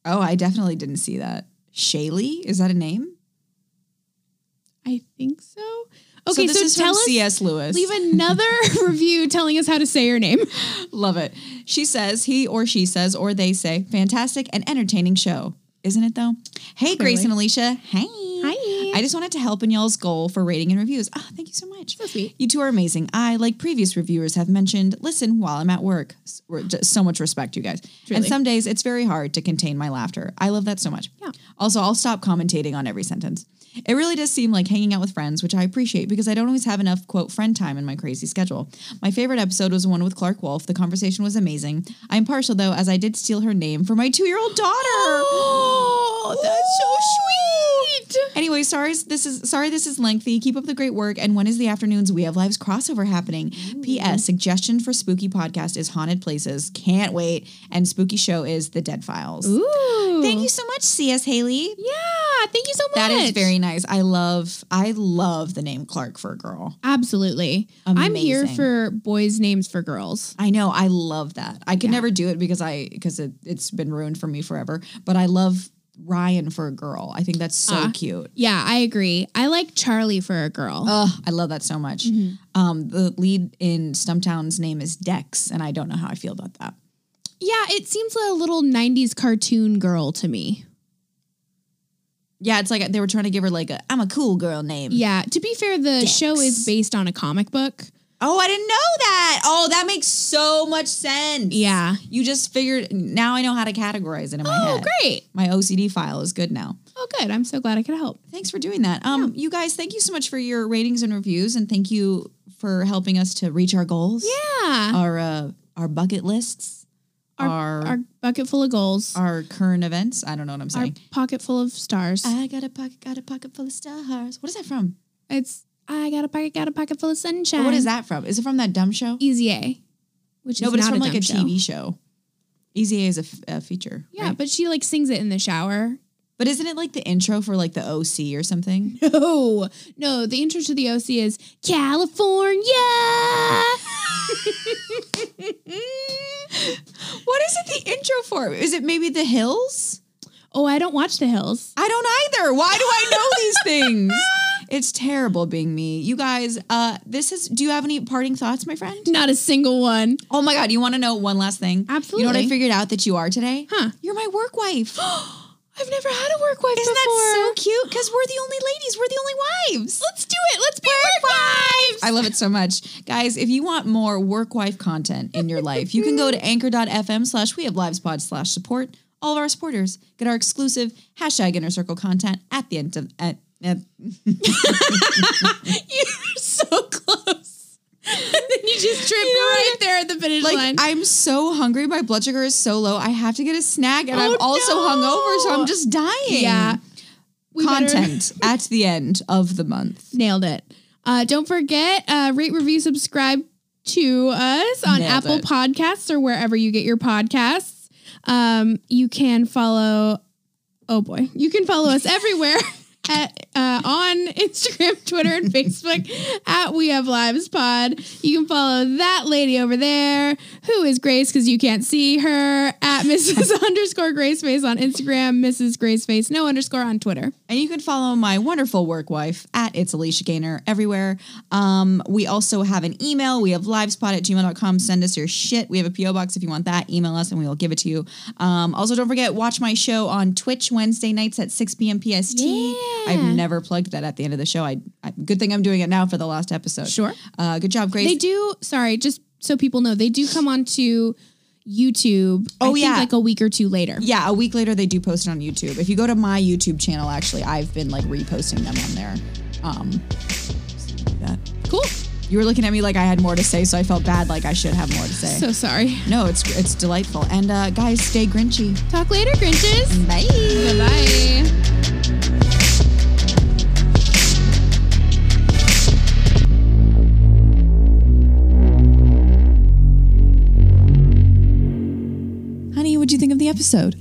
[SPEAKER 1] Oh, I definitely didn't see that. Shaley? Is that a name?
[SPEAKER 2] I think so.
[SPEAKER 1] So
[SPEAKER 2] Okay,
[SPEAKER 1] this
[SPEAKER 2] so,
[SPEAKER 1] is
[SPEAKER 2] tell
[SPEAKER 1] from
[SPEAKER 2] us.
[SPEAKER 1] C.S. Lewis.
[SPEAKER 2] Leave another review telling us how to say your name.
[SPEAKER 1] Love it. She says, he or she says, or they say, fantastic and entertaining show. Isn't it though? Hey, Grace
[SPEAKER 2] Clearly.
[SPEAKER 1] and Alicia. Hey.
[SPEAKER 2] Hi.
[SPEAKER 1] I just wanted to help in y'all's goal for rating and reviews. Ah, thank you so much.
[SPEAKER 2] So sweet.
[SPEAKER 1] You two are amazing. I, like previous reviewers have mentioned, listen while I'm at work. S- we're- just So much respect, you guys. And
[SPEAKER 2] Truly.
[SPEAKER 1] some days it's very hard to contain my laughter. I love that so much.
[SPEAKER 2] Yeah.
[SPEAKER 1] Also, I'll stop commentating on every sentence. It really does seem like hanging out with friends, which I appreciate because I don't always have enough quote friend time in my crazy schedule. My favorite episode was the one with Clark Wolf. The conversation was amazing. I'm partial though, as I did steal her name for my two year old daughter. Oh, that's so sweet. Anyway, sorry this is sorry this is lengthy. Keep up the great work. And when is the afternoons We Have Lives crossover happening? P.S. Suggestion for spooky podcast is Haunted Places. Can't wait. And spooky show is The Dead Files.
[SPEAKER 2] Ooh.
[SPEAKER 1] Thank you so much, C.S. Haley.
[SPEAKER 2] Yeah, thank you so much.
[SPEAKER 1] That is very nice. I love I love the name Clark for a girl.
[SPEAKER 2] Absolutely. I'm here
[SPEAKER 1] Amazing.
[SPEAKER 2] for boys' names for girls.
[SPEAKER 1] I know I love that. I could never do it because I because it, it's been ruined for me forever. But I love Ryan for a girl. I think that's so
[SPEAKER 2] Ah.
[SPEAKER 1] cute.
[SPEAKER 2] Yeah, I agree. I like Charlie for a girl.
[SPEAKER 1] Ugh, I love that so much.
[SPEAKER 2] Mm-hmm.
[SPEAKER 1] Um, the lead in Stumptown's name is Dex, and I don't know how I feel about that.
[SPEAKER 2] yeah, it seems like a little 90s cartoon girl to me.
[SPEAKER 1] Yeah, it's like they were trying to give her like a I'm a cool girl name.
[SPEAKER 2] Yeah, to be fair, the show is based on a comic book.
[SPEAKER 1] Oh, I didn't know that. Oh, that makes so much sense.
[SPEAKER 2] Yeah.
[SPEAKER 1] You just figured now I know how to categorize it in my
[SPEAKER 2] Oh,
[SPEAKER 1] head.
[SPEAKER 2] great.
[SPEAKER 1] My OCD file is good now.
[SPEAKER 2] Oh, good. I'm so glad I could help.
[SPEAKER 1] Thanks for doing that. Um, you guys, thank you so much for your ratings and reviews, and thank you for helping us to reach our goals.
[SPEAKER 2] Yeah.
[SPEAKER 1] Our uh, our bucket lists, our our,
[SPEAKER 2] Our bucket full of goals, our,
[SPEAKER 1] current events. I don't know what I'm Uh-huh. saying.
[SPEAKER 2] pocket full of stars.
[SPEAKER 1] I got a pocket, got a pocket full of stars. What is that from?
[SPEAKER 2] it's I got a pocket, got a pocket full of sunshine.
[SPEAKER 1] What is that from? Is it from that dumb show?
[SPEAKER 2] Easy A, which
[SPEAKER 1] no,
[SPEAKER 2] is
[SPEAKER 1] but it's
[SPEAKER 2] not
[SPEAKER 1] from
[SPEAKER 2] a
[SPEAKER 1] like
[SPEAKER 2] dumb
[SPEAKER 1] a
[SPEAKER 2] show.
[SPEAKER 1] TV show. Easy A is a, f- a feature.
[SPEAKER 2] Yeah,
[SPEAKER 1] right?
[SPEAKER 2] but she like sings it in the shower.
[SPEAKER 1] but isn't it like the intro for like the OC or something?
[SPEAKER 2] No, Oh, no. The intro to the OC is California.
[SPEAKER 1] what is it the intro for? Is it maybe The Hills?
[SPEAKER 2] oh, I don't watch The Hills.
[SPEAKER 1] I don't either. Why do I know these things? It's terrible being me. You guys, uh, this is do you have any parting thoughts, my friend?
[SPEAKER 2] Not a single one.
[SPEAKER 1] Oh my god, you want to know one last thing? You know what I
[SPEAKER 2] Absolutely.
[SPEAKER 1] figured out that you are today?
[SPEAKER 2] Huh.
[SPEAKER 1] You're my work wife.
[SPEAKER 2] I've never had a work wife
[SPEAKER 1] Isn't
[SPEAKER 2] before.
[SPEAKER 1] that so cute? Because we're the only ladies, we're the only wives.
[SPEAKER 2] Let's do it. Let's be work, wives.
[SPEAKER 1] I love it so much. Guys, if you want more work wife content in your life, you can go to anchor.fm slash we have lives pod slash support. All of our supporters get our exclusive hashtag inner circle content at the end of at, at
[SPEAKER 2] You're so close. and then you just trip right there at the finish
[SPEAKER 1] Like
[SPEAKER 2] line.
[SPEAKER 1] I'm so hungry. My blood sugar is so low. I have to get a snack,
[SPEAKER 2] Oh,
[SPEAKER 1] and I'm also
[SPEAKER 2] no.
[SPEAKER 1] hungover, so I'm just dying.
[SPEAKER 2] yeah. We better-
[SPEAKER 1] Content at the end of the month.
[SPEAKER 2] Nailed it. Uh, don't forget, uh, rate, review, subscribe to us on
[SPEAKER 1] Nailed
[SPEAKER 2] Apple
[SPEAKER 1] it.
[SPEAKER 2] Podcasts or wherever you get your podcasts. Um, you can follow, oh boy, you can follow us everywhere. At, uh, on Instagram, Twitter, and Facebook at We Have Lives Pod. You can follow that lady over there, who is Grace, because you can't see her, at Mrs. underscore Grace Face on Instagram, Mrs. Grace Face, no underscore on Twitter.
[SPEAKER 1] And you can follow my wonderful work wife at It's Alicia Gaynor everywhere. Um, we also have an email. We have livespot at gmail.com. Send us your shit. We have a P.O. box if you want that. Email us and we will give it to you. Um, also, don't forget, watch my show on Twitch Wednesday nights at 6 p.m. PST. I've never plugged that at the end of the show. I, I Good thing I'm doing it now for the last episode.
[SPEAKER 2] Sure.
[SPEAKER 1] Uh, good job, Grace.
[SPEAKER 2] They do. Sorry, just so people know, they do come onto YouTube. I
[SPEAKER 1] Oh,
[SPEAKER 2] think
[SPEAKER 1] yeah.
[SPEAKER 2] like a week or two later.
[SPEAKER 1] Yeah, a week later they do post it on YouTube. If you go to my YouTube channel, actually, I've been like reposting them on there. Um, just like that.
[SPEAKER 2] Cool.
[SPEAKER 1] You were looking at me like I had more to say, so I felt bad like I should have more to say.
[SPEAKER 2] So sorry.
[SPEAKER 1] no, it's it's delightful. And uh, guys, stay grinchy.
[SPEAKER 2] Talk later, Grinches.
[SPEAKER 1] Bye.
[SPEAKER 2] Bye bye.
[SPEAKER 1] Honey, what'd you think of the episode?